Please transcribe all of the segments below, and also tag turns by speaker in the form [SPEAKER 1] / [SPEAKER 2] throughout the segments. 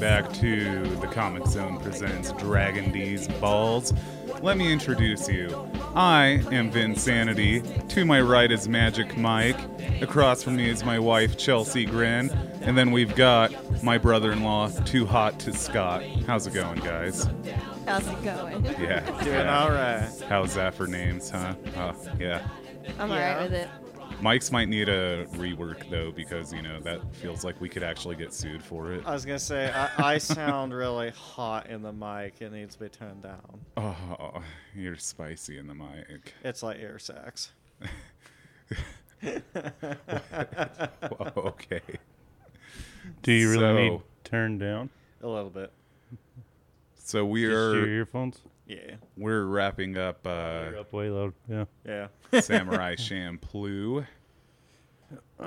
[SPEAKER 1] back to the Comic Zone Presents Dragon D's Balls. Let me introduce you. I am Vin Sanity. To my right is Magic Mike. Across from me is my wife, Chelsea Grin. And then we've got my brother in law, Too Hot to Scott. How's it going, guys?
[SPEAKER 2] How's it going?
[SPEAKER 1] Yeah.
[SPEAKER 3] Doing
[SPEAKER 1] yeah.
[SPEAKER 3] all right.
[SPEAKER 1] How's that for names, huh? Oh, yeah.
[SPEAKER 2] I'm
[SPEAKER 3] Yeah.
[SPEAKER 2] alright with it.
[SPEAKER 1] Mike's might need a rework, though, because, you know, that feels like we could actually get sued for it.
[SPEAKER 3] I was gonna say I, I sound really hot in the mic. It needs to be toned down.
[SPEAKER 1] Oh, you're spicy in the mic.
[SPEAKER 3] It's like air sacs.
[SPEAKER 1] Whoa, okay.
[SPEAKER 4] Do you really
[SPEAKER 1] So-
[SPEAKER 4] need turn down?
[SPEAKER 3] A little bit.
[SPEAKER 1] So
[SPEAKER 4] Just your
[SPEAKER 1] we're
[SPEAKER 4] earphones.
[SPEAKER 3] Yeah.
[SPEAKER 1] we're wrapping up uh,
[SPEAKER 4] They're up way loud. Yeah.
[SPEAKER 3] Yeah.
[SPEAKER 1] Samurai Champloo.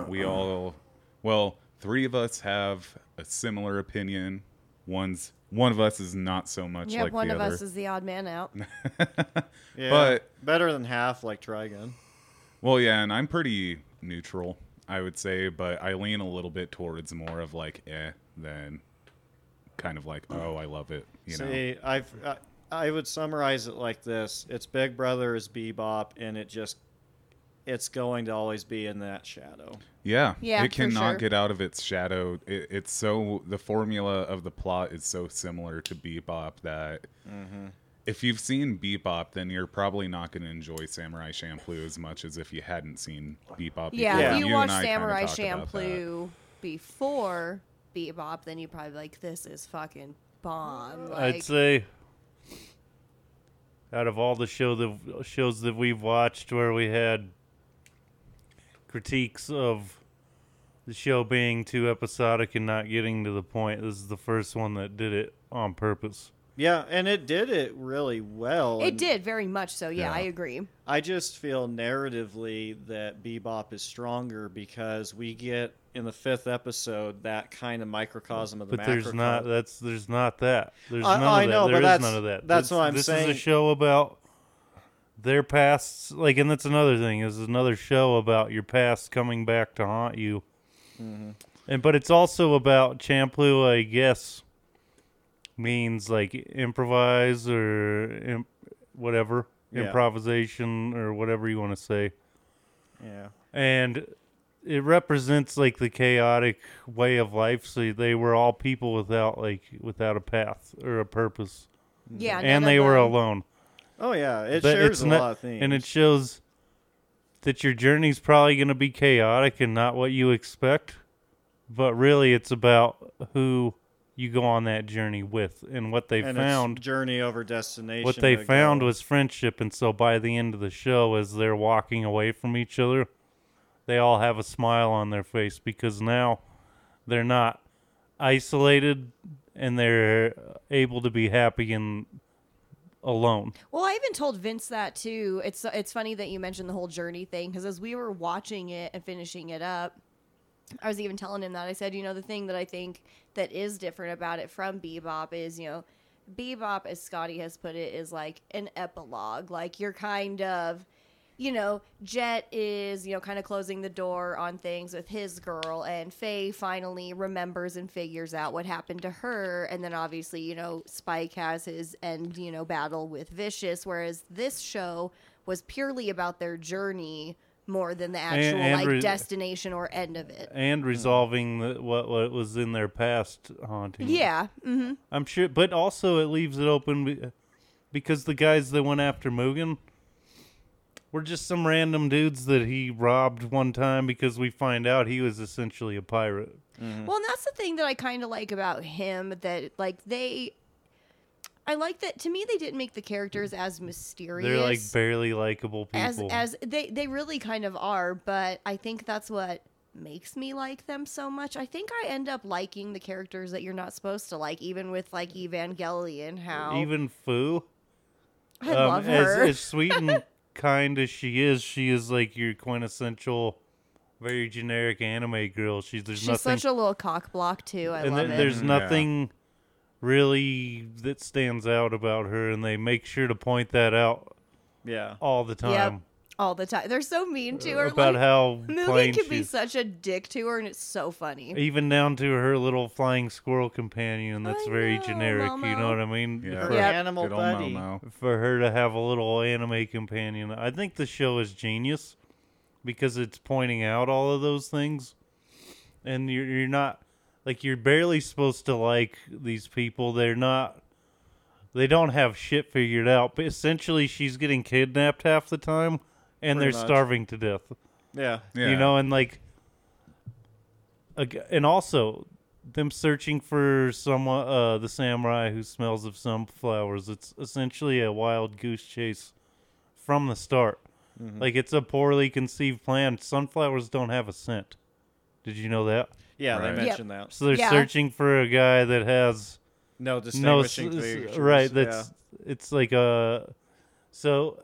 [SPEAKER 1] We all, well, three of us have a similar opinion. One's one of us is not so much
[SPEAKER 2] Yeah,
[SPEAKER 1] like
[SPEAKER 2] one
[SPEAKER 1] the
[SPEAKER 2] of
[SPEAKER 1] other.
[SPEAKER 2] us is the odd man out.
[SPEAKER 3] Yeah.
[SPEAKER 1] But-
[SPEAKER 3] better than half like Dragon.
[SPEAKER 1] Well, yeah, and I'm pretty neutral, I would say, but I lean a little bit towards more of like eh than kind of like oh I love it. You know,
[SPEAKER 3] See, I've I, I would summarize it like this: It's Big Brother is Bebop, and it just it's going to always be in that shadow.
[SPEAKER 1] yeah,
[SPEAKER 2] Yeah,
[SPEAKER 1] it
[SPEAKER 2] for
[SPEAKER 1] cannot
[SPEAKER 2] sure.
[SPEAKER 1] get out of its shadow. It, it's so the formula of the plot is so similar to Bebop that.
[SPEAKER 3] Mm-hmm.
[SPEAKER 1] If you've seen Bebop, then you're probably not going to enjoy Samurai Champloo as much as if you hadn't seen Bebop.
[SPEAKER 2] Yeah,
[SPEAKER 1] before.
[SPEAKER 3] Yeah.
[SPEAKER 2] if you,
[SPEAKER 1] and
[SPEAKER 2] watch
[SPEAKER 1] I kinda
[SPEAKER 2] Samurai
[SPEAKER 1] talked about that.
[SPEAKER 2] Champloo before Bebop, then you're probably like, this is fucking bomb. Like,
[SPEAKER 4] I'd say out of all the show that shows that we've watched where we had critiques of the show being too episodic and not getting to the point, this is the first one that did it on purpose.
[SPEAKER 3] Yeah, and it did it really well.
[SPEAKER 2] it
[SPEAKER 3] and
[SPEAKER 2] did very much so. uh, Yeah, Mm.
[SPEAKER 1] Yeah.
[SPEAKER 2] I agree.
[SPEAKER 3] I just feel narratively that Bebop is stronger because we get in the fifth episode that kind of microcosm of the
[SPEAKER 4] But there's not
[SPEAKER 3] macrocosm.
[SPEAKER 4] that's there's not that. There's
[SPEAKER 3] I-
[SPEAKER 4] none
[SPEAKER 3] I
[SPEAKER 4] of that.
[SPEAKER 3] know,
[SPEAKER 4] There
[SPEAKER 3] but
[SPEAKER 4] is
[SPEAKER 3] that's-
[SPEAKER 4] none of that.
[SPEAKER 3] that's
[SPEAKER 4] This-
[SPEAKER 3] what I'm
[SPEAKER 4] this
[SPEAKER 3] saying.
[SPEAKER 4] is a show about their past like and that's another thing. This is another show about your past coming back to haunt you.
[SPEAKER 3] Mm-hmm.
[SPEAKER 4] And but it's also about Champloo, I guess means like improvise or imp- whatever,
[SPEAKER 3] Yeah.
[SPEAKER 4] improvisation or whatever you want to say
[SPEAKER 3] yeah.
[SPEAKER 4] and it represents like the chaotic way of life so they were all people without like without a path or a purpose
[SPEAKER 2] Yeah, none
[SPEAKER 4] and
[SPEAKER 2] of
[SPEAKER 4] they were
[SPEAKER 2] them-
[SPEAKER 4] alone
[SPEAKER 3] Oh yeah, it
[SPEAKER 4] But
[SPEAKER 3] shares
[SPEAKER 4] it's
[SPEAKER 3] a
[SPEAKER 4] not-
[SPEAKER 3] lot of themes.
[SPEAKER 4] and it shows that your journey's probably going to be chaotic and not what you expect but really it's about who you go on that journey with and what they
[SPEAKER 3] And it's
[SPEAKER 4] found
[SPEAKER 3] journey over destination.
[SPEAKER 4] what they
[SPEAKER 3] to
[SPEAKER 4] found
[SPEAKER 3] go.
[SPEAKER 4] was friendship and so by the end of the show as they're walking away from each other they all have a smile on their face because now they're not isolated and they're able to be happy and alone
[SPEAKER 2] Well, I even told Vince that too. It's it's funny that you mentioned the whole journey thing because as we were watching it and finishing it up, I was even telling him that I said, you know, the thing that I think that is different about it from Bebop is, you know, Bebop, as Scotty has put it, is like an epilogue. Like you're kind of, you know, Jet is, you know, kind of closing the door on things with his girl, and Faye finally remembers and figures out what happened to her. And then obviously, you know, Spike has his end, you know, battle with Vicious, whereas this show was purely about their journey more than the actual
[SPEAKER 4] and
[SPEAKER 2] like
[SPEAKER 4] re-
[SPEAKER 2] destination or end of it.
[SPEAKER 4] and resolving the, what, what was in their past haunting
[SPEAKER 2] Yeah. Mm-hmm.
[SPEAKER 4] I'm sure, but also it leaves it open be- because the guys that went after Mugen were just some random dudes that he robbed one time because we find out he was essentially a pirate.
[SPEAKER 2] Well, and that's the thing that I kind of like about him that like they I like that to me they didn't make the characters as mysterious.
[SPEAKER 4] They're like barely likable
[SPEAKER 2] as
[SPEAKER 4] people.
[SPEAKER 2] as they they really kind of are, but I think that's what makes me like them so much. I think I end up liking the characters that you're not supposed to like even with like Evangelion how
[SPEAKER 4] Even Fu, um,
[SPEAKER 2] I love her.
[SPEAKER 4] As, as sweet and kind as she is, she is like your quintessential, very generic anime girl. She's there's
[SPEAKER 2] She's
[SPEAKER 4] nothing
[SPEAKER 2] such a little cock block too. I
[SPEAKER 4] and
[SPEAKER 2] love
[SPEAKER 4] there-
[SPEAKER 2] it.
[SPEAKER 4] there's
[SPEAKER 1] Yeah.
[SPEAKER 4] nothing really that stands out about her, and they make sure to point that out
[SPEAKER 3] yeah.
[SPEAKER 4] all the time.
[SPEAKER 2] all the time. They're so mean to her.
[SPEAKER 4] um, about
[SPEAKER 2] like,
[SPEAKER 4] how
[SPEAKER 2] Movie
[SPEAKER 4] plain
[SPEAKER 2] can be
[SPEAKER 4] she's
[SPEAKER 2] such a dick to her, and it's so funny.
[SPEAKER 4] even down to her little flying squirrel companion that's
[SPEAKER 2] I
[SPEAKER 4] very
[SPEAKER 2] know,
[SPEAKER 4] generic you
[SPEAKER 2] Momo.
[SPEAKER 4] know what i mean
[SPEAKER 1] Yeah.
[SPEAKER 3] Her
[SPEAKER 4] for,
[SPEAKER 2] Yep.
[SPEAKER 3] animal
[SPEAKER 1] Good old
[SPEAKER 3] buddy.
[SPEAKER 1] Momo.
[SPEAKER 4] for her to have a little anime companion i think the show is genius because it's pointing out all of those things and you're, you're not like you're barely supposed to like these people they're not they don't have shit figured out but essentially she's getting kidnapped half the time and
[SPEAKER 3] Pretty
[SPEAKER 4] they're
[SPEAKER 3] much.
[SPEAKER 4] starving to death
[SPEAKER 3] Yeah.
[SPEAKER 1] Yeah.
[SPEAKER 4] you know and like ag- and also them searching for someone uh the samurai who smells of sunflowers it's essentially a wild goose chase from the start like it's a poorly conceived plan sunflowers don't have a scent did you know that
[SPEAKER 3] Yeah,
[SPEAKER 1] Right.
[SPEAKER 3] they
[SPEAKER 1] Yep.
[SPEAKER 3] mentioned that.
[SPEAKER 4] so they're
[SPEAKER 2] Yeah.
[SPEAKER 4] searching for a guy that has
[SPEAKER 3] No
[SPEAKER 4] no s-
[SPEAKER 3] distinguishing
[SPEAKER 4] s-
[SPEAKER 3] features.
[SPEAKER 4] right that's it's like a so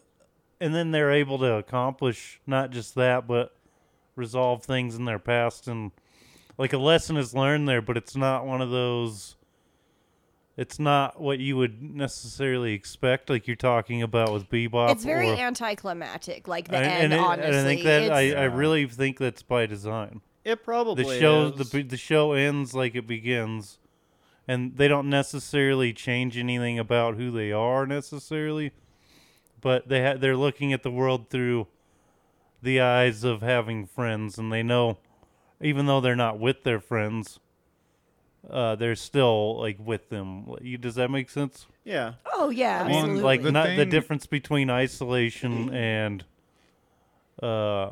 [SPEAKER 4] and then they're able to accomplish not just that but resolve things in their past and like a lesson is learned there but it's not one of those it's not what you would necessarily expect like you're talking about with bebop
[SPEAKER 2] It's very
[SPEAKER 4] or,
[SPEAKER 2] anticlimactic, like the
[SPEAKER 4] and,
[SPEAKER 2] end.
[SPEAKER 4] and it-
[SPEAKER 2] honestly,
[SPEAKER 4] and Uh, i think that I,
[SPEAKER 2] It's-
[SPEAKER 4] I
[SPEAKER 1] Yeah.
[SPEAKER 4] really think that's by design
[SPEAKER 3] yeah. It probably
[SPEAKER 4] the show
[SPEAKER 3] is.
[SPEAKER 4] the b- the show ends like it begins and they don't necessarily change anything about who they are necessarily but they ha- they're looking at the world through the eyes of having friends and they know even though they're not with their friends uh, they're still like with them Like, you, does that make sense
[SPEAKER 3] yeah.
[SPEAKER 2] oh yeah,
[SPEAKER 1] mean,
[SPEAKER 2] absolutely.
[SPEAKER 4] like
[SPEAKER 1] The
[SPEAKER 4] not the
[SPEAKER 1] thing-
[SPEAKER 4] difference between isolation and uh,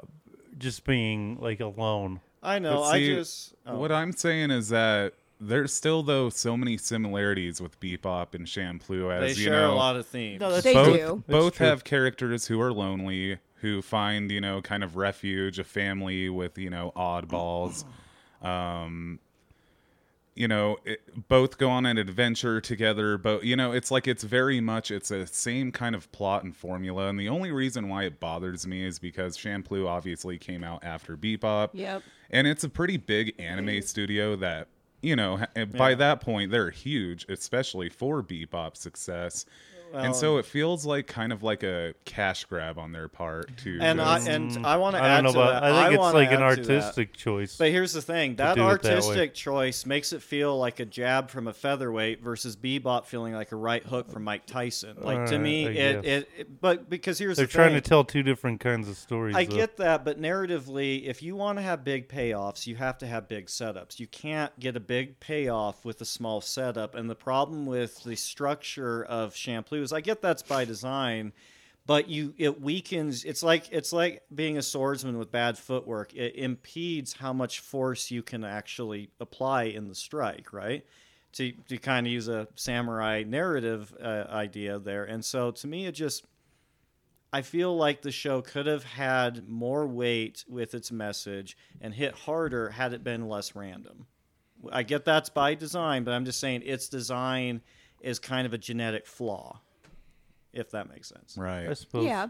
[SPEAKER 4] just being like alone
[SPEAKER 3] I know.
[SPEAKER 1] But
[SPEAKER 3] I
[SPEAKER 1] see,
[SPEAKER 3] just oh,
[SPEAKER 1] What I'm saying is that there's still though so many similarities with Bebop and Shampoo
[SPEAKER 3] they
[SPEAKER 1] as you
[SPEAKER 3] share
[SPEAKER 1] know.
[SPEAKER 3] a lot of themes.
[SPEAKER 4] No, that's-
[SPEAKER 2] they
[SPEAKER 1] both
[SPEAKER 2] do.
[SPEAKER 1] both
[SPEAKER 4] It's true.
[SPEAKER 1] have characters who are lonely, who find you know kind of refuge, a family with you know oddballs. Um, you know, it, both go on an adventure together. But you know, it's like it's very much it's a same kind of plot and formula. And the only reason why it bothers me is because Shampoo obviously came out after Bebop.
[SPEAKER 2] Yep.
[SPEAKER 1] And it's a pretty big anime studio that, you know, ha- and by that point, they're huge, especially for Bebop's success. and so it feels like kind of like a cash grab on their part to
[SPEAKER 3] and I
[SPEAKER 1] just-
[SPEAKER 3] and I want to
[SPEAKER 4] Mm. I
[SPEAKER 3] add
[SPEAKER 4] don't know
[SPEAKER 3] to
[SPEAKER 4] about.
[SPEAKER 3] that.
[SPEAKER 4] I think it's
[SPEAKER 3] wanna
[SPEAKER 4] like an
[SPEAKER 3] add to that.
[SPEAKER 4] artistic choice.
[SPEAKER 3] But here's the thing: that
[SPEAKER 4] do it that way.
[SPEAKER 3] artistic choice makes it feel like a jab from a featherweight versus Bebop feeling like a right hook from Mike Tyson. Like to
[SPEAKER 4] Alright,
[SPEAKER 3] me,
[SPEAKER 4] Uh, I
[SPEAKER 3] it,
[SPEAKER 4] guess.
[SPEAKER 3] it, it. But because here's
[SPEAKER 4] They're
[SPEAKER 3] the
[SPEAKER 4] trying
[SPEAKER 3] thing.
[SPEAKER 4] to tell two different kinds of stories.
[SPEAKER 3] I
[SPEAKER 4] though.
[SPEAKER 3] get that, but narratively, if you want to have big payoffs, you have to have big setups. You can't get a big payoff with a small setup. And the problem with the structure of Shampoo is, I get that's by design, but you it weakens. It's like it's like being a swordsman with bad footwork. It impedes how much force you can actually apply in the strike. Right. To, to kind of use a samurai narrative uh, idea there. And so to me, it just I feel like the show could have had more weight with its message and hit harder had it been less random. I get that's by design, but I'm just saying its design is kind of a genetic flaw, if that makes sense.
[SPEAKER 1] right.
[SPEAKER 4] I suppose.
[SPEAKER 2] Yeah.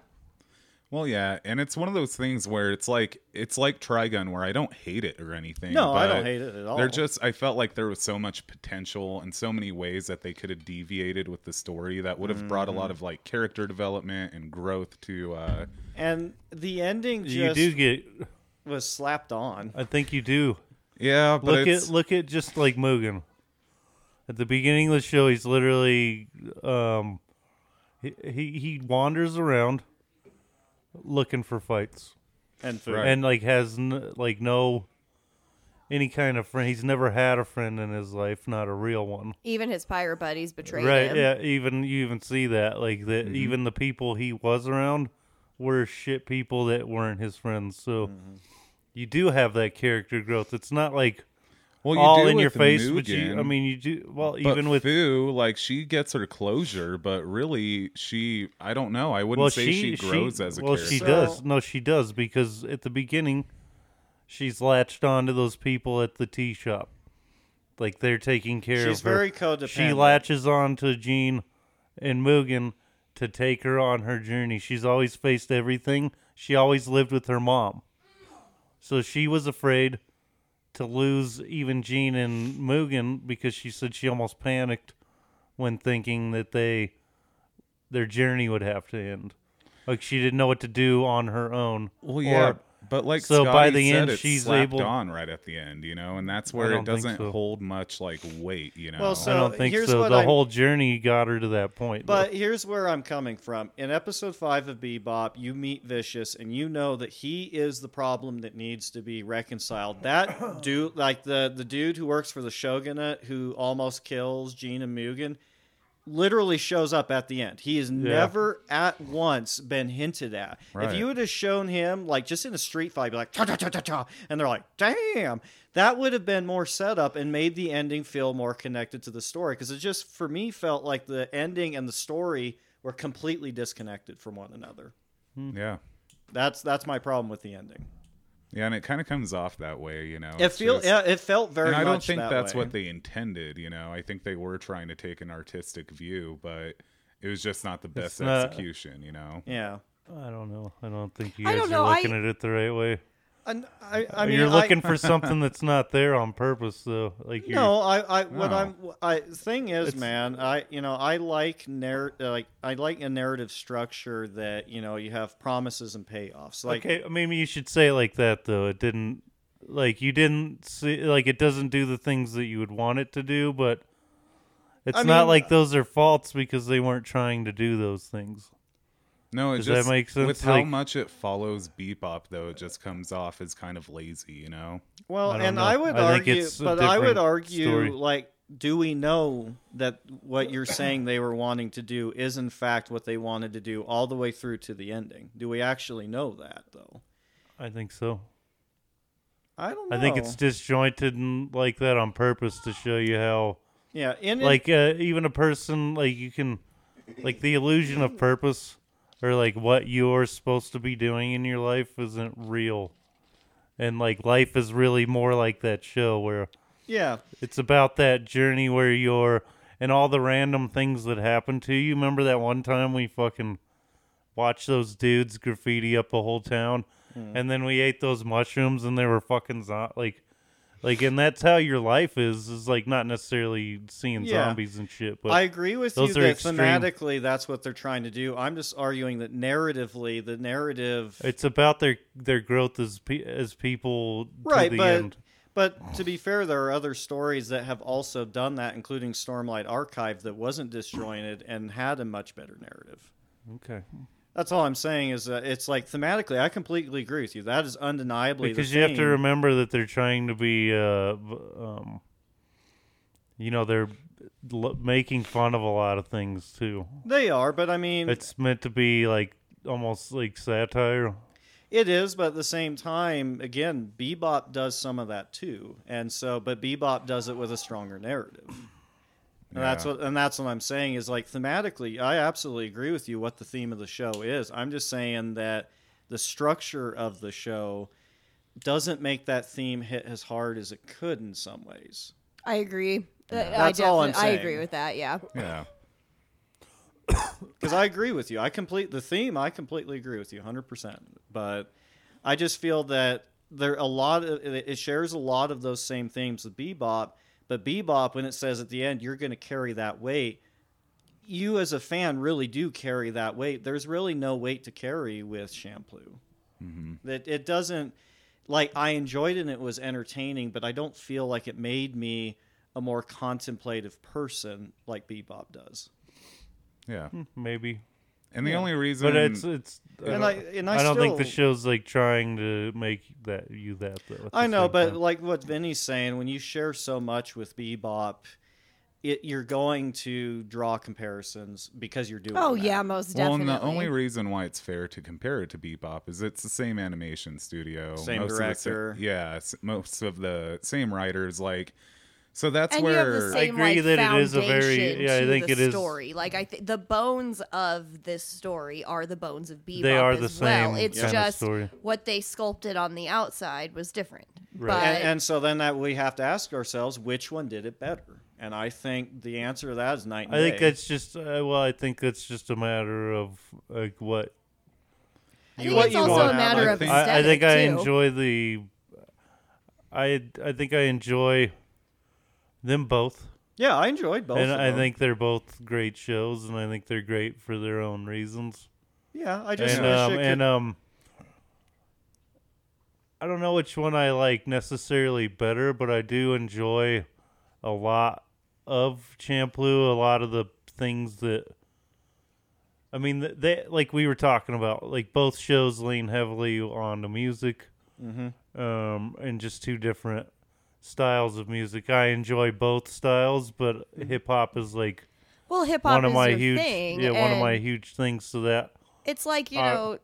[SPEAKER 1] Well, yeah, and it's one of those things where it's like it's like Trigun, where I don't hate it or anything.
[SPEAKER 3] No, I don't
[SPEAKER 1] but
[SPEAKER 3] hate it at all.
[SPEAKER 1] They're just I felt like there was so much potential and so many ways that they could have deviated with the story that would have brought a
[SPEAKER 3] Mm.
[SPEAKER 1] lot of like character development and growth to. uh
[SPEAKER 3] And the ending
[SPEAKER 4] You
[SPEAKER 3] just
[SPEAKER 4] do get.
[SPEAKER 3] was slapped on.
[SPEAKER 4] I think you do.
[SPEAKER 1] Yeah, but
[SPEAKER 4] Look
[SPEAKER 1] it's,
[SPEAKER 4] at look at just like Mugen. At the beginning of the show, he's literally um, he he, he wanders around looking for fights
[SPEAKER 3] And food.
[SPEAKER 1] Right.
[SPEAKER 4] and like has n- like no any kind of friend. He's never had a friend in his life, not a real one.
[SPEAKER 2] Even his pirate buddies betrayed
[SPEAKER 4] right
[SPEAKER 2] him.
[SPEAKER 4] yeah even you even see that like that
[SPEAKER 1] Mm-hmm.
[SPEAKER 4] even the people he was around were shit people that weren't his friends so
[SPEAKER 1] Mm-hmm.
[SPEAKER 4] you do have that character growth it's not like
[SPEAKER 1] well, you
[SPEAKER 4] all
[SPEAKER 1] do
[SPEAKER 4] in your
[SPEAKER 1] with
[SPEAKER 4] face but
[SPEAKER 1] Mugen,
[SPEAKER 4] you i mean you do well
[SPEAKER 1] but
[SPEAKER 4] even with
[SPEAKER 1] Fu, like she gets her closure, but really she I don't know. I wouldn't
[SPEAKER 4] well
[SPEAKER 1] say she,
[SPEAKER 4] she,
[SPEAKER 1] grows as a
[SPEAKER 4] well
[SPEAKER 1] character.
[SPEAKER 4] she
[SPEAKER 3] So-
[SPEAKER 4] does no she does because at the beginning she's latched onto those people at the tea shop like they're taking care
[SPEAKER 3] She's
[SPEAKER 4] of her
[SPEAKER 3] very codependent.
[SPEAKER 4] she latches on to Jean and Mugen to take her on her journey. She's always faced everything. She always lived with her mom. So she was afraid to lose even Jean and Mugen because she said she almost panicked when thinking that they their journey would have to end. Like she didn't know what to do on her own.
[SPEAKER 1] Well, yeah,
[SPEAKER 4] Or-
[SPEAKER 1] but like
[SPEAKER 4] so
[SPEAKER 1] Scotty
[SPEAKER 4] by the
[SPEAKER 1] said,
[SPEAKER 4] end,
[SPEAKER 1] it's
[SPEAKER 4] she's
[SPEAKER 1] slapped
[SPEAKER 4] able-
[SPEAKER 1] on right at the end, you know, and that's where it
[SPEAKER 4] don't think
[SPEAKER 1] doesn't
[SPEAKER 4] so.
[SPEAKER 1] hold much like weight, you know.
[SPEAKER 3] Well,
[SPEAKER 4] I
[SPEAKER 3] so-
[SPEAKER 4] don't think
[SPEAKER 3] here's
[SPEAKER 4] so.
[SPEAKER 3] what
[SPEAKER 4] The
[SPEAKER 3] I-
[SPEAKER 4] whole journey got her to that point. though.
[SPEAKER 3] But here's where I'm coming from. In episode five of Bebop, you meet Vicious, and you know that he is the problem that needs to be reconciled. That dude, like the the dude who works for the Shogunate, who almost kills Gene and Mugen, literally shows up at the end. He has never at once been hinted at.
[SPEAKER 1] Right.
[SPEAKER 3] If you would have shown him, like just in a street fight, be like, ta ta ta ta ta, and they're like, damn, that would have been more setup and made the ending feel more connected to the story. Because it just, for me, felt like the ending and the story were completely disconnected from one another.
[SPEAKER 1] yeah,
[SPEAKER 3] That's that's my problem with the ending.
[SPEAKER 1] yeah, and it kind of comes off that way, you know.
[SPEAKER 3] It
[SPEAKER 1] It's
[SPEAKER 3] feel
[SPEAKER 1] just-
[SPEAKER 3] yeah, it felt very.
[SPEAKER 1] Oh, and I don't
[SPEAKER 3] much
[SPEAKER 1] think
[SPEAKER 3] that
[SPEAKER 1] that's
[SPEAKER 3] way.
[SPEAKER 1] what they intended, you know. I think they were trying to take an artistic view, but it was just not the best
[SPEAKER 4] not-
[SPEAKER 1] execution, you know.
[SPEAKER 3] Yeah,
[SPEAKER 4] I don't know. I don't think you
[SPEAKER 2] I
[SPEAKER 4] guys
[SPEAKER 2] don't know.
[SPEAKER 4] are
[SPEAKER 2] I-
[SPEAKER 4] looking at it the right way.
[SPEAKER 3] and I, I mean,
[SPEAKER 4] you're
[SPEAKER 3] I-
[SPEAKER 4] looking for something that's not there on purpose, though. Like you're,
[SPEAKER 3] No, I, I what
[SPEAKER 1] No.
[SPEAKER 3] I'm, I thing is,
[SPEAKER 4] It's-
[SPEAKER 3] man, I, you know, I like narr, like I like a narrative structure that you know you have promises and payoffs. Like,
[SPEAKER 4] okay, maybe you should say it like that though. It didn't like you didn't see like it doesn't do the things that you would want it to do, but it's
[SPEAKER 3] I
[SPEAKER 4] not
[SPEAKER 3] mean-
[SPEAKER 4] like those are faults because they weren't trying to do those things.
[SPEAKER 1] No, it
[SPEAKER 4] Does that
[SPEAKER 1] just
[SPEAKER 4] make sense?
[SPEAKER 1] with how
[SPEAKER 4] Like-
[SPEAKER 1] much it follows Bebop, though. It just comes off as kind of lazy, you know.
[SPEAKER 3] well,
[SPEAKER 4] I don't
[SPEAKER 3] and
[SPEAKER 4] know.
[SPEAKER 3] I would
[SPEAKER 4] I think
[SPEAKER 3] argue,
[SPEAKER 4] it's a
[SPEAKER 3] but I would
[SPEAKER 4] different
[SPEAKER 3] argue,
[SPEAKER 4] story.
[SPEAKER 3] like, do we know that what you're saying they were wanting to do is in fact what they wanted to do all the way through to the ending? Do we actually know that though?
[SPEAKER 4] I think so.
[SPEAKER 3] I don't. know.
[SPEAKER 4] I think it's disjointed and like that on purpose to show you how
[SPEAKER 3] yeah, in it-
[SPEAKER 4] like uh, even a person like you can like the illusion of purpose or like what you're supposed to be doing in your life isn't real and like life is really more like that show where
[SPEAKER 3] yeah,
[SPEAKER 4] it's about that journey where you're and all the random things that happen to you remember that one time we fucking watched those dudes graffiti up a whole town
[SPEAKER 3] Hmm.
[SPEAKER 4] and then we ate those mushrooms and they were fucking zo- like like and that's how your life is is like not necessarily seeing
[SPEAKER 3] Yeah.
[SPEAKER 4] zombies and shit but
[SPEAKER 3] I agree with you
[SPEAKER 4] those are
[SPEAKER 3] that
[SPEAKER 4] extreme.
[SPEAKER 3] thematically that's what they're trying to do. I'm just arguing that narratively, the narrative,
[SPEAKER 4] it's about their their growth as pe- as people
[SPEAKER 3] right?
[SPEAKER 4] to the
[SPEAKER 3] But
[SPEAKER 4] end
[SPEAKER 3] but to be fair, there are other stories that have also done that, including Stormlight Archive, that wasn't disjointed and had a much better narrative.
[SPEAKER 4] okay
[SPEAKER 3] That's all I'm saying is that it's like thematically, I completely agree with you. That is undeniably the
[SPEAKER 4] because you have to
[SPEAKER 3] theme.
[SPEAKER 4] remember that they're trying to be uh v- um you know they're l- making fun of a lot of things too
[SPEAKER 3] They are, but I mean,
[SPEAKER 4] it's meant to be like almost like satire
[SPEAKER 3] It is, but at the same time, again, Bebop does some of that too, and so, but Bebop does it with a stronger narrative. And that's
[SPEAKER 1] Yeah.
[SPEAKER 3] what, and that's what I'm saying is like thematically, I absolutely agree with you. What the theme of the show is, I'm just saying that the structure of the show doesn't make that theme hit as hard as it could in some ways.
[SPEAKER 2] I agree. Uh,
[SPEAKER 3] That's
[SPEAKER 2] I
[SPEAKER 3] all I'm
[SPEAKER 2] definitely- I agree
[SPEAKER 3] saying.
[SPEAKER 2] with that. Yeah.
[SPEAKER 1] Yeah.
[SPEAKER 3] because I agree with you. I complete the theme. I completely agree with you, hundred percent. But I just feel that there a lot of it it shares a lot of those same themes with Bebop. But Bebop, when it says at the end, you're going to carry that weight. You as a fan really do carry that weight. There's really no weight to carry with Shampoo. That it doesn't like I enjoyed it and it was entertaining, but I don't feel like it made me a more contemplative person like Bebop does.
[SPEAKER 1] Yeah.
[SPEAKER 4] maybe
[SPEAKER 1] And the only reason
[SPEAKER 4] but Hmm. it's it's I
[SPEAKER 3] And
[SPEAKER 4] don't,
[SPEAKER 3] I and I,
[SPEAKER 4] I don't think the
[SPEAKER 3] still-
[SPEAKER 4] show's like trying to make that you that though at the
[SPEAKER 3] I know,
[SPEAKER 4] same
[SPEAKER 3] but
[SPEAKER 4] time.
[SPEAKER 3] like what Vinny's saying, when you share so much with Bebop, it, you're going to draw comparisons because you're doing.
[SPEAKER 2] Oh
[SPEAKER 3] that.
[SPEAKER 2] yeah, most
[SPEAKER 1] Well,
[SPEAKER 2] definitely.
[SPEAKER 1] and the only reason why it's fair to compare it to Bebop is it's the same animation studio,
[SPEAKER 3] Same
[SPEAKER 1] most of the sa-
[SPEAKER 3] director.
[SPEAKER 1] yeah, s- most of the same writers. Like, so that's
[SPEAKER 2] and you
[SPEAKER 1] where
[SPEAKER 2] have the same
[SPEAKER 4] agree
[SPEAKER 2] like,
[SPEAKER 4] that it is a very-
[SPEAKER 2] foundation
[SPEAKER 4] yeah, I
[SPEAKER 2] to
[SPEAKER 4] think
[SPEAKER 2] the
[SPEAKER 4] it is-
[SPEAKER 2] story. Like I think the bones of this story are the bones of Bebop.
[SPEAKER 4] They are
[SPEAKER 2] as
[SPEAKER 4] the
[SPEAKER 2] well.
[SPEAKER 4] same
[SPEAKER 2] It's
[SPEAKER 4] kind of
[SPEAKER 2] just
[SPEAKER 4] story.
[SPEAKER 2] what they sculpted on the outside was different.
[SPEAKER 4] Right.
[SPEAKER 2] But
[SPEAKER 3] And, and so then that we have to ask ourselves which one did it better, and I think the answer to that is night. And
[SPEAKER 4] I think
[SPEAKER 3] day.
[SPEAKER 4] that's just uh, well I think that's just matter of like what
[SPEAKER 2] I
[SPEAKER 3] you-
[SPEAKER 2] think
[SPEAKER 3] what
[SPEAKER 2] it's
[SPEAKER 3] you
[SPEAKER 2] also
[SPEAKER 3] want
[SPEAKER 2] a
[SPEAKER 3] out
[SPEAKER 2] matter
[SPEAKER 1] of
[SPEAKER 2] of
[SPEAKER 1] it.
[SPEAKER 4] I, I
[SPEAKER 2] aesthetic,
[SPEAKER 4] think I
[SPEAKER 2] too.
[SPEAKER 4] enjoy the. I I think I enjoy them both,
[SPEAKER 3] yeah, I enjoyed both.
[SPEAKER 4] and
[SPEAKER 3] of
[SPEAKER 4] I
[SPEAKER 3] them.
[SPEAKER 4] think they're both great shows, and I think they're great for their own reasons.
[SPEAKER 3] Yeah, I just
[SPEAKER 4] and
[SPEAKER 3] wish
[SPEAKER 4] um,
[SPEAKER 3] it
[SPEAKER 4] and
[SPEAKER 3] could-
[SPEAKER 4] um, I don't know which one I like necessarily better, but I do enjoy a lot of Champloo. A lot of the things that, I mean, th- they like we were talking about, like both shows lean heavily on the music, um, and just two different styles of music. I enjoy both styles, but hip hop is like
[SPEAKER 2] Well, hip hop
[SPEAKER 4] one
[SPEAKER 2] is
[SPEAKER 4] of my
[SPEAKER 2] your
[SPEAKER 4] huge,
[SPEAKER 2] thing.
[SPEAKER 4] yeah, one of
[SPEAKER 2] and
[SPEAKER 4] my huge things to that.
[SPEAKER 2] It's like you
[SPEAKER 4] Uh,
[SPEAKER 2] know,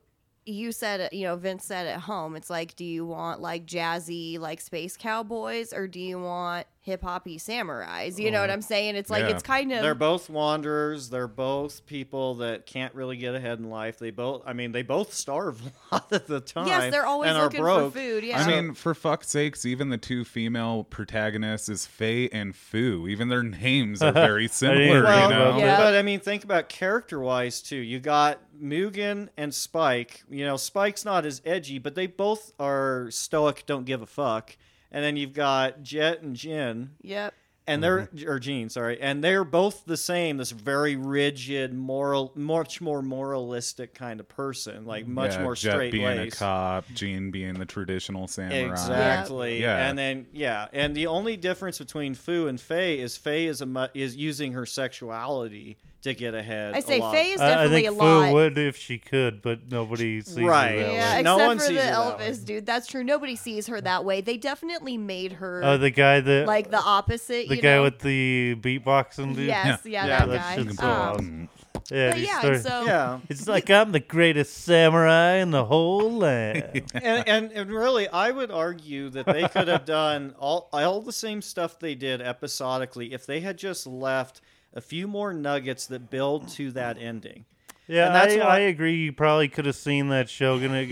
[SPEAKER 2] you said it- you know Vince said at home. It's like, do you want like jazzy like space cowboys or do you want hip hoppy samurais? You know
[SPEAKER 4] Uh-huh.
[SPEAKER 2] what I'm saying? It's like
[SPEAKER 1] Yeah.
[SPEAKER 2] it's kind of
[SPEAKER 3] they're both wanderers. They're both people that can't really get ahead in life. They both, I mean, they both starve a lot of the time.
[SPEAKER 2] yes, they're always
[SPEAKER 3] and are
[SPEAKER 2] looking
[SPEAKER 3] broke.
[SPEAKER 2] for food. Yeah,
[SPEAKER 1] I mean, for fuck's sakes, even the two female protagonists is Faye and Fu. Even their names are very similar,
[SPEAKER 4] Well,
[SPEAKER 1] you know?
[SPEAKER 2] yeah.
[SPEAKER 3] But I mean, think about character wise too. You got Mugen and Spike. You know, Spike's not as edgy, but they both are stoic, don't give a fuck. And then you've got Jet and Jin,
[SPEAKER 2] yep.
[SPEAKER 3] and they're
[SPEAKER 1] Mm-hmm.
[SPEAKER 3] or Jean, sorry, and they're both the same. This very rigid, moral, much more moralistic kind of person, like much
[SPEAKER 1] Yeah,
[SPEAKER 3] more
[SPEAKER 1] Jet
[SPEAKER 3] straight
[SPEAKER 1] being a
[SPEAKER 3] laced.
[SPEAKER 1] cop, Gene being the traditional samurai.
[SPEAKER 3] Exactly.
[SPEAKER 1] Yeah.
[SPEAKER 3] And then yeah, and the only difference between Fu and Faye is Faye is a mu- is using her sexuality to get ahead.
[SPEAKER 2] I say
[SPEAKER 3] a lot.
[SPEAKER 2] Faye is
[SPEAKER 4] I- I
[SPEAKER 2] definitely
[SPEAKER 4] think
[SPEAKER 2] a lot.
[SPEAKER 4] Fu would if she could, but nobody sees
[SPEAKER 3] Right.
[SPEAKER 4] her that
[SPEAKER 2] Yeah,
[SPEAKER 4] way.
[SPEAKER 2] except
[SPEAKER 3] No one
[SPEAKER 2] for
[SPEAKER 3] sees
[SPEAKER 2] the
[SPEAKER 3] her that way.
[SPEAKER 2] Elvis dude. That's true. Nobody sees her that way. They definitely made her
[SPEAKER 4] Uh, the guy that
[SPEAKER 2] like the opposite.
[SPEAKER 4] the
[SPEAKER 2] you
[SPEAKER 4] guy
[SPEAKER 2] know?
[SPEAKER 4] with the beatboxing dude.
[SPEAKER 2] yes,
[SPEAKER 1] Yeah.
[SPEAKER 2] yeah,
[SPEAKER 1] Mm,
[SPEAKER 4] yeah,
[SPEAKER 2] that
[SPEAKER 4] that's
[SPEAKER 2] guy.
[SPEAKER 4] just
[SPEAKER 2] Um,
[SPEAKER 4] awesome. Yeah,
[SPEAKER 2] but
[SPEAKER 4] he
[SPEAKER 2] yeah,
[SPEAKER 4] started-
[SPEAKER 2] and so
[SPEAKER 3] Yeah.
[SPEAKER 4] it's like I'm the greatest samurai in the whole land.
[SPEAKER 3] and, and and really, I would argue that they could have done all all the same stuff they did episodically if they had just left a few more nuggets that build to that ending.
[SPEAKER 4] yeah,
[SPEAKER 3] And that's
[SPEAKER 4] I,
[SPEAKER 3] why-
[SPEAKER 4] I agree. You probably could have seen that Shogunate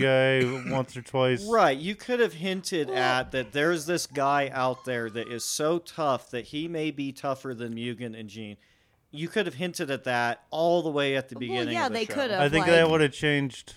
[SPEAKER 4] guy once or twice.
[SPEAKER 3] Right, you could have hinted at that there's this guy out there that is so tough that he may be tougher than Mugen and Jean. You could have hinted at that all the way at the beginning.
[SPEAKER 2] yeah,
[SPEAKER 3] of the
[SPEAKER 2] they
[SPEAKER 3] show.
[SPEAKER 2] could have.
[SPEAKER 4] I think
[SPEAKER 2] like-
[SPEAKER 4] that would have changed.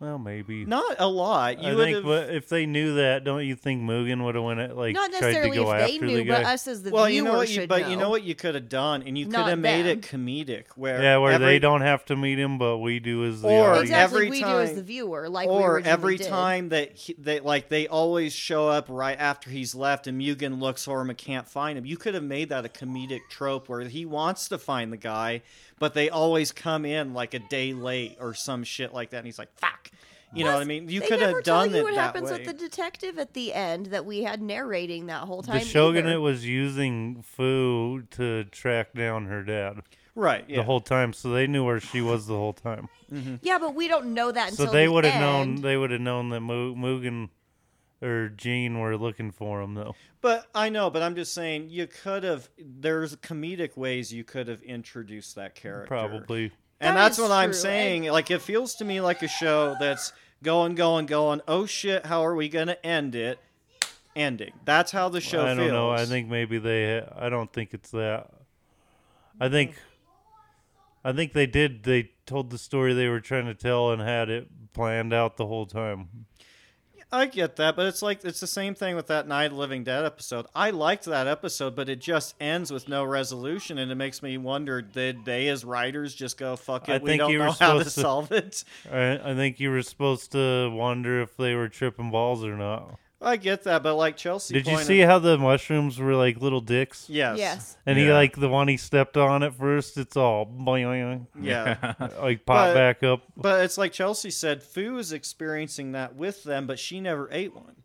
[SPEAKER 4] Well, maybe.
[SPEAKER 3] Not a lot. You
[SPEAKER 4] I
[SPEAKER 3] would
[SPEAKER 4] think
[SPEAKER 3] have.
[SPEAKER 4] wha- if they knew that, don't you think Mugen would have went at, like
[SPEAKER 2] not
[SPEAKER 4] tried to
[SPEAKER 2] necessarily
[SPEAKER 4] go
[SPEAKER 2] if
[SPEAKER 4] after
[SPEAKER 2] they
[SPEAKER 4] the
[SPEAKER 2] knew,
[SPEAKER 4] guy?
[SPEAKER 2] but us as the
[SPEAKER 3] well,
[SPEAKER 2] viewer
[SPEAKER 3] you know what you,
[SPEAKER 2] should
[SPEAKER 3] but you
[SPEAKER 2] know.
[SPEAKER 3] know what you could have done, and you could
[SPEAKER 2] Not
[SPEAKER 3] have made it
[SPEAKER 2] them.
[SPEAKER 3] comedic, where
[SPEAKER 4] Yeah, where
[SPEAKER 3] every-
[SPEAKER 4] they don't have to meet him, but we do as the
[SPEAKER 3] Or-
[SPEAKER 4] audience.
[SPEAKER 2] exactly
[SPEAKER 3] every
[SPEAKER 2] we do as
[SPEAKER 3] time-
[SPEAKER 2] the viewer, like we
[SPEAKER 3] or
[SPEAKER 2] originally
[SPEAKER 3] every
[SPEAKER 2] did.
[SPEAKER 3] time that he, they like they always show up right after he's left and Mugen looks for him and can't find him. You could have made that a comedic trope where he wants to find the guy, but they always come in like a day late or some shit like that, and he's like, "Fuck," you know what I mean? You
[SPEAKER 2] They
[SPEAKER 3] could
[SPEAKER 2] never
[SPEAKER 3] have
[SPEAKER 2] tell
[SPEAKER 3] done
[SPEAKER 2] you
[SPEAKER 3] it
[SPEAKER 2] what
[SPEAKER 3] that
[SPEAKER 2] happens
[SPEAKER 3] way.
[SPEAKER 2] with the detective at the end that we had narrating that whole time.
[SPEAKER 4] the shogunate
[SPEAKER 2] either.
[SPEAKER 4] was using Fu to track down her dad
[SPEAKER 3] right? Yeah.
[SPEAKER 4] the whole time, so they knew where she was the whole time.
[SPEAKER 2] yeah, but we don't know that
[SPEAKER 4] So
[SPEAKER 2] until
[SPEAKER 4] they
[SPEAKER 2] the
[SPEAKER 4] would have known.
[SPEAKER 2] end.
[SPEAKER 4] They would have known that Mu- Mugen or Jean were looking for him, though.
[SPEAKER 3] But I know, but I'm just saying you could have. There's comedic ways you could have introduced that character.
[SPEAKER 4] Probably.
[SPEAKER 3] and
[SPEAKER 2] That
[SPEAKER 3] that's
[SPEAKER 2] is
[SPEAKER 3] what I'm
[SPEAKER 2] true,
[SPEAKER 3] saying. Like it feels to me like a show that's going, going, going. Oh shit! How are we gonna end it? Ending. That's how the show
[SPEAKER 4] I don't
[SPEAKER 3] feels.
[SPEAKER 4] know. I think maybe they. ha- I don't think it's that. I think. I think they did. They told the story they were trying to tell and had it planned out the whole time.
[SPEAKER 3] I get that, but it's like it's the same thing with that Night of the Living Dead episode. I liked that episode, but it just ends with no resolution, and it makes me wonder: Did they, as writers, just go fuck it?
[SPEAKER 4] I
[SPEAKER 3] we
[SPEAKER 4] think
[SPEAKER 3] don't
[SPEAKER 4] you were
[SPEAKER 3] know how to
[SPEAKER 4] supposed to-
[SPEAKER 3] solve it.
[SPEAKER 4] I, I think you were supposed to wonder if they were tripping balls or not.
[SPEAKER 3] I get that, but like Chelsea,
[SPEAKER 4] Did you
[SPEAKER 3] pointed-
[SPEAKER 4] see how the mushrooms were like little dicks?
[SPEAKER 3] Yes.
[SPEAKER 2] Yes.
[SPEAKER 4] And he
[SPEAKER 1] Yeah.
[SPEAKER 4] like the one he stepped on at first, it's all boing,
[SPEAKER 3] Yeah.
[SPEAKER 4] boing, like
[SPEAKER 3] But-
[SPEAKER 4] pop back up.
[SPEAKER 3] But it's like Chelsea said, Fu is experiencing that with them, but she never ate one.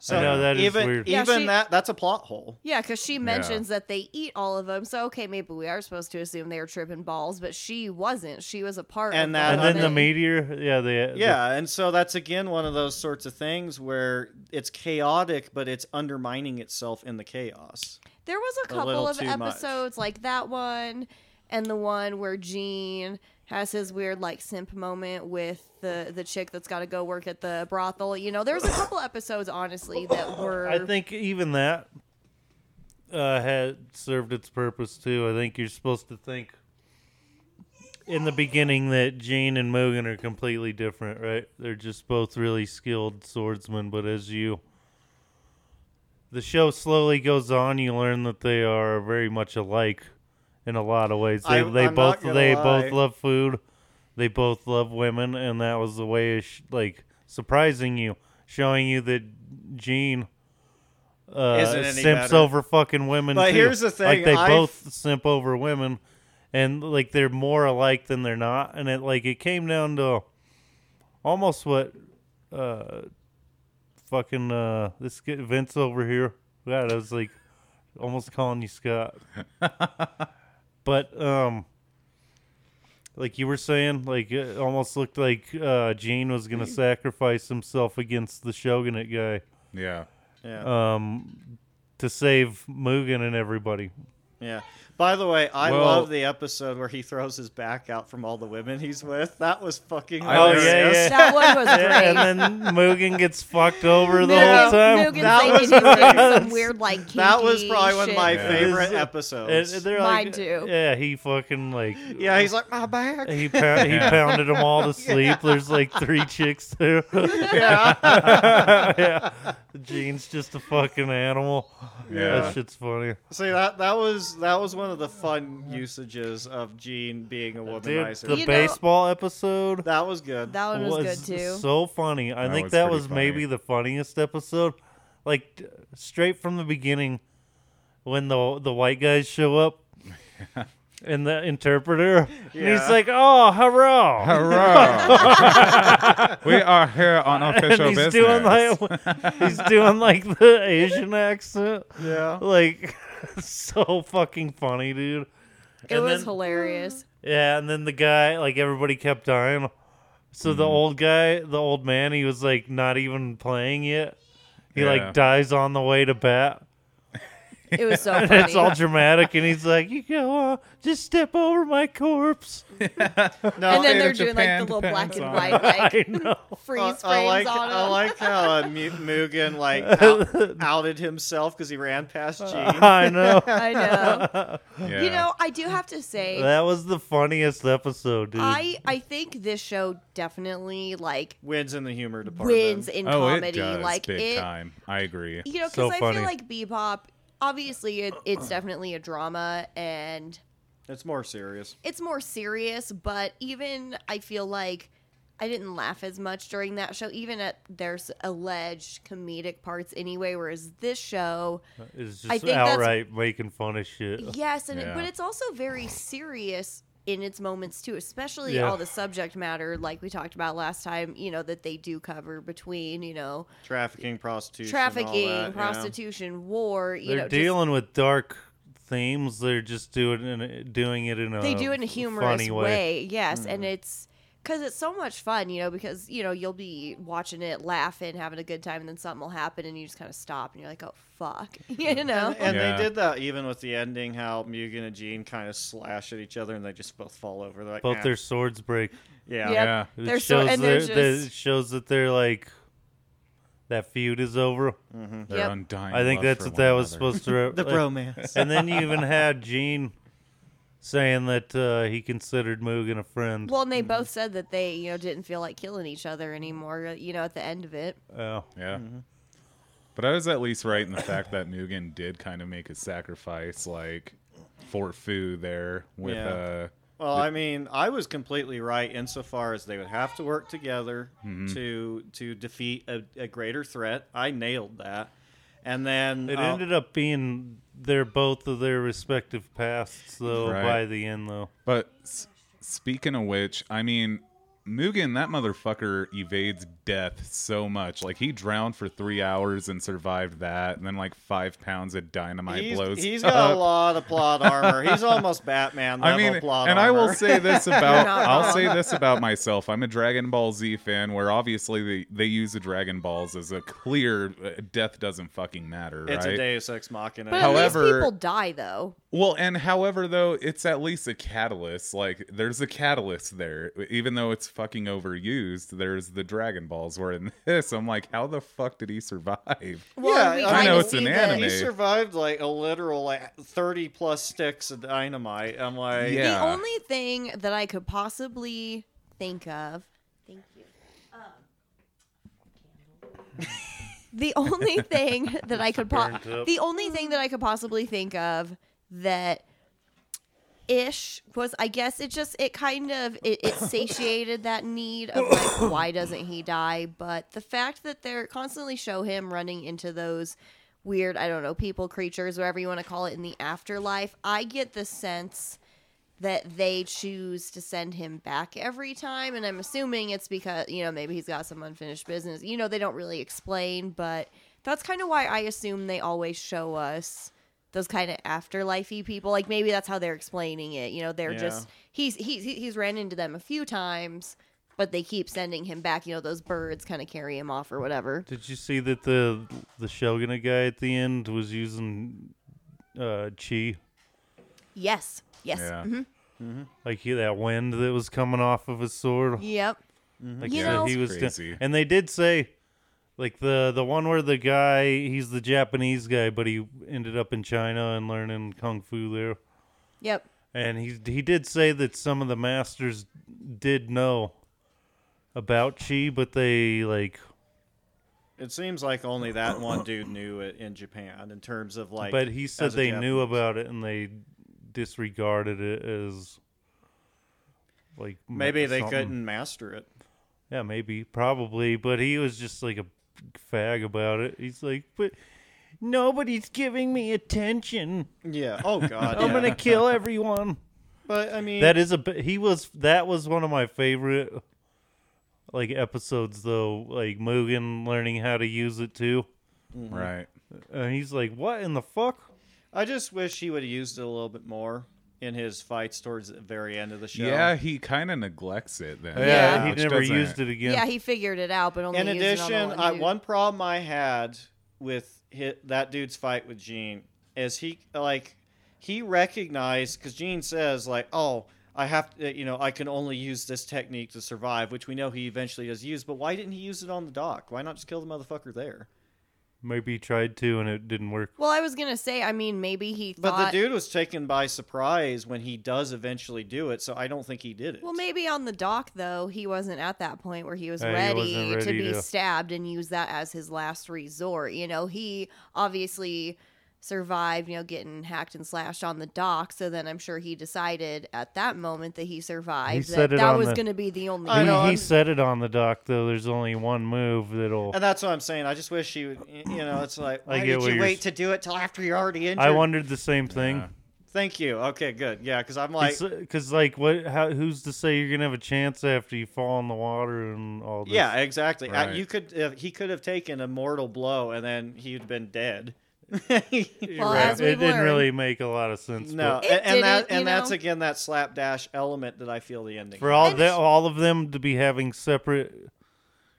[SPEAKER 3] So
[SPEAKER 4] I know, that is
[SPEAKER 3] even
[SPEAKER 4] weird.
[SPEAKER 2] Yeah,
[SPEAKER 3] even
[SPEAKER 2] she-
[SPEAKER 3] that that's a plot hole.
[SPEAKER 2] Yeah, because she mentions that they eat all of them. So okay, maybe we are supposed to assume they were tripping balls, but she wasn't. She was a part.
[SPEAKER 3] And
[SPEAKER 2] of
[SPEAKER 3] that-
[SPEAKER 4] And then the
[SPEAKER 2] whole thing.
[SPEAKER 4] meteor, yeah, they
[SPEAKER 3] Yeah, and so that's again one of those sorts of things where it's chaotic, but it's undermining itself in the chaos.
[SPEAKER 2] There was a
[SPEAKER 3] A little
[SPEAKER 2] couple of
[SPEAKER 3] too much.
[SPEAKER 2] episodes like that one, and the one where Gene has his weird like simp moment with the the chick that's got to go work at the brothel. You know, there was a couple episodes honestly that were.
[SPEAKER 4] I think even that uh, had served its purpose too. I think you're supposed to think in the beginning that Gene and Mugen are completely different, right? They're just both really skilled swordsmen, but as you the show slowly goes on, you learn that they are very much alike in a lot of ways. They,
[SPEAKER 3] I-
[SPEAKER 4] they
[SPEAKER 3] I'm not
[SPEAKER 4] both
[SPEAKER 3] gonna
[SPEAKER 4] they
[SPEAKER 3] lie.
[SPEAKER 4] both love food. They both love women, and that was the way, of sh- like, surprising you, showing you that Gene uh,
[SPEAKER 3] Isn't any
[SPEAKER 4] simps
[SPEAKER 3] better.
[SPEAKER 4] over fucking women.
[SPEAKER 3] But
[SPEAKER 4] too.
[SPEAKER 3] here's the
[SPEAKER 4] like
[SPEAKER 3] thing,
[SPEAKER 4] they
[SPEAKER 3] I-
[SPEAKER 4] both simp over women, and like they're more alike than they're not. And it like it came down to almost what uh, fucking uh, this g- Vince over here. God, I was like almost calling you Scott, but um. Like you were saying, like it almost looked like uh, Gene was gonna
[SPEAKER 3] Mm-hmm.
[SPEAKER 4] sacrifice himself against the Shogunate guy
[SPEAKER 1] Yeah.
[SPEAKER 3] Yeah.
[SPEAKER 4] um, to save Mugen and everybody.
[SPEAKER 3] Yeah. By the way, I
[SPEAKER 1] Well-
[SPEAKER 3] love the episode where he throws his back out from all the women he's with. That was fucking.
[SPEAKER 1] Oh, yeah,
[SPEAKER 3] hilarious.
[SPEAKER 4] yeah.
[SPEAKER 2] That one was great.
[SPEAKER 4] and then Mugen gets fucked over the
[SPEAKER 2] Mugen-
[SPEAKER 4] whole time.
[SPEAKER 2] Mugen's
[SPEAKER 3] That
[SPEAKER 2] thinking
[SPEAKER 3] was
[SPEAKER 2] he was doing
[SPEAKER 4] great.
[SPEAKER 2] some weird like kinky
[SPEAKER 3] That was probably one
[SPEAKER 2] shit.
[SPEAKER 3] of my
[SPEAKER 1] Yeah.
[SPEAKER 3] favorite
[SPEAKER 4] Is-
[SPEAKER 3] episodes.
[SPEAKER 4] And they're
[SPEAKER 2] Mine
[SPEAKER 4] like,
[SPEAKER 2] too.
[SPEAKER 4] Yeah, he fucking like.
[SPEAKER 3] yeah, he's like my back.
[SPEAKER 4] He, pound, he
[SPEAKER 1] Yeah.
[SPEAKER 4] pounded them all to sleep. There's like three chicks there.
[SPEAKER 3] yeah.
[SPEAKER 4] yeah. Gene's just a fucking animal.
[SPEAKER 1] Yeah.
[SPEAKER 4] That shit's funny.
[SPEAKER 3] See that that was that was one of the fun usages of Gene being a
[SPEAKER 4] Dude,
[SPEAKER 3] womanizer.
[SPEAKER 4] the
[SPEAKER 2] You know-
[SPEAKER 4] baseball episode.
[SPEAKER 3] that was good.
[SPEAKER 2] That one was, good too.
[SPEAKER 4] So funny. I
[SPEAKER 1] That
[SPEAKER 4] think
[SPEAKER 1] was
[SPEAKER 4] that
[SPEAKER 1] pretty
[SPEAKER 4] was maybe
[SPEAKER 1] funny.
[SPEAKER 4] the funniest episode. Like d- straight from the beginning, when the the white guys show up. And the interpreter, and he's
[SPEAKER 3] Yeah.
[SPEAKER 4] like, "Oh, hurrah!"
[SPEAKER 1] Hurrah! we are here on official
[SPEAKER 4] and he's
[SPEAKER 1] business.
[SPEAKER 4] doing like, he's doing like the Asian accent,
[SPEAKER 3] yeah.
[SPEAKER 4] like, so fucking funny, dude.
[SPEAKER 2] It
[SPEAKER 4] And
[SPEAKER 2] was
[SPEAKER 4] then-
[SPEAKER 2] hilarious.
[SPEAKER 4] Yeah, and then the guy, like everybody kept dying. So the old guy, the old man, he was like not even playing yet. He
[SPEAKER 1] Yeah.
[SPEAKER 4] like dies on the way to bat.
[SPEAKER 2] It was so
[SPEAKER 4] And
[SPEAKER 2] funny.
[SPEAKER 4] it's all dramatic, and he's like, "You go, uh, just step over my corpse."
[SPEAKER 3] No,
[SPEAKER 2] and then
[SPEAKER 1] State
[SPEAKER 2] they're
[SPEAKER 1] of
[SPEAKER 2] doing
[SPEAKER 1] Japan
[SPEAKER 2] like the little black
[SPEAKER 1] depends
[SPEAKER 2] and
[SPEAKER 1] on-
[SPEAKER 2] white like
[SPEAKER 4] I know.
[SPEAKER 2] freeze frames
[SPEAKER 3] I- I like
[SPEAKER 2] on
[SPEAKER 3] I
[SPEAKER 2] him.
[SPEAKER 3] like how uh, Mu- Mugen like out- outed himself because he ran past
[SPEAKER 4] Uh,
[SPEAKER 3] Gene.
[SPEAKER 4] I know.
[SPEAKER 2] I know.
[SPEAKER 1] Yeah.
[SPEAKER 2] You know, I do have to say,
[SPEAKER 4] That was the funniest episode, dude.
[SPEAKER 2] I I think this show definitely like
[SPEAKER 3] Wins in the humor department.
[SPEAKER 2] wins in
[SPEAKER 1] oh,
[SPEAKER 2] comedy.
[SPEAKER 1] it does
[SPEAKER 2] like
[SPEAKER 1] big
[SPEAKER 2] it,
[SPEAKER 1] time. I agree.
[SPEAKER 2] you know,
[SPEAKER 4] So
[SPEAKER 2] because I
[SPEAKER 4] funny.
[SPEAKER 2] feel like Bebop. Obviously, it, it's definitely a drama, and
[SPEAKER 3] It's more serious.
[SPEAKER 2] it's more serious, but even I feel like I didn't laugh as much during that show, even at there's alleged comedic parts anyway, whereas this show,
[SPEAKER 4] it's
[SPEAKER 2] I
[SPEAKER 4] just
[SPEAKER 2] think that's-
[SPEAKER 4] outright making fun of shit.
[SPEAKER 2] yes, and
[SPEAKER 1] Yeah.
[SPEAKER 2] but it's also very serious in its moments too, especially
[SPEAKER 4] Yeah.
[SPEAKER 2] all the subject matter like we talked about last time, you know, that they do cover between, you know,
[SPEAKER 3] Trafficking, prostitution, all
[SPEAKER 2] trafficking,
[SPEAKER 3] that, yeah.
[SPEAKER 2] prostitution, war, you
[SPEAKER 4] They're
[SPEAKER 2] know, just-
[SPEAKER 4] dealing with dark themes. They're just doing it- doing it in a
[SPEAKER 2] they do it in a humorous
[SPEAKER 4] funny
[SPEAKER 2] way. yes and it's because it's so much fun you know because you know you'll be watching it laughing having a good time and then something will happen and you just kind of stop and you're like oh fuck you know
[SPEAKER 3] And
[SPEAKER 1] Yeah.
[SPEAKER 3] they did that even with the ending, how Mugen and Gene kind of slash at each other and they just both fall over. They're like,
[SPEAKER 4] Both
[SPEAKER 3] "Eh."
[SPEAKER 4] their swords break.
[SPEAKER 3] yeah.
[SPEAKER 2] Yep.
[SPEAKER 1] Yeah.
[SPEAKER 4] It
[SPEAKER 2] They're
[SPEAKER 4] shows
[SPEAKER 2] so- and they're
[SPEAKER 4] their- that-
[SPEAKER 2] just-
[SPEAKER 4] it shows that they're like that feud is over.
[SPEAKER 1] They're
[SPEAKER 2] Yep.
[SPEAKER 1] undying.
[SPEAKER 4] I think
[SPEAKER 1] love
[SPEAKER 4] that's
[SPEAKER 1] for
[SPEAKER 4] what that
[SPEAKER 1] one
[SPEAKER 4] was
[SPEAKER 1] another.
[SPEAKER 4] supposed to. Re-
[SPEAKER 3] The bromance.
[SPEAKER 4] and then you even had Gene saying that uh, he considered Mugen a friend.
[SPEAKER 2] well and they both said that they you know didn't feel like killing each other anymore you know at the end of it
[SPEAKER 4] Yeah.
[SPEAKER 1] Yeah.
[SPEAKER 4] Mm-hmm.
[SPEAKER 1] But I was at least right in the fact that Mugen did kind of make a sacrifice, like for food there with
[SPEAKER 3] Yeah.
[SPEAKER 1] uh
[SPEAKER 3] Well, I mean, I was completely right insofar as they would have to work together
[SPEAKER 1] Mm-hmm.
[SPEAKER 3] to to defeat a, a greater threat. I nailed that. And then
[SPEAKER 4] it
[SPEAKER 3] uh,
[SPEAKER 4] ended up being their both of their respective pasts though
[SPEAKER 1] Right.
[SPEAKER 4] by the end though.
[SPEAKER 1] But s- speaking of which, I mean, Mugen, that motherfucker evades death so much. Like he drowned for three hours and survived that, and then like five pounds of dynamite
[SPEAKER 3] he's,
[SPEAKER 1] blows.
[SPEAKER 3] he's
[SPEAKER 1] up.
[SPEAKER 3] got a lot of plot armor. He's almost Batman level
[SPEAKER 1] I mean, and
[SPEAKER 3] plot
[SPEAKER 1] I will
[SPEAKER 3] armor.
[SPEAKER 1] say this about
[SPEAKER 2] not
[SPEAKER 1] I'll
[SPEAKER 2] wrong.
[SPEAKER 1] say this about myself. I'm a Dragon Ball Z fan, where obviously they, they use the Dragon Balls as a clear uh, death doesn't fucking matter,
[SPEAKER 3] it's
[SPEAKER 1] right?
[SPEAKER 3] a Deus Ex Machina.
[SPEAKER 2] but at least
[SPEAKER 1] However-
[SPEAKER 2] people die though
[SPEAKER 1] Well, and however though, it's at least a catalyst. Like there's a catalyst there, even though it's fucking overused. There's the Dragon Balls. Where in this, I'm like, how the fuck did he survive?
[SPEAKER 2] well and we
[SPEAKER 3] I
[SPEAKER 2] kinda
[SPEAKER 1] know it's
[SPEAKER 2] see
[SPEAKER 1] an
[SPEAKER 2] that-
[SPEAKER 1] anime.
[SPEAKER 3] he survived like a literal like thirty plus sticks of dynamite. I'm like,
[SPEAKER 1] Yeah.
[SPEAKER 2] The only thing that I could possibly think of. Thank you. um, the only thing that I could po-
[SPEAKER 4] Burnt up.
[SPEAKER 2] the only thing that I could possibly think of that ish was I guess it just it kind of it, it satiated that need of like why doesn't he die? But the fact that they're constantly show him running into those weird I don't know people creatures whatever you want to call it in the afterlife, I get the sense that they choose to send him back every time and i'm assuming it's because you know maybe he's got some unfinished business you know they don't really explain but that's kind of why i assume they always show us those kind of afterlifey people like maybe that's how they're explaining it you know they're
[SPEAKER 3] Yeah.
[SPEAKER 2] just he's he's he's ran into them a few times but they keep sending him back you know those birds kind of carry him off or whatever
[SPEAKER 4] Did you see that the the Shogunate guy at the end was using uh chi?
[SPEAKER 2] yes yes
[SPEAKER 1] Yeah.
[SPEAKER 2] Mhm.
[SPEAKER 4] Like he, that wind that was coming off of his sword.
[SPEAKER 2] yep
[SPEAKER 4] Like
[SPEAKER 2] You
[SPEAKER 4] that
[SPEAKER 2] know-
[SPEAKER 4] he was do-
[SPEAKER 1] Crazy.
[SPEAKER 4] and they did say like the the one where the guy he's the Japanese guy but he ended up in China and learning kung fu there.
[SPEAKER 2] yep
[SPEAKER 4] And he he did say that some of the masters did know about chi but they like
[SPEAKER 3] It seems like only that one dude knew it in Japan in terms of like.
[SPEAKER 4] but he said
[SPEAKER 3] as a
[SPEAKER 4] they knew
[SPEAKER 3] Japanese.
[SPEAKER 4] about it and they disregarded it as like m-
[SPEAKER 3] Maybe they
[SPEAKER 4] something.
[SPEAKER 3] couldn't master it.
[SPEAKER 4] Yeah, maybe, probably, but he was just like a fag about it. He's like, but nobody's giving me attention.
[SPEAKER 3] Yeah. Oh God.
[SPEAKER 4] I'm gonna kill everyone.
[SPEAKER 3] But I mean,
[SPEAKER 4] That is a bi- he was that was one of my favorite like episodes though. Like Mugen learning how to use it too.
[SPEAKER 2] Mm-hmm.
[SPEAKER 1] Right.
[SPEAKER 4] And he's like, what in the fuck?
[SPEAKER 3] I just wish he would have used it a little bit more in his fights towards the very end of the show.
[SPEAKER 1] Yeah, he kind of neglects it then.
[SPEAKER 2] Yeah.
[SPEAKER 4] he
[SPEAKER 1] which
[SPEAKER 4] never
[SPEAKER 1] doesn't-
[SPEAKER 4] used it again.
[SPEAKER 2] yeah he figured it out but only
[SPEAKER 3] In
[SPEAKER 2] used it on the
[SPEAKER 3] addition,
[SPEAKER 2] one
[SPEAKER 3] I,
[SPEAKER 2] dude.
[SPEAKER 3] one problem I had with hit, that dude's fight with Gene is he like he recognized because Gene says like, "Oh, I have to, you know, I can only use this technique to survive," which we know he eventually does use. But why didn't he use it on the dock? Why not just kill the motherfucker there?
[SPEAKER 4] Maybe he tried to and it didn't work.
[SPEAKER 2] well i was gonna say i mean maybe he
[SPEAKER 3] But
[SPEAKER 2] thought
[SPEAKER 3] the dude was taken by surprise when he does eventually do it, so I don't think he did it.
[SPEAKER 2] Well, maybe on the dock though, he wasn't at that point where he was
[SPEAKER 4] Yeah, he
[SPEAKER 2] ready,
[SPEAKER 4] wasn't
[SPEAKER 2] to
[SPEAKER 4] ready
[SPEAKER 2] be
[SPEAKER 4] to-
[SPEAKER 2] stabbed and use that as his last resort. You know, he obviously survived, you know, getting hacked and slashed on the dock. So then I'm sure he decided at that moment that he survived
[SPEAKER 4] He
[SPEAKER 2] that
[SPEAKER 4] said it
[SPEAKER 2] that
[SPEAKER 4] on
[SPEAKER 2] was
[SPEAKER 4] the-
[SPEAKER 2] going to be the only.
[SPEAKER 3] I
[SPEAKER 4] He,
[SPEAKER 3] know,
[SPEAKER 4] he
[SPEAKER 3] I'm-
[SPEAKER 4] said it on the doc though. There's only one move that'll.
[SPEAKER 3] And that's what I'm saying. I just wish he would, y- you know, it's like,
[SPEAKER 4] I
[SPEAKER 3] why
[SPEAKER 4] get
[SPEAKER 3] did
[SPEAKER 4] what
[SPEAKER 3] you
[SPEAKER 4] you're
[SPEAKER 3] wait
[SPEAKER 4] s-
[SPEAKER 3] to do it till after you're already injured?
[SPEAKER 4] I wondered the same thing.
[SPEAKER 1] Yeah.
[SPEAKER 3] Thank you. Okay, good. Yeah, because I'm like,
[SPEAKER 4] because uh, like what how, who's to say you're gonna have a chance after you fall in the water and all this
[SPEAKER 3] yeah, exactly. Uh,
[SPEAKER 1] Right.
[SPEAKER 3] you could, uh, he could have taken a mortal blow and then he'd have been dead. no,
[SPEAKER 2] Well,
[SPEAKER 4] Right.
[SPEAKER 2] as
[SPEAKER 4] it
[SPEAKER 2] we've
[SPEAKER 4] didn't
[SPEAKER 2] learned-
[SPEAKER 4] really make a lot of sense
[SPEAKER 3] and,
[SPEAKER 4] but
[SPEAKER 2] It
[SPEAKER 3] and that,
[SPEAKER 2] didn't, you
[SPEAKER 3] and that's
[SPEAKER 2] know.
[SPEAKER 3] again that slapdash element that I feel the ending.
[SPEAKER 4] for all
[SPEAKER 2] And-
[SPEAKER 4] the, all of them to be having separate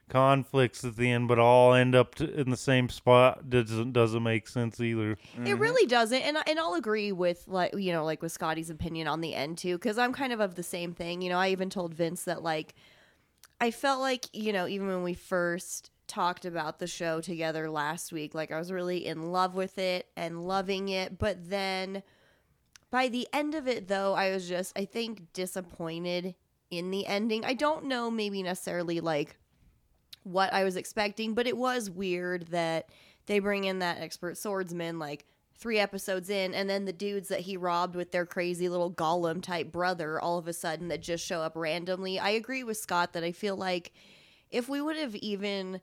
[SPEAKER 4] conflicts at the end but all end up to, in the same spot doesn't doesn't make sense either
[SPEAKER 2] It really doesn't, and I- and I'll agree with like you know like with Scotty's opinion on the end too, because I'm kind of of the same thing. You know, I even told Vince that like I felt like you know even when we first talked about the show together last week, like I was really in love with it and loving it, but then by the end of it though, I was just I think disappointed in the ending. I don't know maybe necessarily like what I was expecting, but it was weird that they bring in that expert swordsman like three episodes in, and then the dudes that he robbed with their crazy little golem type brother all of a sudden that just show up randomly. I agree with Scott that I feel like if we would have even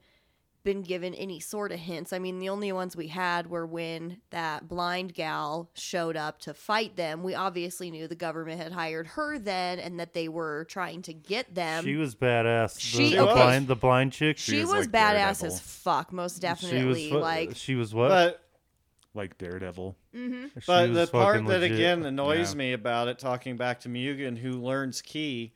[SPEAKER 2] been given any sort of hints, I mean, the only ones we had were when that blind gal showed up to fight them. We obviously knew the government had hired her then and that they were trying to get them.
[SPEAKER 4] she was badass
[SPEAKER 2] She-
[SPEAKER 4] the, the
[SPEAKER 3] okay.
[SPEAKER 4] blind the blind chick
[SPEAKER 2] She
[SPEAKER 1] was
[SPEAKER 2] was,
[SPEAKER 1] like
[SPEAKER 2] badass
[SPEAKER 1] Daredevil.
[SPEAKER 2] as fuck, most
[SPEAKER 4] she was
[SPEAKER 2] definitely.
[SPEAKER 4] fu-
[SPEAKER 2] like,
[SPEAKER 4] she was what
[SPEAKER 3] But
[SPEAKER 1] Like Daredevil.
[SPEAKER 4] She
[SPEAKER 3] But
[SPEAKER 4] was
[SPEAKER 3] the part
[SPEAKER 4] fucking
[SPEAKER 3] that
[SPEAKER 4] legit.
[SPEAKER 3] again annoys
[SPEAKER 1] Yeah.
[SPEAKER 3] me about it, talking back to Mugen, who learns key,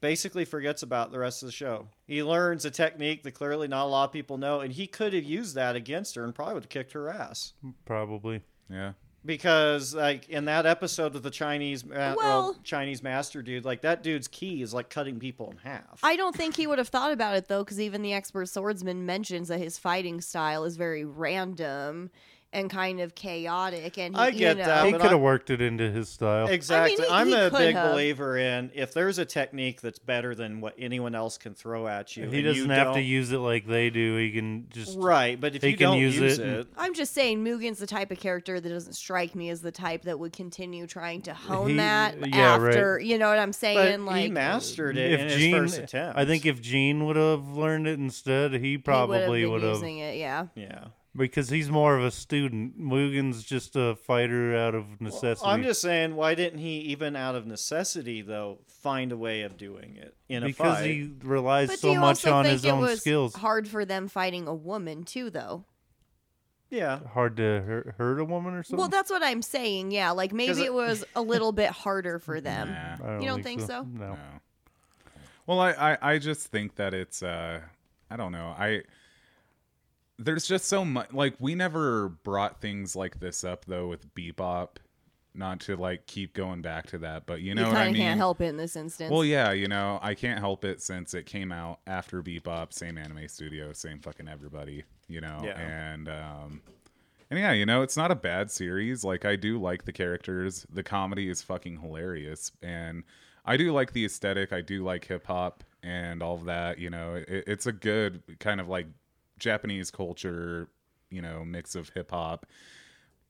[SPEAKER 3] basically forgets about the rest of the show. He learns a technique that clearly not a lot of people know, and he could have used that against her and probably would have kicked her ass.
[SPEAKER 4] probably
[SPEAKER 1] Yeah.
[SPEAKER 3] Because like in that episode with the Chinese ma- well,
[SPEAKER 2] Well-
[SPEAKER 3] Chinese master dude, like that dude's key is like cutting people in half.
[SPEAKER 2] I don't think he would have thought about it though, because even the expert swordsman mentions that his fighting style is very random. and kind of chaotic. And he,
[SPEAKER 3] I get
[SPEAKER 2] you know,
[SPEAKER 3] that,
[SPEAKER 4] He
[SPEAKER 3] but
[SPEAKER 4] could
[SPEAKER 3] I-
[SPEAKER 4] have worked it into his style.
[SPEAKER 3] Exactly.
[SPEAKER 2] he-
[SPEAKER 3] I
[SPEAKER 2] he
[SPEAKER 3] am a
[SPEAKER 2] could
[SPEAKER 3] big
[SPEAKER 2] have.
[SPEAKER 3] believer in if there's a technique that's better than what anyone else can throw at you.
[SPEAKER 4] If he
[SPEAKER 3] and
[SPEAKER 4] doesn't
[SPEAKER 3] you
[SPEAKER 4] have to
[SPEAKER 3] don't-
[SPEAKER 4] use it like they do. He can just
[SPEAKER 3] Right, but if
[SPEAKER 4] he
[SPEAKER 3] you
[SPEAKER 4] can
[SPEAKER 3] don't
[SPEAKER 4] use
[SPEAKER 3] use,
[SPEAKER 4] it
[SPEAKER 3] it,
[SPEAKER 4] and-
[SPEAKER 2] I'm just saying, Mugen's the type of character that doesn't strike me as the type that would continue trying to hone
[SPEAKER 4] He-
[SPEAKER 2] that
[SPEAKER 4] yeah, right.
[SPEAKER 2] after. You know what I'm
[SPEAKER 3] but
[SPEAKER 2] saying?
[SPEAKER 3] he
[SPEAKER 2] like,
[SPEAKER 3] mastered it in
[SPEAKER 4] If
[SPEAKER 3] his
[SPEAKER 4] Gene,
[SPEAKER 3] first attempt.
[SPEAKER 4] I think if Gene would have learned it instead, he probably
[SPEAKER 2] would
[SPEAKER 4] would
[SPEAKER 2] been
[SPEAKER 4] have
[SPEAKER 2] using it. Yeah.
[SPEAKER 3] yeah.
[SPEAKER 4] because he's more of a student. Mugen's just a fighter out of necessity.
[SPEAKER 3] I'm just saying, why didn't he even out of necessity though find a way of doing it in a
[SPEAKER 4] because
[SPEAKER 3] fight?
[SPEAKER 4] he relies
[SPEAKER 2] But do
[SPEAKER 4] so
[SPEAKER 2] you
[SPEAKER 4] much
[SPEAKER 2] also
[SPEAKER 4] on
[SPEAKER 2] think
[SPEAKER 4] his
[SPEAKER 2] it
[SPEAKER 4] own
[SPEAKER 2] was
[SPEAKER 4] skills.
[SPEAKER 2] hard for them fighting a woman too, though?
[SPEAKER 3] yeah,
[SPEAKER 4] Hard to hurt, hurt a woman or something.
[SPEAKER 2] Well, that's what I'm saying. Yeah, like maybe
[SPEAKER 3] it-
[SPEAKER 2] it was a little bit harder for them.
[SPEAKER 1] Nah.
[SPEAKER 4] I
[SPEAKER 2] you don't think so?
[SPEAKER 4] No.
[SPEAKER 1] No. Well, I, I, I just think that it's uh I don't know. I there's just so much like we never brought things like this up though with Bebop. Not to like keep going back to that, but you know
[SPEAKER 2] you
[SPEAKER 1] what
[SPEAKER 2] kind
[SPEAKER 1] I
[SPEAKER 2] of
[SPEAKER 1] mean.
[SPEAKER 2] can't help it in this instance.
[SPEAKER 1] Well, yeah, you know, I can't help it since it came out after Bebop, same anime studio, same fucking everybody, you know,
[SPEAKER 3] Yeah.
[SPEAKER 1] and um, and yeah, you know, it's not a bad series. Like I do like the characters. The comedy is fucking hilarious, and I do like the aesthetic. I do like hip hop and all of that. You know, it, it's a good kind of like Japanese culture, you know, mix of hip hop,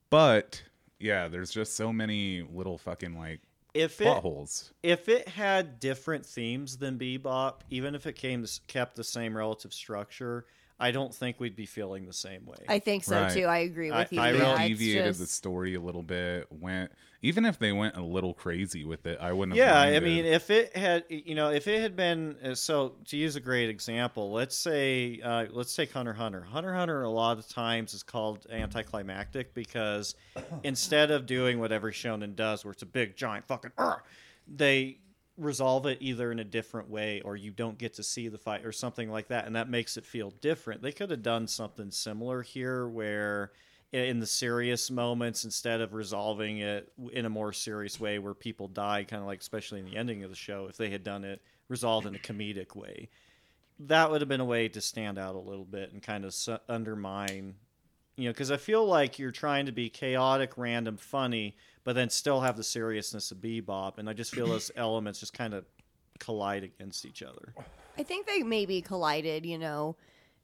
[SPEAKER 1] but. Yeah, there's just so many little fucking like
[SPEAKER 3] if
[SPEAKER 1] plot
[SPEAKER 3] it
[SPEAKER 1] holes.
[SPEAKER 3] if it had different themes than Bebop, even if it came kept the same relative structure, I don't think we'd be feeling the same way.
[SPEAKER 2] I think so
[SPEAKER 1] Right.
[SPEAKER 2] too. I agree with
[SPEAKER 3] I-
[SPEAKER 2] you.
[SPEAKER 3] I
[SPEAKER 1] they
[SPEAKER 3] really-
[SPEAKER 2] yeah, it's
[SPEAKER 1] deviated the
[SPEAKER 2] just-
[SPEAKER 1] story a little bit. Went even if they went a little crazy with it, I wouldn't.
[SPEAKER 3] yeah,
[SPEAKER 1] have
[SPEAKER 3] I
[SPEAKER 1] minded.
[SPEAKER 3] mean, if it had, you know, if it had been uh, so to use a great example, let's say, uh, let's take Hunter x Hunter. Hunter x Hunter, a lot of times is called anticlimactic because instead of doing what every shonen does, where it's a big giant fucking, "Argh," they resolve it either in a different way or you don't get to see the fight or something like that, and that makes it feel different. They could have done something similar here where in the serious moments instead of resolving it in a more serious way where people die kind of like especially in the ending of the show if they had done it resolved in a comedic way that would have been a way to stand out a little bit and kind of su- undermine you know because i feel like you're trying to be chaotic random funny but then still have the seriousness of bebop and i just feel those elements just kind of collide against each other
[SPEAKER 2] I think they maybe collided. You know,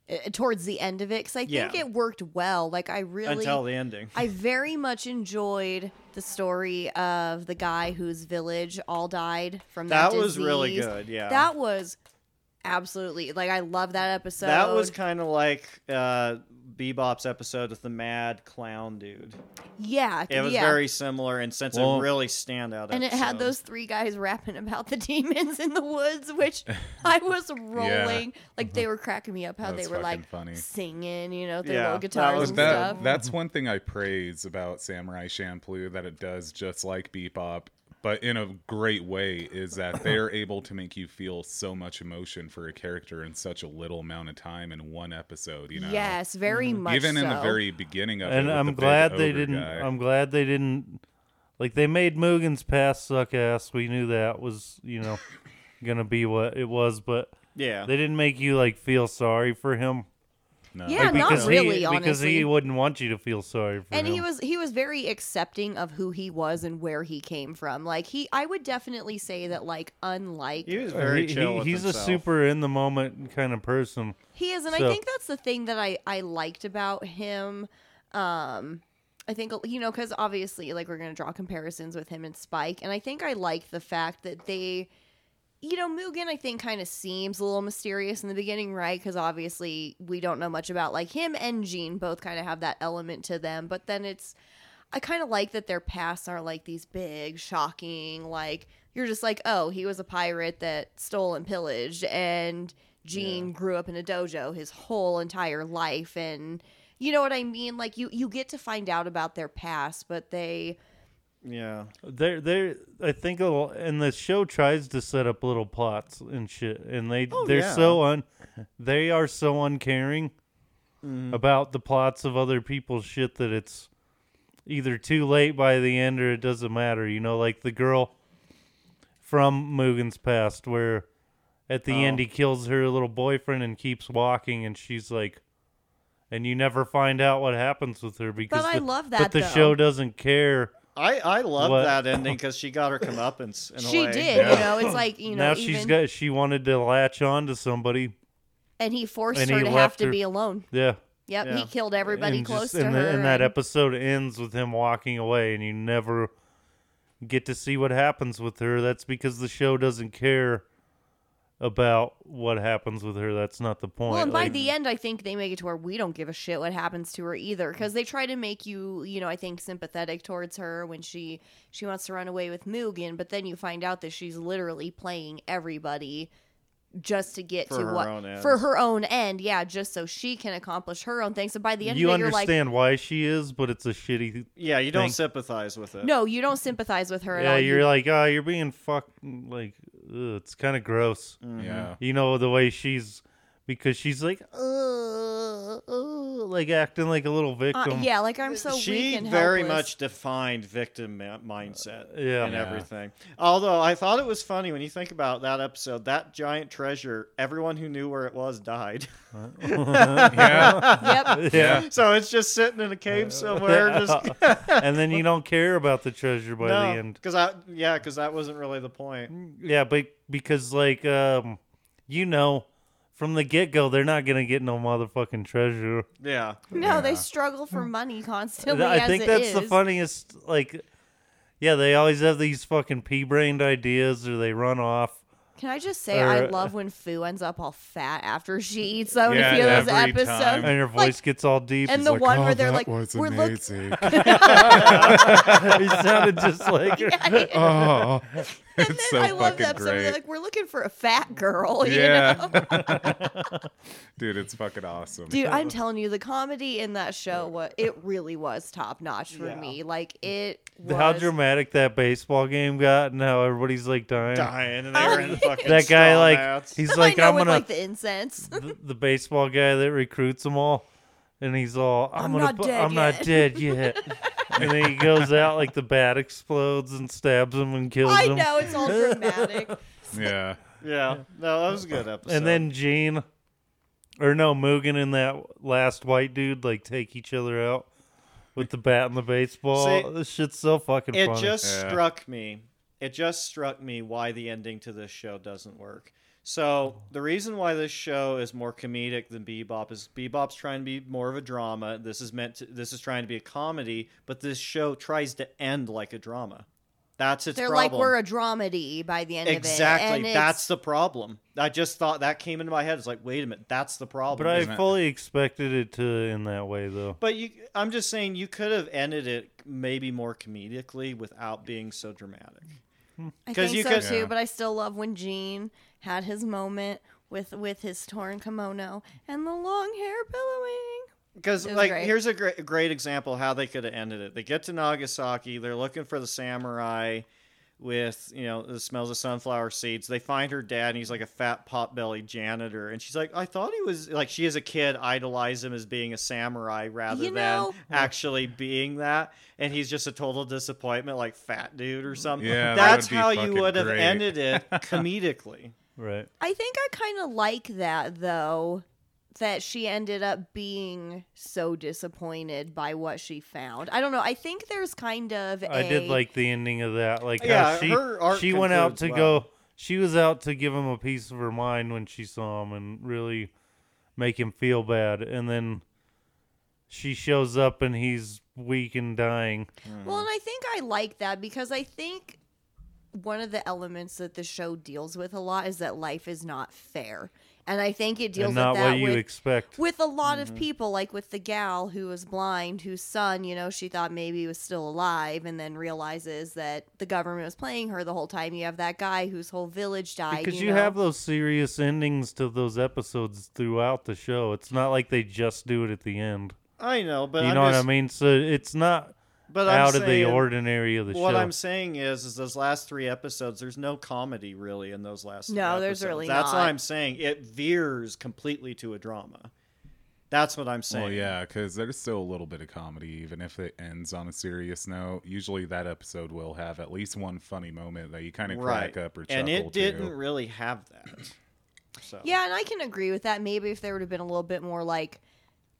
[SPEAKER 2] eh, towards the end of it, because I think
[SPEAKER 3] Yeah.
[SPEAKER 2] it worked well. Like I really
[SPEAKER 3] until the ending
[SPEAKER 2] I very much enjoyed the story of the guy whose village all died from that.
[SPEAKER 3] That was really
[SPEAKER 2] disease.
[SPEAKER 3] good, yeah.
[SPEAKER 2] that was absolutely like I love that episode.
[SPEAKER 3] That was kind of like uh, Bebop's episode with the mad clown dude.
[SPEAKER 2] yeah,
[SPEAKER 3] It was
[SPEAKER 2] yeah.
[SPEAKER 3] very similar and since
[SPEAKER 1] Well-
[SPEAKER 3] a really standout.
[SPEAKER 2] and it had
[SPEAKER 3] episode.
[SPEAKER 2] those three guys rapping about the demons in the woods, which I was rolling. Like they were cracking me up how
[SPEAKER 1] That's
[SPEAKER 2] they were like
[SPEAKER 1] fucking funny.
[SPEAKER 2] singing, you know, with their
[SPEAKER 3] Yeah,
[SPEAKER 2] little
[SPEAKER 3] that
[SPEAKER 2] guitars
[SPEAKER 3] was
[SPEAKER 2] and
[SPEAKER 1] But
[SPEAKER 2] stuff.
[SPEAKER 1] that, that's one thing I praise about Samurai Champloo that it does just like Bebop, but in a great way is that they're able to make you feel so much emotion for a character in such a little amount of time in one episode. You know,
[SPEAKER 2] Yes, very much.
[SPEAKER 1] Mm-hmm. even in the
[SPEAKER 2] so.
[SPEAKER 1] very beginning of it.
[SPEAKER 4] and
[SPEAKER 1] with the
[SPEAKER 4] I'm
[SPEAKER 1] big
[SPEAKER 4] glad they
[SPEAKER 1] ogre
[SPEAKER 4] didn't. um,
[SPEAKER 1] guy.
[SPEAKER 4] I'm glad they didn't. Like they made Mugen's past suck ass. We knew that was you know gonna be what it was, but
[SPEAKER 3] Yeah.
[SPEAKER 4] they didn't make you like feel sorry for him
[SPEAKER 1] No.
[SPEAKER 2] yeah,
[SPEAKER 4] Like,
[SPEAKER 2] not
[SPEAKER 4] because
[SPEAKER 2] really.
[SPEAKER 4] he,
[SPEAKER 2] honestly,
[SPEAKER 4] because he wouldn't want you to feel sorry for
[SPEAKER 2] and
[SPEAKER 4] him.
[SPEAKER 2] he was he was very accepting of who he was and where he came from like he i would definitely say that like unlike
[SPEAKER 3] he was
[SPEAKER 4] Uh,
[SPEAKER 3] very
[SPEAKER 4] he- he-
[SPEAKER 3] chill. with
[SPEAKER 4] he's
[SPEAKER 3] himself.
[SPEAKER 4] a super in the moment kind of person.
[SPEAKER 2] he is and
[SPEAKER 4] So-
[SPEAKER 2] i think that's the thing that i i liked about him um i think you know because obviously like we're gonna draw comparisons with him and spike and i think i like the fact that they you know mugen i think kind of seems a little mysterious in the beginning right because obviously we don't know much about like him and gene both kind of have that element to them but then it's I kind of like that their pasts aren't like these big, shocking, like you're just like, oh, he was a pirate that stole and pillaged, and Gene grew up in a dojo his whole entire life, and you know what I mean? Like you, you get to find out about their past, but they,
[SPEAKER 3] Yeah.
[SPEAKER 4] They're they're I think a lo- and the show tries to set up little plots and shit, and they
[SPEAKER 2] Oh,
[SPEAKER 4] they're
[SPEAKER 3] yeah.
[SPEAKER 4] so un they are so uncaring
[SPEAKER 2] Mm-hmm.
[SPEAKER 4] about the plots of other people's shit that it's either too late by the end or it doesn't matter. You know, like the girl from Mugen's past, where
[SPEAKER 2] Oh.
[SPEAKER 4] at the end he kills her little boyfriend and keeps walking, and she's like. and you never find out what happens with her because
[SPEAKER 2] I
[SPEAKER 4] the,
[SPEAKER 2] love
[SPEAKER 4] but
[SPEAKER 2] that,
[SPEAKER 4] the
[SPEAKER 2] though.
[SPEAKER 4] show doesn't care.
[SPEAKER 3] I I love
[SPEAKER 4] What?
[SPEAKER 3] that ending because she got her comeuppance. In a
[SPEAKER 2] She
[SPEAKER 3] way.
[SPEAKER 2] did,
[SPEAKER 1] Yeah.
[SPEAKER 2] you know. It's like you know,
[SPEAKER 4] now
[SPEAKER 2] even,
[SPEAKER 4] she's got she wanted to latch on to somebody.
[SPEAKER 2] and he forced
[SPEAKER 4] and
[SPEAKER 2] her
[SPEAKER 4] he
[SPEAKER 2] to
[SPEAKER 4] left
[SPEAKER 2] have to
[SPEAKER 4] her.
[SPEAKER 2] be alone.
[SPEAKER 4] Yeah.
[SPEAKER 2] Yep,
[SPEAKER 3] Yeah.
[SPEAKER 2] he killed everybody
[SPEAKER 4] and
[SPEAKER 2] close
[SPEAKER 4] just-
[SPEAKER 2] to
[SPEAKER 4] and
[SPEAKER 2] her.
[SPEAKER 4] the- and
[SPEAKER 2] and-
[SPEAKER 4] that episode ends with him walking away, and you never get to see what happens with her. That's because the show doesn't care about what happens with her. That's not the point.
[SPEAKER 2] Well, and by
[SPEAKER 4] Like,
[SPEAKER 2] the end, I think they make it to where we don't give a shit what happens to her either, because they try to make you, you know, I think sympathetic towards her when she she wants to run away with Mugen, but then you find out that she's literally playing everybody just to get
[SPEAKER 3] For
[SPEAKER 2] to
[SPEAKER 3] her
[SPEAKER 2] what
[SPEAKER 3] own
[SPEAKER 2] for
[SPEAKER 3] ends.
[SPEAKER 2] her own end, yeah, just so she can accomplish her own things. So by the end
[SPEAKER 4] you
[SPEAKER 2] of it, you're like,
[SPEAKER 4] understand why she is, but it's a shitty.
[SPEAKER 3] Yeah, you don't
[SPEAKER 4] Thank-
[SPEAKER 3] sympathize with it.
[SPEAKER 2] no, you don't sympathize with her. at
[SPEAKER 4] Yeah,
[SPEAKER 2] all.
[SPEAKER 4] you're
[SPEAKER 2] You-
[SPEAKER 4] like, oh, you're being fucking like, ugh, it's kind of gross.
[SPEAKER 1] Yeah.
[SPEAKER 4] You know the way she's because she's like, uh, uh, like acting like "Um, a little
[SPEAKER 2] uh,
[SPEAKER 4] victim.
[SPEAKER 2] yeah, like I'm so
[SPEAKER 3] she
[SPEAKER 2] weak and
[SPEAKER 3] very
[SPEAKER 2] helpless.
[SPEAKER 3] much defined victim ma- mindset
[SPEAKER 4] Uh, yeah.
[SPEAKER 3] and
[SPEAKER 1] Yeah.
[SPEAKER 3] everything. Although I thought it was funny when you think about that episode, that giant treasure, everyone who knew where it was died.
[SPEAKER 1] Yeah.
[SPEAKER 2] Yep.
[SPEAKER 1] Yeah.
[SPEAKER 3] so it's just sitting in a cave somewhere. Just
[SPEAKER 4] and then you don't care about the treasure by the end.
[SPEAKER 3] because I yeah, because that wasn't really the point.
[SPEAKER 4] Yeah, but because like um you know, from the get go they're not gonna get no motherfucking treasure.
[SPEAKER 3] Yeah,
[SPEAKER 2] No,
[SPEAKER 1] Yeah.
[SPEAKER 2] they struggle for money constantly.
[SPEAKER 4] I
[SPEAKER 2] as
[SPEAKER 4] think
[SPEAKER 2] it
[SPEAKER 4] that's the
[SPEAKER 2] is.
[SPEAKER 4] funniest like yeah, they always have these fucking pea brained ideas or they run off.
[SPEAKER 2] Can I just say
[SPEAKER 4] Or-
[SPEAKER 2] I love when Fu ends up all fat after she eats so many
[SPEAKER 1] Yeah,
[SPEAKER 2] few of those
[SPEAKER 1] every
[SPEAKER 2] episodes.
[SPEAKER 1] time.
[SPEAKER 4] And her voice
[SPEAKER 2] Like,
[SPEAKER 4] gets all deep.
[SPEAKER 2] and
[SPEAKER 4] It's
[SPEAKER 2] the
[SPEAKER 4] like,
[SPEAKER 2] one
[SPEAKER 4] "Oh,
[SPEAKER 2] where they're
[SPEAKER 1] that
[SPEAKER 2] like,
[SPEAKER 1] was
[SPEAKER 2] "We're look-
[SPEAKER 1] amazing.
[SPEAKER 4] he sounded just like her.
[SPEAKER 1] oh,
[SPEAKER 2] and
[SPEAKER 1] it's so
[SPEAKER 2] I love
[SPEAKER 1] fucking
[SPEAKER 2] that episode. where
[SPEAKER 1] great.
[SPEAKER 2] They're like, we're looking for a fat girl. You know?
[SPEAKER 1] yeah, dude, it's fucking awesome.
[SPEAKER 2] Dude, I'm telling you, the comedy in that show was it really was top notch for
[SPEAKER 3] Yeah.
[SPEAKER 2] me. Like it was.
[SPEAKER 4] How dramatic that baseball game got and how everybody's like dying.
[SPEAKER 3] dying
[SPEAKER 2] Oh,
[SPEAKER 3] and they were in the fucking
[SPEAKER 4] That guy
[SPEAKER 3] straw
[SPEAKER 4] like
[SPEAKER 3] mats.
[SPEAKER 4] he's
[SPEAKER 2] I
[SPEAKER 4] like
[SPEAKER 2] know,
[SPEAKER 4] I'm
[SPEAKER 2] with,
[SPEAKER 4] gonna
[SPEAKER 2] like the incense.
[SPEAKER 4] the, the baseball guy that recruits them all, and he's all, "I'm,
[SPEAKER 2] I'm
[SPEAKER 4] gonna,
[SPEAKER 2] not
[SPEAKER 4] pu-
[SPEAKER 2] dead
[SPEAKER 4] I'm not
[SPEAKER 2] yet."
[SPEAKER 4] dead yet." and then he goes out like the bat explodes and stabs him and kills
[SPEAKER 2] I
[SPEAKER 4] him.
[SPEAKER 2] know it's all dramatic.
[SPEAKER 1] yeah,
[SPEAKER 3] yeah, no, that was a good episode.
[SPEAKER 4] And then Gene, or no Mugen and that last white dude like take each other out with the bat and the baseball.
[SPEAKER 3] See,
[SPEAKER 4] this shit's so fucking
[SPEAKER 3] it
[SPEAKER 4] funny.
[SPEAKER 3] just
[SPEAKER 1] Yeah.
[SPEAKER 3] struck me it just struck me why the ending to this show doesn't work so the reason why this show is more comedic than bebop is bebop's trying to be more of a drama this is meant to, this is trying to be a comedy but this show tries to end like a drama that's its
[SPEAKER 2] They're
[SPEAKER 3] problem
[SPEAKER 2] like we're a dramedy by the end
[SPEAKER 3] exactly
[SPEAKER 2] of it. and it's-
[SPEAKER 3] that's the problem i just thought that came into my head it's like wait a minute that's the problem
[SPEAKER 4] but I
[SPEAKER 1] Isn't it-
[SPEAKER 4] fully expected it to in that way though.
[SPEAKER 3] But you, I'm just saying you could have ended it maybe more comedically without being so dramatic.
[SPEAKER 2] I
[SPEAKER 3] 'Cause
[SPEAKER 2] think
[SPEAKER 3] you
[SPEAKER 2] so
[SPEAKER 3] could-
[SPEAKER 2] too,
[SPEAKER 1] Yeah.
[SPEAKER 2] but I still love when Gene had his moment with with his torn kimono and the long hair billowing.
[SPEAKER 3] Because
[SPEAKER 2] It was
[SPEAKER 3] like
[SPEAKER 2] great.
[SPEAKER 3] here's a great great example how they could have ended it. They get to Nagasaki, they're looking for the samurai with you know the smells of sunflower seeds. They find her dad, and he's like a fat pot bellied janitor, and she's like, I thought he was like she as a kid idolized him as being a samurai rather
[SPEAKER 2] You know-
[SPEAKER 3] than actually being that, and he's just a total disappointment, like fat dude or something.
[SPEAKER 1] Yeah, that
[SPEAKER 3] that's
[SPEAKER 1] would be
[SPEAKER 3] how you
[SPEAKER 1] fucking
[SPEAKER 3] would have
[SPEAKER 1] great.
[SPEAKER 3] ended it comedically.
[SPEAKER 4] Right.
[SPEAKER 2] I think I kind of like that though, that she ended up being so disappointed by what she found. I don't know. I think there's kind of
[SPEAKER 4] I
[SPEAKER 2] a-
[SPEAKER 4] did like the ending of that. Like
[SPEAKER 3] Yeah,
[SPEAKER 4] how she
[SPEAKER 3] her arc
[SPEAKER 4] she went out to
[SPEAKER 3] concludes
[SPEAKER 4] go. She was out to give him a piece of her mind when she saw him and really make him feel bad, and then she shows up and he's weak and dying.
[SPEAKER 2] Well, and I think I like that because I think one of the elements that the show deals with a lot is that life is not fair. And I think it deals
[SPEAKER 4] and not
[SPEAKER 2] with that
[SPEAKER 4] what you
[SPEAKER 2] with
[SPEAKER 4] expect.
[SPEAKER 2] with a lot of people like with the gal who was blind whose son you know she thought maybe was still alive and then realizes that the government was playing her the whole time you have that guy whose whole village died
[SPEAKER 4] because
[SPEAKER 2] you,
[SPEAKER 4] you,
[SPEAKER 2] know?
[SPEAKER 4] have those serious endings to those episodes throughout the show. It's not like they just do it at the end.
[SPEAKER 3] I know, but
[SPEAKER 4] you
[SPEAKER 3] I'm
[SPEAKER 4] know
[SPEAKER 3] just-
[SPEAKER 4] what I mean? So it's not
[SPEAKER 3] But I'm
[SPEAKER 4] out of the
[SPEAKER 3] saying-
[SPEAKER 4] ordinary of the
[SPEAKER 3] what
[SPEAKER 4] show.
[SPEAKER 3] I'm saying is, is those last three episodes, there's no comedy really in those last. three
[SPEAKER 2] No, there's
[SPEAKER 3] episodes.
[SPEAKER 2] really
[SPEAKER 3] That's what
[SPEAKER 2] not.
[SPEAKER 3] I'm saying. It veers completely to a drama. That's what I'm saying.
[SPEAKER 1] Well, yeah, because there's still a little bit of comedy, even if it ends on a serious note. Usually, that episode will have at least one funny moment that you kind of
[SPEAKER 3] right.
[SPEAKER 1] crack up or chuckle
[SPEAKER 3] and it didn't
[SPEAKER 1] to.
[SPEAKER 3] really have that. So
[SPEAKER 2] yeah and i can agree with that maybe if there would have been a little bit more like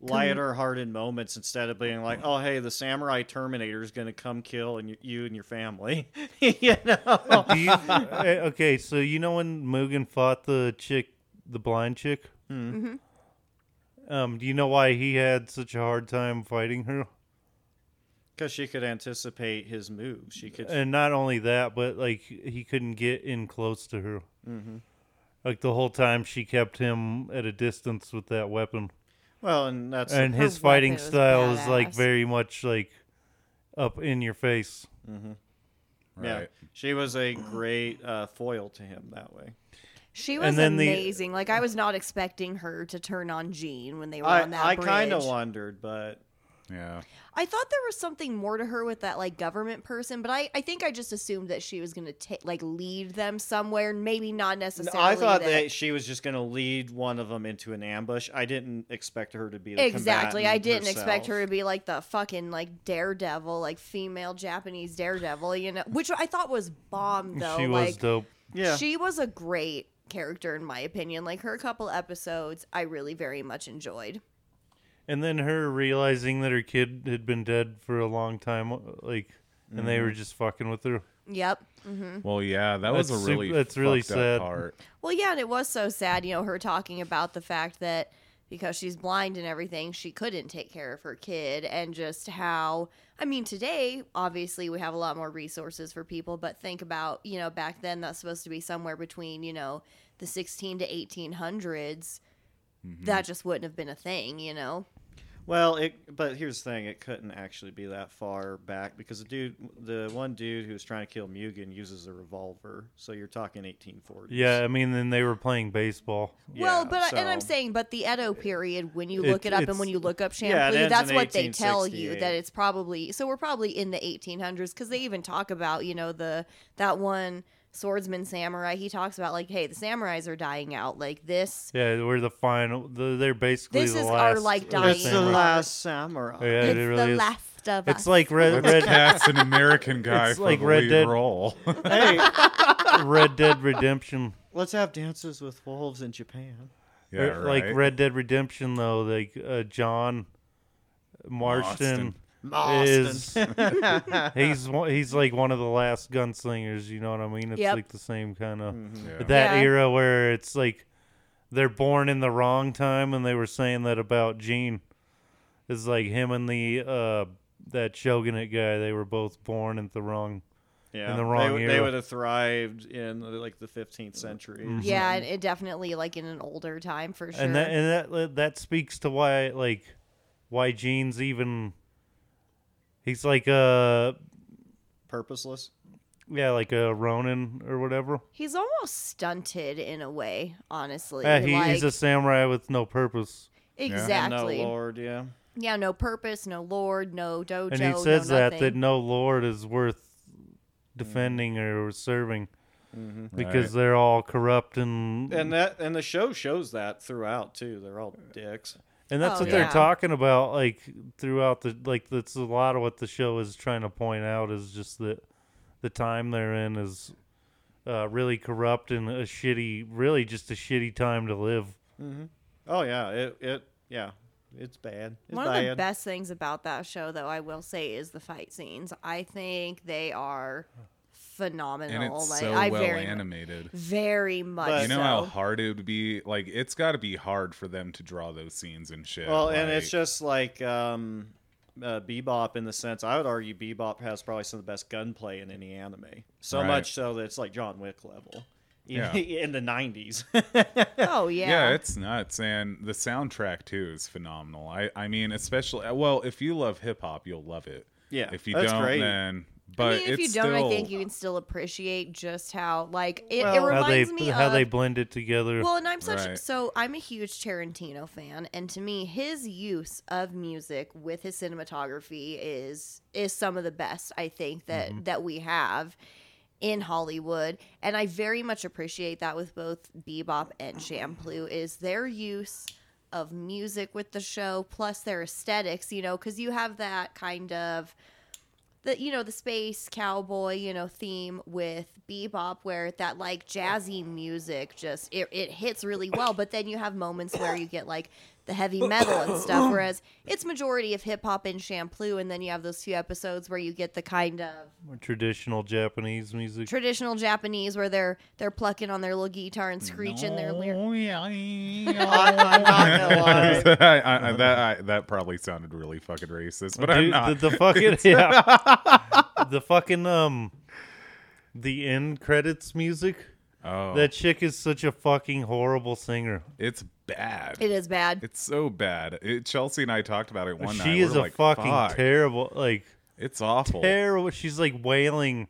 [SPEAKER 3] lighter hearted moments instead of being like, oh, hey, the samurai Terminator is going to come kill and you, you and your family. you know?
[SPEAKER 4] Do you, eh, okay, so you know when Mugen fought the chick, the blind chick? Mm-hmm. Um, do you know why he had such a hard time fighting her?
[SPEAKER 3] Because she could anticipate his moves. She could.
[SPEAKER 4] And not only that, but like he couldn't get in close to her. Mm-hmm. Like the whole time she kept him at a distance with that weapon.
[SPEAKER 3] well, and that's.
[SPEAKER 4] and
[SPEAKER 2] Her
[SPEAKER 4] his fighting
[SPEAKER 2] weapon was
[SPEAKER 4] style is like
[SPEAKER 2] badass.
[SPEAKER 4] very much like up in your face.
[SPEAKER 3] yeah,
[SPEAKER 1] Right.
[SPEAKER 3] She was a great uh, foil to him that way.
[SPEAKER 2] She was
[SPEAKER 4] then the-
[SPEAKER 2] amazing. Like I was not expecting her to turn on Gene when they were on that
[SPEAKER 3] I, I
[SPEAKER 2] bridge.
[SPEAKER 3] kind of wondered, but
[SPEAKER 1] Yeah.
[SPEAKER 2] I thought there was something more to her with that like government person, but I, I think I just assumed that she was gonna ta- like lead them somewhere. Maybe not
[SPEAKER 3] No,
[SPEAKER 2] necessarily.
[SPEAKER 3] I thought
[SPEAKER 2] that-
[SPEAKER 3] that she was just going to lead one of them into an ambush. I didn't expect her to be the
[SPEAKER 2] exactly. I
[SPEAKER 3] combatant
[SPEAKER 2] didn't expect
[SPEAKER 3] herself.
[SPEAKER 2] her to be like the fucking like daredevil, like female Japanese daredevil. You know, which I thought was bomb though.
[SPEAKER 4] she
[SPEAKER 2] like,
[SPEAKER 4] was dope.
[SPEAKER 3] Yeah,
[SPEAKER 2] She was a great character in my opinion. Like her couple episodes, I really very much enjoyed.
[SPEAKER 4] And then her realizing that her kid had been dead for a long time, uh, like, and they were
[SPEAKER 1] Mm-hmm.
[SPEAKER 4] just fucking with her.
[SPEAKER 2] Yep. Mm-hmm.
[SPEAKER 1] Well, yeah, that was
[SPEAKER 4] That's
[SPEAKER 1] a really
[SPEAKER 4] super- that's really
[SPEAKER 1] fucked up
[SPEAKER 4] sad.
[SPEAKER 1] part.
[SPEAKER 2] Well, yeah, and it was so sad, you know, her talking about the fact that because she's blind and everything, she couldn't take care of her kid, and just how, I mean, today, obviously, we have a lot more resources for people, but think about, you know, back then, that's supposed to be somewhere between, you know, the 16 to 1800s. That just wouldn't have been a thing, you know?
[SPEAKER 3] Well, it but here's the thing: it couldn't actually be that far back because the dude, the one dude who was trying to kill Mugen, uses a revolver. So you're talking 1840s.
[SPEAKER 4] Yeah, I mean, then they were playing baseball.
[SPEAKER 2] well,
[SPEAKER 3] Yeah,
[SPEAKER 2] but I and I'm
[SPEAKER 3] so-
[SPEAKER 2] saying, but the Edo period, when you
[SPEAKER 4] It-
[SPEAKER 2] look it, up and
[SPEAKER 4] it's-
[SPEAKER 2] when you look up Shampoo,
[SPEAKER 3] Yeah, it ends
[SPEAKER 2] that's
[SPEAKER 3] in
[SPEAKER 2] what they tell you that
[SPEAKER 3] 1868.
[SPEAKER 2] it's probably so we're probably in the 1800s because they even talk about you know the that one swordsman samurai. He talks about like, hey, the samurais are dying out. Like this,
[SPEAKER 4] Yeah, we're the final. The, they're basically
[SPEAKER 2] This
[SPEAKER 4] the
[SPEAKER 2] is
[SPEAKER 4] last.
[SPEAKER 2] our, like,
[SPEAKER 4] of
[SPEAKER 2] dying
[SPEAKER 3] It's the
[SPEAKER 4] samurai.
[SPEAKER 3] last samurai.
[SPEAKER 4] Yeah, it
[SPEAKER 2] it's
[SPEAKER 4] really
[SPEAKER 2] the
[SPEAKER 4] is.
[SPEAKER 2] last of
[SPEAKER 4] It's
[SPEAKER 2] us.
[SPEAKER 4] like Red
[SPEAKER 1] Let's
[SPEAKER 4] Red,
[SPEAKER 1] cast an American guy
[SPEAKER 4] It's
[SPEAKER 1] for
[SPEAKER 4] like
[SPEAKER 1] the
[SPEAKER 4] Red
[SPEAKER 1] lead
[SPEAKER 4] Dead.
[SPEAKER 1] role.
[SPEAKER 3] Hey,
[SPEAKER 4] Red Dead Redemption.
[SPEAKER 3] let's have dances with wolves in Japan.
[SPEAKER 1] yeah,
[SPEAKER 4] Or,
[SPEAKER 1] right.
[SPEAKER 4] Er, Like Red Dead Redemption, though, like uh, John Marston, is he's one- he's like one of the last gunslingers. You know what I mean? It's
[SPEAKER 2] Yep.
[SPEAKER 4] like the same kind of
[SPEAKER 1] Yeah.
[SPEAKER 4] that
[SPEAKER 2] Yeah.
[SPEAKER 4] era where it's like they're born in the wrong time, and they were saying that about Gene. It's like him and the uh, that Shogunate guy. They were both born at the wrong.
[SPEAKER 3] Yeah,
[SPEAKER 4] In the wrong
[SPEAKER 3] they, would- they
[SPEAKER 4] era.
[SPEAKER 3] would have thrived in like the 15th century.
[SPEAKER 1] Mm-hmm.
[SPEAKER 2] yeah, and it definitely like in an older time for sure.
[SPEAKER 4] and that and that that speaks to why like why Gene's even he's like a
[SPEAKER 3] Purposeless.
[SPEAKER 4] yeah like a Ronin or whatever.
[SPEAKER 2] He's almost stunted in a way, honestly.
[SPEAKER 4] Yeah, he,
[SPEAKER 2] like,
[SPEAKER 4] he's a samurai with no purpose,
[SPEAKER 3] And
[SPEAKER 2] exactly.
[SPEAKER 3] No lord. Yeah.
[SPEAKER 2] Yeah, no purpose, no lord, no dojo.
[SPEAKER 4] and he says
[SPEAKER 2] no
[SPEAKER 4] that
[SPEAKER 2] nothing.
[SPEAKER 4] that no lord is worth defending or serving because
[SPEAKER 1] Right.
[SPEAKER 4] they're all corrupt and
[SPEAKER 3] And
[SPEAKER 4] and,
[SPEAKER 3] that and the show shows that throughout too. They're all dicks.
[SPEAKER 4] that's
[SPEAKER 2] Oh,
[SPEAKER 4] what
[SPEAKER 2] yeah.
[SPEAKER 4] they're talking about like throughout the like that's a lot of what the show is trying to point out is just that the time they're in is uh, really corrupt and a shitty, really just a shitty time to live.
[SPEAKER 3] Oh yeah, it it yeah, it's bad. It's
[SPEAKER 2] One
[SPEAKER 3] bad.
[SPEAKER 2] of the best things about that show, though, I will say, is the fight scenes. I think they are phenomenal.
[SPEAKER 1] and it's
[SPEAKER 2] like
[SPEAKER 1] so
[SPEAKER 2] Oh I
[SPEAKER 1] well
[SPEAKER 2] very,
[SPEAKER 1] animated.
[SPEAKER 2] very much.
[SPEAKER 3] But-
[SPEAKER 1] You know
[SPEAKER 2] so.
[SPEAKER 1] how hard it would be. Like it's got to be hard for them to draw those scenes and shit.
[SPEAKER 3] Well, and it's
[SPEAKER 1] like-
[SPEAKER 3] just like um, uh, Bebop in the sense I would argue Bebop has probably some of the best gunplay in any anime. So
[SPEAKER 1] Right.
[SPEAKER 3] much so that it's like John Wick level. In-
[SPEAKER 1] Yeah.
[SPEAKER 3] in the 90s.
[SPEAKER 2] Oh
[SPEAKER 1] yeah.
[SPEAKER 2] yeah.
[SPEAKER 1] it's nuts, and the soundtrack too is phenomenal. I I mean, especially uh, well, if you love hip hop, you'll love it.
[SPEAKER 3] Yeah,
[SPEAKER 1] if you
[SPEAKER 3] that's
[SPEAKER 1] don't,
[SPEAKER 3] great.
[SPEAKER 1] then but
[SPEAKER 2] I mean, if
[SPEAKER 1] it's
[SPEAKER 2] you don't,
[SPEAKER 1] still,
[SPEAKER 2] I think you can still appreciate just how like it,
[SPEAKER 3] Well-
[SPEAKER 2] it
[SPEAKER 3] How
[SPEAKER 4] How they
[SPEAKER 2] reminds me
[SPEAKER 4] how
[SPEAKER 2] of
[SPEAKER 4] they blend it together.
[SPEAKER 2] Well, and I'm such
[SPEAKER 1] Right.
[SPEAKER 2] so I'm a huge Tarantino fan, and to me, his use of music with his cinematography is is some of the best I think that that we have in Hollywood, and I very much appreciate that with both Bebop and Shampoo is their use of music with the show plus their aesthetics, you know, because you have that kind of the you know the space cowboy you know theme with bebop where that like jazzy music just it, it hits really well but then you have moments where you get like the heavy metal and stuff. Whereas it's majority of hip hop and Shampoo, and then you have those few episodes where you get the kind of
[SPEAKER 4] More traditional Japanese music.
[SPEAKER 2] traditional Japanese where they're they're plucking on their little guitar and screeching their lyrics.
[SPEAKER 3] I, I'm not gonna lie.
[SPEAKER 1] Oh, I, I, I- that, I, that probably sounded really fucking racist, but I'm
[SPEAKER 4] Dude,
[SPEAKER 1] not.
[SPEAKER 4] The, the fucking yeah, the fucking um, the end credits music.
[SPEAKER 1] oh,
[SPEAKER 4] That chick is such a fucking horrible singer.
[SPEAKER 1] it's bad.
[SPEAKER 2] It is bad.
[SPEAKER 1] it's so bad. It, Chelsea and I talked about it one night.
[SPEAKER 4] she
[SPEAKER 1] We
[SPEAKER 4] is
[SPEAKER 1] were
[SPEAKER 4] a
[SPEAKER 1] like,
[SPEAKER 4] fucking
[SPEAKER 1] "Fuck,
[SPEAKER 4] terrible, like
[SPEAKER 1] It's awful.
[SPEAKER 4] terrible. She's like wailing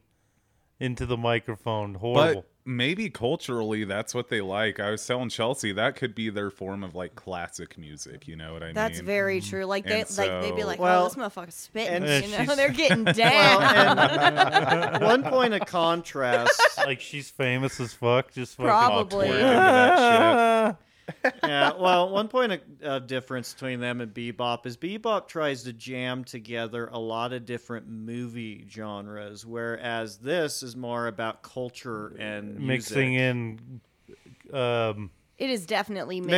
[SPEAKER 4] into the microphone. Horrible.
[SPEAKER 1] But maybe culturally, that's what they like. I was telling Chelsea that could be their form of like classic music. You know what I
[SPEAKER 2] That's
[SPEAKER 1] mean?
[SPEAKER 2] very true. Like they
[SPEAKER 1] and
[SPEAKER 2] like they'd be
[SPEAKER 1] so-
[SPEAKER 2] like,
[SPEAKER 3] Well,
[SPEAKER 2] "Oh, this motherfucker's spitting,"
[SPEAKER 3] and
[SPEAKER 2] you know?
[SPEAKER 4] she's-
[SPEAKER 2] They're getting
[SPEAKER 3] Well,
[SPEAKER 2] down.
[SPEAKER 3] and one point of contrast.
[SPEAKER 4] like she's famous as fuck. Just fucking
[SPEAKER 2] Probably.
[SPEAKER 4] twerking to that shit.
[SPEAKER 3] Yeah, well, one point of uh, difference between them and bebop is bebop tries to jam together a lot of different movie genres, whereas this is more about culture and
[SPEAKER 4] Mixing
[SPEAKER 3] music.
[SPEAKER 4] in, um,
[SPEAKER 2] It is definitely
[SPEAKER 3] mixing,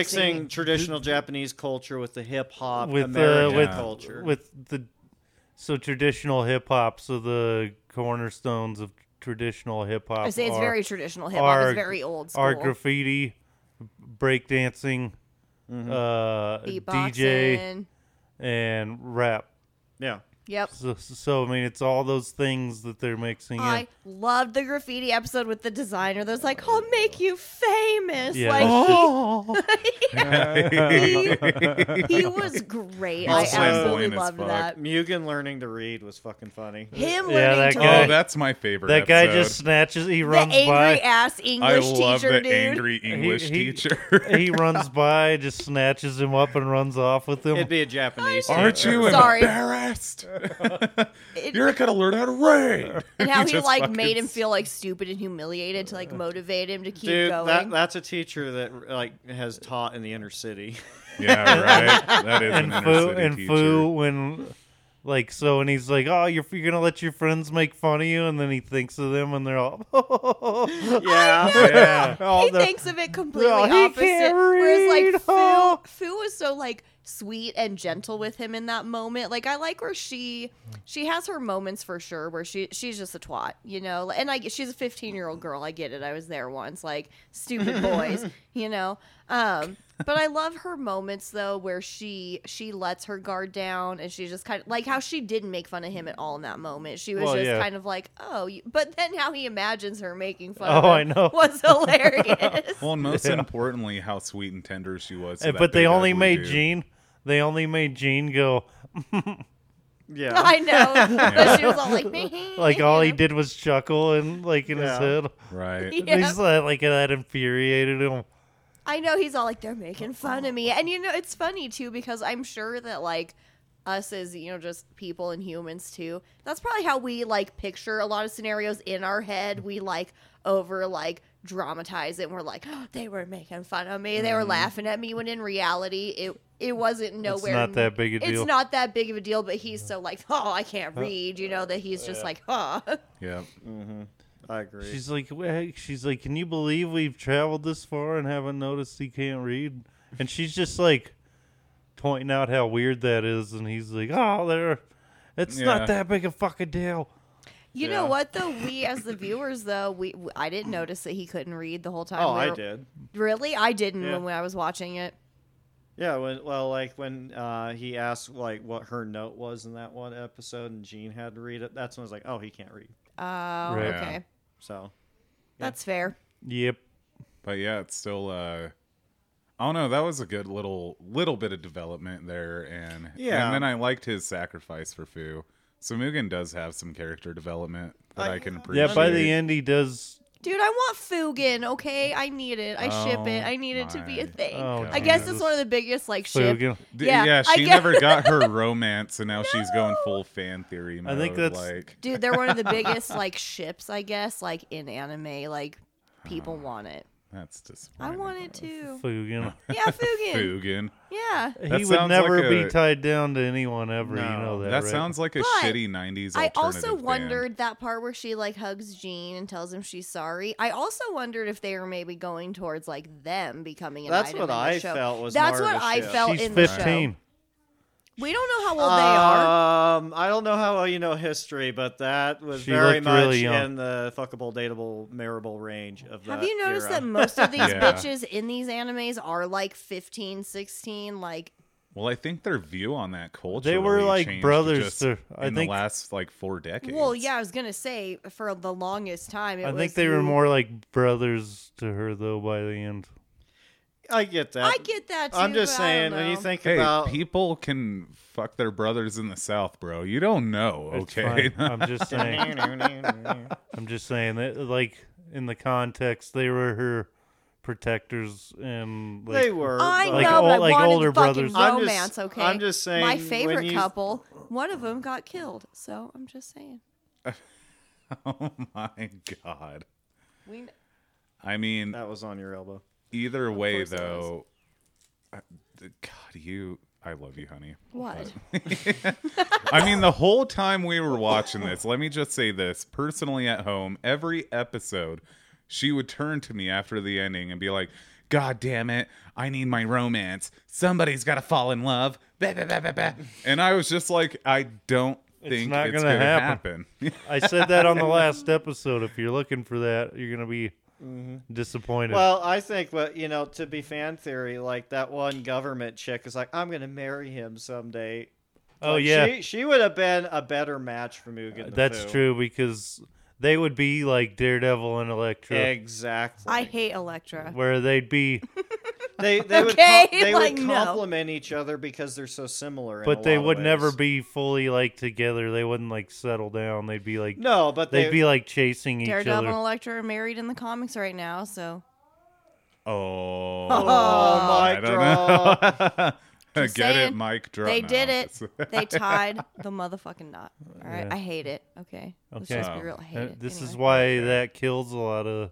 [SPEAKER 2] mixing.
[SPEAKER 3] traditional Japanese culture with the hip hop
[SPEAKER 4] With, uh,
[SPEAKER 3] American
[SPEAKER 1] with-
[SPEAKER 3] culture.
[SPEAKER 4] with the so traditional hip hop. So the cornerstones of traditional hip hop.
[SPEAKER 2] I say it's
[SPEAKER 4] are-
[SPEAKER 2] very traditional hip hop.
[SPEAKER 4] are-
[SPEAKER 2] It's very old school.
[SPEAKER 4] Art graffiti, breakdancing, uh, DJ,
[SPEAKER 2] Beatboxing.
[SPEAKER 4] and rap.
[SPEAKER 3] yeah,
[SPEAKER 2] Yep.
[SPEAKER 4] So, so I mean, it's all those things that they're mixing in.
[SPEAKER 2] I loved the graffiti episode with the designer. That was like, "I'll make you famous."
[SPEAKER 4] Yeah.
[SPEAKER 2] Like
[SPEAKER 1] Yeah.
[SPEAKER 2] he, he was great. I
[SPEAKER 1] Also-
[SPEAKER 2] absolutely
[SPEAKER 1] Flamboyant as
[SPEAKER 2] loved
[SPEAKER 1] fuck.
[SPEAKER 2] that.
[SPEAKER 3] Mugen learning to read was fucking funny.
[SPEAKER 2] Him
[SPEAKER 4] Yeah,
[SPEAKER 2] learning
[SPEAKER 4] that
[SPEAKER 2] to
[SPEAKER 4] guy-
[SPEAKER 1] oh,
[SPEAKER 2] read.
[SPEAKER 1] that's my favorite.
[SPEAKER 4] that guy
[SPEAKER 1] episode.
[SPEAKER 4] just snatches. He
[SPEAKER 2] the
[SPEAKER 4] runs
[SPEAKER 2] angry
[SPEAKER 4] by.
[SPEAKER 2] ass
[SPEAKER 1] I
[SPEAKER 2] English
[SPEAKER 1] love
[SPEAKER 2] teacher,
[SPEAKER 1] the
[SPEAKER 2] dude.
[SPEAKER 1] angry English
[SPEAKER 4] he-
[SPEAKER 1] teacher.
[SPEAKER 4] he runs by, just snatches him up, and runs off with him.
[SPEAKER 3] It'd be a Japanese.
[SPEAKER 1] Aren't you
[SPEAKER 2] Sorry.
[SPEAKER 1] embarrassed?
[SPEAKER 2] It-
[SPEAKER 1] You're gonna learn how to read.
[SPEAKER 2] and how he
[SPEAKER 1] just
[SPEAKER 2] like
[SPEAKER 1] fucking
[SPEAKER 2] made him feel like stupid and humiliated to like motivate him to keep
[SPEAKER 3] Dude,
[SPEAKER 2] going.
[SPEAKER 3] that, that's a teacher that like has taught in the inner city.
[SPEAKER 1] Yeah, right. That is
[SPEAKER 4] and
[SPEAKER 1] an
[SPEAKER 4] Fu
[SPEAKER 1] inner city
[SPEAKER 4] and
[SPEAKER 1] teacher.
[SPEAKER 4] Fu when like so and he's like, "Oh, you're, you're gonna let your friends make fun of you," and then he thinks of them, and they're all,
[SPEAKER 3] yeah.
[SPEAKER 4] yeah, all
[SPEAKER 2] he
[SPEAKER 4] the-
[SPEAKER 2] thinks of it completely
[SPEAKER 4] Oh, he
[SPEAKER 2] opposite.
[SPEAKER 4] can't
[SPEAKER 2] Whereas
[SPEAKER 4] read.
[SPEAKER 2] like
[SPEAKER 4] Oh.
[SPEAKER 2] Fu, Fu was so like sweet and gentle with him in that moment. Like I like where she she has her moments for sure where she she's just a twat, you know. And I she's a 15 year old girl. I get it. I was there once. Like stupid boys, you know. Um, but I love her moments though where she she lets her guard down and she just kind of like how she didn't make fun of him at all in that moment. She was
[SPEAKER 4] Well,
[SPEAKER 2] just
[SPEAKER 4] yeah.
[SPEAKER 2] kind of like, oh, you, but then how he imagines her making fun.
[SPEAKER 4] Oh,
[SPEAKER 2] of
[SPEAKER 4] I
[SPEAKER 2] him
[SPEAKER 4] know.
[SPEAKER 2] Was hilarious.
[SPEAKER 1] Well, and most importantly, how sweet and tender she was. to
[SPEAKER 4] And-
[SPEAKER 1] that
[SPEAKER 4] Eh, but they
[SPEAKER 1] big,
[SPEAKER 4] only
[SPEAKER 1] ugly
[SPEAKER 4] made
[SPEAKER 1] dude.
[SPEAKER 4] Gene. They only made Gene go.
[SPEAKER 3] yeah.
[SPEAKER 2] I know. But she was all like,
[SPEAKER 4] Like all he did was chuckle and like in his
[SPEAKER 3] Yeah.
[SPEAKER 4] head.
[SPEAKER 1] Right.
[SPEAKER 2] Yeah.
[SPEAKER 4] He's like, like that infuriated him.
[SPEAKER 2] I know he's all like, they're making fun of me. And you know, it's funny too, because I'm sure that like us as, you know, just people and humans too, that's probably how we like picture a lot of scenarios in our head. We like over like dramatize it and we're like, oh, they were making fun of me.
[SPEAKER 4] Mm-hmm.
[SPEAKER 2] They were laughing at me when in reality it it wasn't nowhere.
[SPEAKER 4] not that big a deal.
[SPEAKER 2] It's not that big of a deal, but he's so like, oh, I can't read, you know, that he's just like, huh.
[SPEAKER 1] Yeah.
[SPEAKER 3] I agree.
[SPEAKER 4] She's like, "Wha- she's like, can you believe we've traveled this far and haven't noticed he can't read? And she's just like pointing out how weird that is, and he's like, oh, there, it's
[SPEAKER 1] Yeah.
[SPEAKER 4] not that big a fucking deal.
[SPEAKER 2] You
[SPEAKER 3] Yeah.
[SPEAKER 2] know what though? We as the viewers though, we w- I didn't notice that he couldn't read the whole time.
[SPEAKER 3] oh,
[SPEAKER 2] we
[SPEAKER 3] I
[SPEAKER 2] were-
[SPEAKER 3] did.
[SPEAKER 2] Really, I didn't
[SPEAKER 3] Yeah.
[SPEAKER 2] when I was watching it.
[SPEAKER 3] Yeah, when, well, like when uh, he asked like what her note was in that one episode, and Gene had to read it. That's when I was like, oh, he can't read.
[SPEAKER 2] Oh,
[SPEAKER 4] Right.
[SPEAKER 2] okay,
[SPEAKER 1] Yeah.
[SPEAKER 3] So
[SPEAKER 2] that's fair.
[SPEAKER 4] Yep.
[SPEAKER 1] But yeah, it's still. uh I don't know. That was a good little little bit of development there, and
[SPEAKER 3] Yeah.
[SPEAKER 1] And then I liked his sacrifice for Fu. So Mugen does have some character development that I,
[SPEAKER 3] I-
[SPEAKER 1] can appreciate.
[SPEAKER 4] Yeah. By the end, he does.
[SPEAKER 2] Dude, I want Fugan. Okay, I need it. I ship it.
[SPEAKER 1] Oh,
[SPEAKER 2] I need it to be a
[SPEAKER 1] my
[SPEAKER 2] thing.
[SPEAKER 4] Oh,
[SPEAKER 2] I guess it's
[SPEAKER 4] Jesus.
[SPEAKER 2] one of the biggest like ship.
[SPEAKER 4] Fugan.
[SPEAKER 1] D- yeah,
[SPEAKER 2] yeah, I
[SPEAKER 1] she
[SPEAKER 2] get-
[SPEAKER 1] never got her romance, and now she's going full fan theory. Mode.
[SPEAKER 4] I think that's-
[SPEAKER 1] like
[SPEAKER 2] Dude, they're one of the biggest like ships. I guess like in anime, like people want it.
[SPEAKER 1] That's disappointing.
[SPEAKER 2] I want it to.
[SPEAKER 4] Fugan.
[SPEAKER 2] Yeah, Fugan.
[SPEAKER 1] Fugan.
[SPEAKER 2] Yeah.
[SPEAKER 1] That
[SPEAKER 4] he would
[SPEAKER 1] sounds
[SPEAKER 4] never
[SPEAKER 1] like
[SPEAKER 4] be
[SPEAKER 1] a-
[SPEAKER 4] tied down to anyone ever. you know that.
[SPEAKER 1] That
[SPEAKER 4] right?
[SPEAKER 1] sounds like a
[SPEAKER 2] But
[SPEAKER 1] shitty '90s.
[SPEAKER 2] I also
[SPEAKER 1] alternative band.
[SPEAKER 2] wondered that part where she like hugs Jean and tells him she's sorry. I also wondered if they were maybe going towards like them becoming an
[SPEAKER 3] That's
[SPEAKER 2] item
[SPEAKER 3] what
[SPEAKER 2] in the
[SPEAKER 3] I
[SPEAKER 2] show.
[SPEAKER 3] felt was
[SPEAKER 2] That's
[SPEAKER 3] more of
[SPEAKER 2] what
[SPEAKER 3] a
[SPEAKER 2] I
[SPEAKER 3] shift.
[SPEAKER 2] felt
[SPEAKER 4] She's
[SPEAKER 2] Oh, in
[SPEAKER 4] fifteen.
[SPEAKER 2] the show. We don't know how old Oh, they are.
[SPEAKER 3] Um, I don't know how well you know history, but that was
[SPEAKER 4] She
[SPEAKER 3] very
[SPEAKER 4] looked
[SPEAKER 3] much
[SPEAKER 4] really young.
[SPEAKER 3] in the fuckable, dateable, marable range of that.
[SPEAKER 2] Have you noticed
[SPEAKER 3] era.
[SPEAKER 2] that most of these
[SPEAKER 1] Yeah.
[SPEAKER 2] bitches in these animes are like 15, 16, like
[SPEAKER 1] Well, I think their view on that culture.
[SPEAKER 4] They were like brothers
[SPEAKER 1] Just
[SPEAKER 4] to- I
[SPEAKER 1] in
[SPEAKER 4] think-
[SPEAKER 1] the last like four decades.
[SPEAKER 2] well, yeah, I was gonna say for the longest time. It
[SPEAKER 4] I
[SPEAKER 2] was
[SPEAKER 4] think they were
[SPEAKER 2] who-
[SPEAKER 4] more like brothers to her though by the end.
[SPEAKER 3] I get that.
[SPEAKER 2] I get that. Too,
[SPEAKER 3] I'm just
[SPEAKER 2] but I don't
[SPEAKER 3] saying when you
[SPEAKER 2] know.
[SPEAKER 3] think
[SPEAKER 1] Hey,
[SPEAKER 3] about
[SPEAKER 1] people can fuck their brothers in the South, bro. You don't know,
[SPEAKER 4] It's
[SPEAKER 1] okay?
[SPEAKER 4] fine. I'm just saying. I'm just saying that like in the context they were her protectors and like
[SPEAKER 3] they were.
[SPEAKER 2] I
[SPEAKER 3] but-
[SPEAKER 4] like
[SPEAKER 2] know, but I
[SPEAKER 4] ol- like
[SPEAKER 2] wanted
[SPEAKER 4] older
[SPEAKER 2] fucking
[SPEAKER 4] brothers.
[SPEAKER 3] I'm just-
[SPEAKER 2] romance. okay,
[SPEAKER 3] I'm just saying
[SPEAKER 2] My
[SPEAKER 3] when
[SPEAKER 2] favorite
[SPEAKER 3] you-
[SPEAKER 2] couple, one of them got killed. So I'm just saying.
[SPEAKER 1] oh my god.
[SPEAKER 2] We
[SPEAKER 1] I mean,
[SPEAKER 3] That was on your elbow.
[SPEAKER 1] either way
[SPEAKER 2] course it was.
[SPEAKER 1] though, I- th- God, you, I love you, honey.
[SPEAKER 2] what?
[SPEAKER 1] I mean, the whole time we were watching this, let me just say this personally at home, every episode, she would turn to me after the ending and be like, God damn it, I need my romance. Somebody's got to fall in love. Bah, bah, bah, bah, bah." And I was just like, I don't think
[SPEAKER 4] not
[SPEAKER 1] it's
[SPEAKER 4] gonna
[SPEAKER 1] going to
[SPEAKER 4] happen.
[SPEAKER 1] happen.
[SPEAKER 4] I said that on the last episode. If you're looking for that, you're gonna be disappointed.
[SPEAKER 3] Well, I think, what you know, to be fan theory, like that one government chick is like, I'm going to marry him someday.
[SPEAKER 4] oh
[SPEAKER 3] Like,
[SPEAKER 4] yeah,
[SPEAKER 3] she, she would have been a better match for Mugen. the
[SPEAKER 4] that's
[SPEAKER 3] Pooh.
[SPEAKER 4] true because they would be like Daredevil and Electra,
[SPEAKER 3] Exactly.
[SPEAKER 2] I hate Electra.
[SPEAKER 4] where they'd be,
[SPEAKER 3] They they would
[SPEAKER 2] Okay,
[SPEAKER 3] com- they
[SPEAKER 2] like,
[SPEAKER 3] would
[SPEAKER 2] no.
[SPEAKER 3] complement each other because they're so similar. in a
[SPEAKER 4] but they
[SPEAKER 3] lot of
[SPEAKER 4] would never
[SPEAKER 3] ways.
[SPEAKER 4] be fully like together. They wouldn't like settle down. They'd be like
[SPEAKER 3] No, but
[SPEAKER 4] they'd
[SPEAKER 3] they
[SPEAKER 4] be like chasing each
[SPEAKER 2] Daredevil and
[SPEAKER 4] other.
[SPEAKER 2] Electra are married in the comics right now, so
[SPEAKER 1] oh,
[SPEAKER 3] Oh,
[SPEAKER 1] I
[SPEAKER 3] mic
[SPEAKER 1] don't
[SPEAKER 3] drop.
[SPEAKER 1] know. Get
[SPEAKER 2] Just saying,
[SPEAKER 1] it, Mike? Drop
[SPEAKER 2] they
[SPEAKER 1] now.
[SPEAKER 2] did it. they tied the motherfucking knot. All right,
[SPEAKER 4] Yeah.
[SPEAKER 2] I hate it. Okay, let's
[SPEAKER 4] Okay.
[SPEAKER 2] just be real. I hate
[SPEAKER 4] Uh,
[SPEAKER 2] it.
[SPEAKER 4] This is
[SPEAKER 2] Anyway.
[SPEAKER 4] why that kills a lot of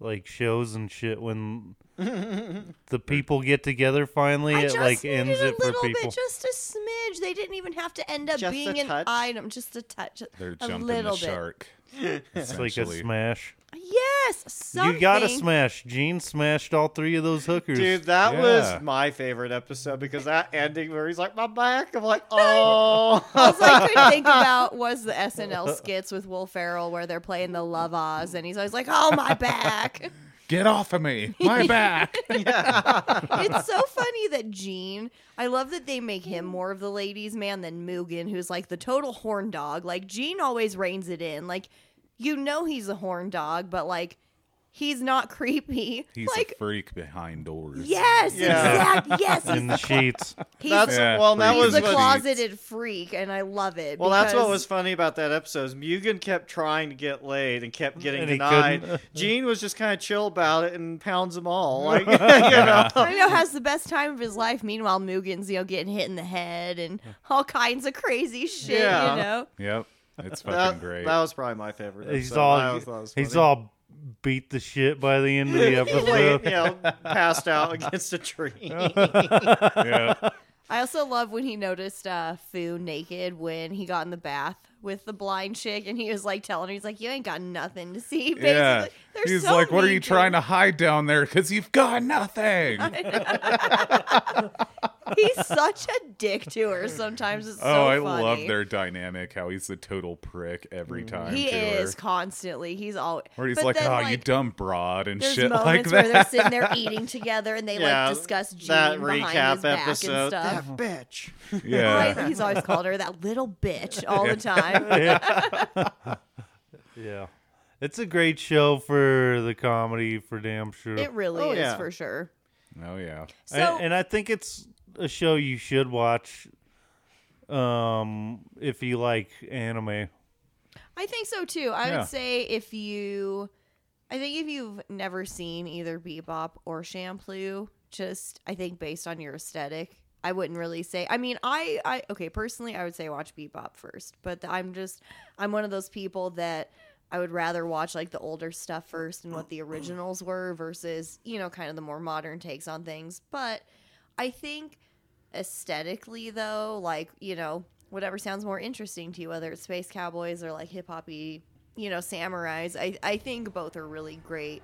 [SPEAKER 4] like shows and shit when the people get together finally.
[SPEAKER 2] I
[SPEAKER 4] it
[SPEAKER 2] just
[SPEAKER 4] like
[SPEAKER 2] needed
[SPEAKER 4] ends
[SPEAKER 2] a
[SPEAKER 4] it for
[SPEAKER 2] little
[SPEAKER 4] people.
[SPEAKER 2] bit, just a smidge. They didn't even have to end up
[SPEAKER 3] Just a
[SPEAKER 2] being an
[SPEAKER 3] touch?
[SPEAKER 2] item, just a touch,
[SPEAKER 1] They're
[SPEAKER 2] a
[SPEAKER 1] jumping
[SPEAKER 2] little
[SPEAKER 1] the
[SPEAKER 2] bit.
[SPEAKER 1] shark.
[SPEAKER 4] it's like a
[SPEAKER 1] essentially.
[SPEAKER 4] smash.
[SPEAKER 2] Yes, something.
[SPEAKER 4] You gotta smash. Gene smashed all three of those hookers.
[SPEAKER 3] Dude, that
[SPEAKER 1] Yeah.
[SPEAKER 3] was my favorite episode because that ending where he's like, "My back," I'm like, "Oh."
[SPEAKER 2] All I could think about was the SNL skits with Will Ferrell where they're playing the Love Oz, and he's always like, "Oh my back."
[SPEAKER 1] Get off of me. My back.
[SPEAKER 2] it's so funny that Gene. I love that they make him more of the ladies' man than Mugen, who's like the total horn dog. Like Gene always reins it in. Like you know he's a horn dog, but like he's not creepy.
[SPEAKER 1] He's
[SPEAKER 2] like
[SPEAKER 1] a freak behind doors.
[SPEAKER 2] yes,
[SPEAKER 3] Yeah.
[SPEAKER 2] exactly. Yes,
[SPEAKER 4] in
[SPEAKER 2] he's,
[SPEAKER 4] the sheets.
[SPEAKER 2] he's,
[SPEAKER 3] That's
[SPEAKER 1] Yeah,
[SPEAKER 3] well, that
[SPEAKER 2] he's
[SPEAKER 3] was
[SPEAKER 2] the
[SPEAKER 1] freak.
[SPEAKER 3] what-
[SPEAKER 2] closeted freak, and I love it.
[SPEAKER 3] well, that's what
[SPEAKER 2] because-
[SPEAKER 3] was funny about that episode. Is Mugen kept trying to get laid and kept getting
[SPEAKER 4] And he
[SPEAKER 3] denied.
[SPEAKER 4] couldn't.
[SPEAKER 3] Gene was just kind of chill about it and pounds them all. Like, you know,
[SPEAKER 1] Oh.
[SPEAKER 2] I know has the best time of his life. Meanwhile, Mugen's you know getting hit in the head and all kinds of crazy shit.
[SPEAKER 3] Yeah.
[SPEAKER 2] You know,
[SPEAKER 1] Yep. It's fucking
[SPEAKER 3] that,
[SPEAKER 1] great.
[SPEAKER 3] that was probably my favorite.
[SPEAKER 4] He's
[SPEAKER 3] episode. I
[SPEAKER 4] all
[SPEAKER 3] always thought it was
[SPEAKER 4] he's
[SPEAKER 3] funny.
[SPEAKER 4] all beat the shit by the end of
[SPEAKER 3] Like,
[SPEAKER 4] the
[SPEAKER 3] you
[SPEAKER 4] episode.
[SPEAKER 3] know, passed out against a tree.
[SPEAKER 1] yeah.
[SPEAKER 2] I also love when he noticed uh, Fu naked when he got in the bath with the blind chick, and he was like telling her, he's like, "You ain't got nothing to see." Basically,
[SPEAKER 1] Yeah.
[SPEAKER 2] They're
[SPEAKER 1] He's
[SPEAKER 2] so
[SPEAKER 1] like, what are you
[SPEAKER 2] mean
[SPEAKER 1] trying
[SPEAKER 2] him."
[SPEAKER 1] to hide down there? Because you've got nothing. Oh,
[SPEAKER 2] He's such a dick to her. Sometimes it's so
[SPEAKER 1] oh, I
[SPEAKER 2] funny. Mm.
[SPEAKER 1] love their dynamic. How he's the total prick every time.
[SPEAKER 2] He
[SPEAKER 1] to her.
[SPEAKER 2] is constantly. He's always.
[SPEAKER 1] Where he's
[SPEAKER 2] but
[SPEAKER 1] like,
[SPEAKER 2] then,
[SPEAKER 1] oh, you
[SPEAKER 2] like,
[SPEAKER 1] dumb broad and
[SPEAKER 2] There's
[SPEAKER 1] shit like
[SPEAKER 2] moments
[SPEAKER 1] that.
[SPEAKER 2] where they're sitting there eating together and they
[SPEAKER 3] Yeah,
[SPEAKER 2] like discuss Gene
[SPEAKER 3] that
[SPEAKER 2] behind his
[SPEAKER 3] recap
[SPEAKER 2] back
[SPEAKER 3] episode.
[SPEAKER 2] and stuff.
[SPEAKER 3] That bitch.
[SPEAKER 1] yeah.
[SPEAKER 2] Right? He's always called her that little bitch all the time.
[SPEAKER 4] yeah. yeah. It's a great show for the comedy for damn sure.
[SPEAKER 2] It really
[SPEAKER 3] Oh,
[SPEAKER 2] is
[SPEAKER 3] yeah.
[SPEAKER 2] for sure.
[SPEAKER 1] Oh, yeah.
[SPEAKER 2] So
[SPEAKER 4] and, and I think it's a show you should watch um if you like anime.
[SPEAKER 2] I think so too. I
[SPEAKER 1] Yeah.
[SPEAKER 2] would say if you, I think if you've never seen either Bebop or Shampoo, just I think based on your aesthetic, I wouldn't really say. I mean, I, I okay, personally, I would say watch Bebop first, but I'm just, I'm one of those people that I would rather watch like the older stuff first and what the originals were versus, you know, kind of the more modern takes on things. But I think aesthetically though, like, you know, whatever sounds more interesting to you, whether it's space cowboys or like hip hoppy, you know, samurais, I, I think both are really great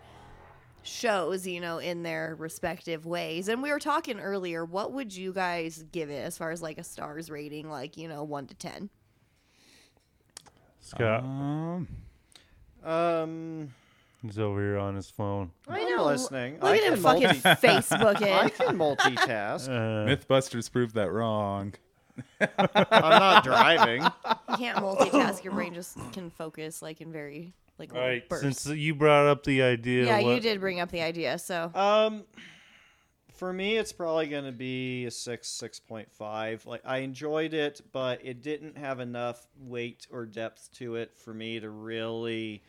[SPEAKER 2] shows, you know, in their respective ways. And we were talking earlier, what would you guys give it as far as like a stars rating, like, you know, one to ten?
[SPEAKER 4] Scott
[SPEAKER 1] Um,
[SPEAKER 3] Um,
[SPEAKER 4] is over here on his phone.
[SPEAKER 2] I
[SPEAKER 3] I'm
[SPEAKER 2] know.
[SPEAKER 3] listening.
[SPEAKER 2] Look
[SPEAKER 3] I
[SPEAKER 2] at him
[SPEAKER 3] can
[SPEAKER 2] fucking
[SPEAKER 3] multi-
[SPEAKER 2] Facebook
[SPEAKER 3] I
[SPEAKER 2] it.
[SPEAKER 3] can multitask.
[SPEAKER 4] Uh,
[SPEAKER 1] Mythbusters proved that wrong.
[SPEAKER 3] I'm not driving.
[SPEAKER 2] You can't multitask. Your brain just can focus like in very like
[SPEAKER 4] all
[SPEAKER 2] little
[SPEAKER 4] right,
[SPEAKER 2] bursts.
[SPEAKER 4] since you brought up the idea,
[SPEAKER 2] yeah, you
[SPEAKER 4] what-
[SPEAKER 2] did bring up the idea. So
[SPEAKER 3] Um, for me, it's probably going to be a six, six point five. Like I enjoyed it, but it didn't have enough weight or depth to it for me to really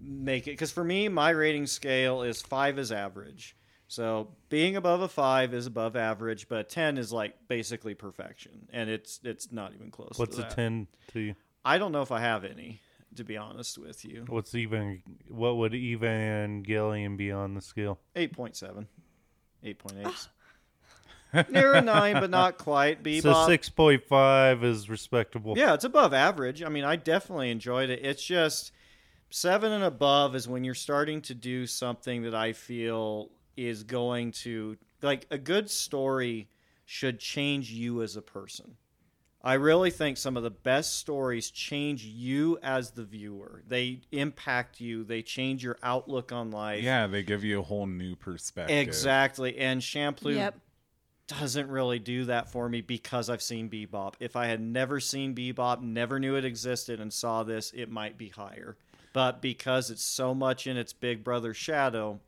[SPEAKER 3] make it. Because for me, my rating scale is five is average. So being above a five is above average, but ten is like basically perfection, and it's it's not even close.
[SPEAKER 4] What's
[SPEAKER 3] to
[SPEAKER 4] a
[SPEAKER 3] that.
[SPEAKER 4] ten to you?
[SPEAKER 3] I don't know if I have any, to be honest with you.
[SPEAKER 4] What's even? What would Evangelion be on the scale?
[SPEAKER 3] 8.7. 8.8. Near a 9, but not quite. Bebop.
[SPEAKER 4] So six point five is respectable.
[SPEAKER 3] Yeah, it's above average. I mean, I definitely enjoyed it. It's just seven and above is when you're starting to do something that I feel is going to like a good story should change you as a person. I really think some of the best stories change you as the viewer. They impact you. They change your outlook on life.
[SPEAKER 1] Yeah, they give you a whole new perspective.
[SPEAKER 3] Exactly. And Shampoo
[SPEAKER 2] Yep.
[SPEAKER 3] doesn't really do that for me because I've seen Bebop. If I had never seen Bebop, never knew it existed, and saw this, it might be higher. But because it's so much in its Big Brother shadow,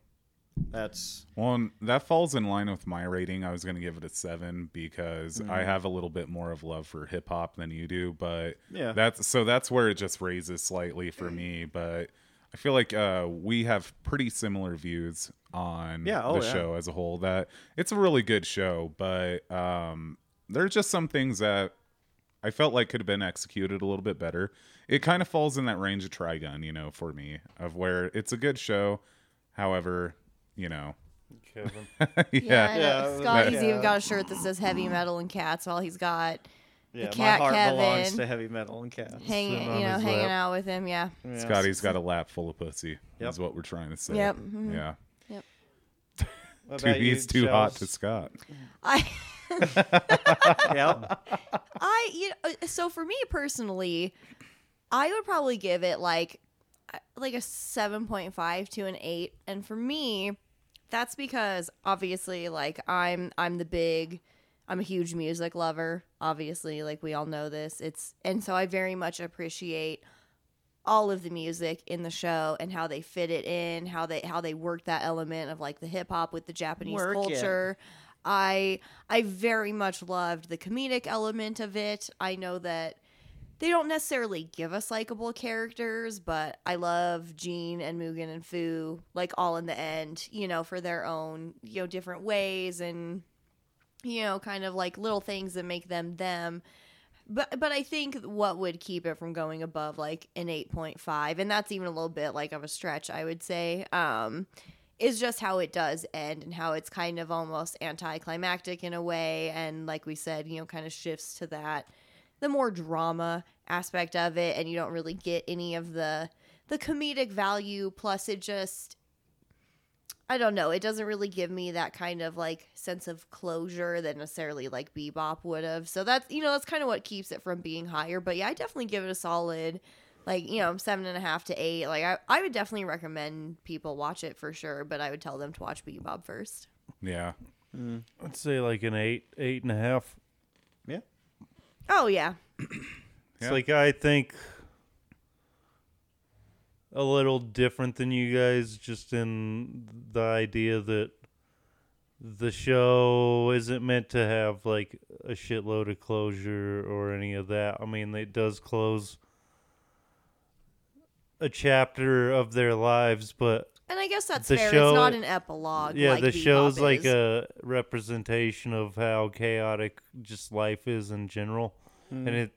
[SPEAKER 3] that's
[SPEAKER 1] Well, and that falls in line with my rating. I was going to give it a seven because
[SPEAKER 3] Mm.
[SPEAKER 1] I have a little bit more of love for hip hop than you do, but
[SPEAKER 3] Yeah.
[SPEAKER 1] that's so that's where it just raises slightly for me. But I feel like uh, we have pretty similar views on
[SPEAKER 3] Yeah, oh,
[SPEAKER 1] the
[SPEAKER 3] yeah.
[SPEAKER 1] show as a whole. That it's a really good show, but um, there are just some things that I felt like could have been executed a little bit better. It kind of falls in that range of Trigun, you know, for me, of where it's a good show. However, you know,
[SPEAKER 4] Kevin.
[SPEAKER 2] yeah, I know.
[SPEAKER 3] Yeah,
[SPEAKER 2] Scott
[SPEAKER 1] that-
[SPEAKER 2] he's even got a shirt that says heavy metal and cats. While he's got
[SPEAKER 3] yeah,
[SPEAKER 2] cat
[SPEAKER 3] my heart
[SPEAKER 2] Kevin.
[SPEAKER 3] belongs to heavy metal and cats.
[SPEAKER 2] hanging,
[SPEAKER 4] Sitting on
[SPEAKER 2] you know,
[SPEAKER 4] his
[SPEAKER 2] hanging
[SPEAKER 4] lap.
[SPEAKER 2] out with him. Yeah.
[SPEAKER 3] Yeah.
[SPEAKER 1] Scotty's got a lap full of pussy.
[SPEAKER 3] Yep.
[SPEAKER 1] Is what we're trying to say.
[SPEAKER 2] Yep, mhm.
[SPEAKER 1] Yeah.
[SPEAKER 3] What
[SPEAKER 1] Too,
[SPEAKER 3] about you,
[SPEAKER 1] he's too hot to
[SPEAKER 3] Chels?
[SPEAKER 1] Scott.
[SPEAKER 2] I
[SPEAKER 3] Yeah.
[SPEAKER 2] I you know, uh, so for me personally, I would probably give it like uh, like a 7.5 to an 8 and for me that's because obviously like I'm I'm the big I'm a huge music lover obviously like we all know this it's and so I very much appreciate all of the music in the show and how they fit it in how they how they work that element of like the hip hop with the Japanese
[SPEAKER 3] Work it.
[SPEAKER 2] culture I I very much loved the comedic element of it. I know that they don't necessarily give us likable characters, but I love Gene and Mugen and Fu, like all in the end, you know, for their own, you know, different ways and you know, kind of like little things that make them them. But but I think what would keep it from going above like an 8.5 and that's even a little bit like of a stretch, I would say. Um is just how it does end and how it's kind of almost anticlimactic in a way and like we said, you know, kind of shifts to that the more drama aspect of it and you don't really get any of the the comedic value plus it just I don't know. It doesn't really give me that kind of like sense of closure that necessarily like Bebop would have. So that's you know that's kind of what keeps it from being higher. But yeah, I definitely give it a solid, like you know seven and a half to eight. Like I, I would definitely recommend people watch it for sure. But I would tell them to watch Bebop first.
[SPEAKER 1] Yeah.
[SPEAKER 4] I'd say like an eight, eight and a half.
[SPEAKER 3] yeah.
[SPEAKER 2] Oh yeah,
[SPEAKER 4] It's
[SPEAKER 1] Yeah.
[SPEAKER 4] like I think a little different than you guys, just in the idea that the show isn't meant to have like a shitload of closure or any of that. I mean, it does close a chapter of their lives, but
[SPEAKER 2] and I guess that's
[SPEAKER 4] The
[SPEAKER 2] fair.
[SPEAKER 4] show-
[SPEAKER 2] it's not an epilogue.
[SPEAKER 4] yeah,
[SPEAKER 2] like
[SPEAKER 4] the
[SPEAKER 2] Bebop
[SPEAKER 4] show's like
[SPEAKER 2] is.
[SPEAKER 4] a representation of how chaotic
[SPEAKER 2] Hmm.
[SPEAKER 4] just life is in general, and it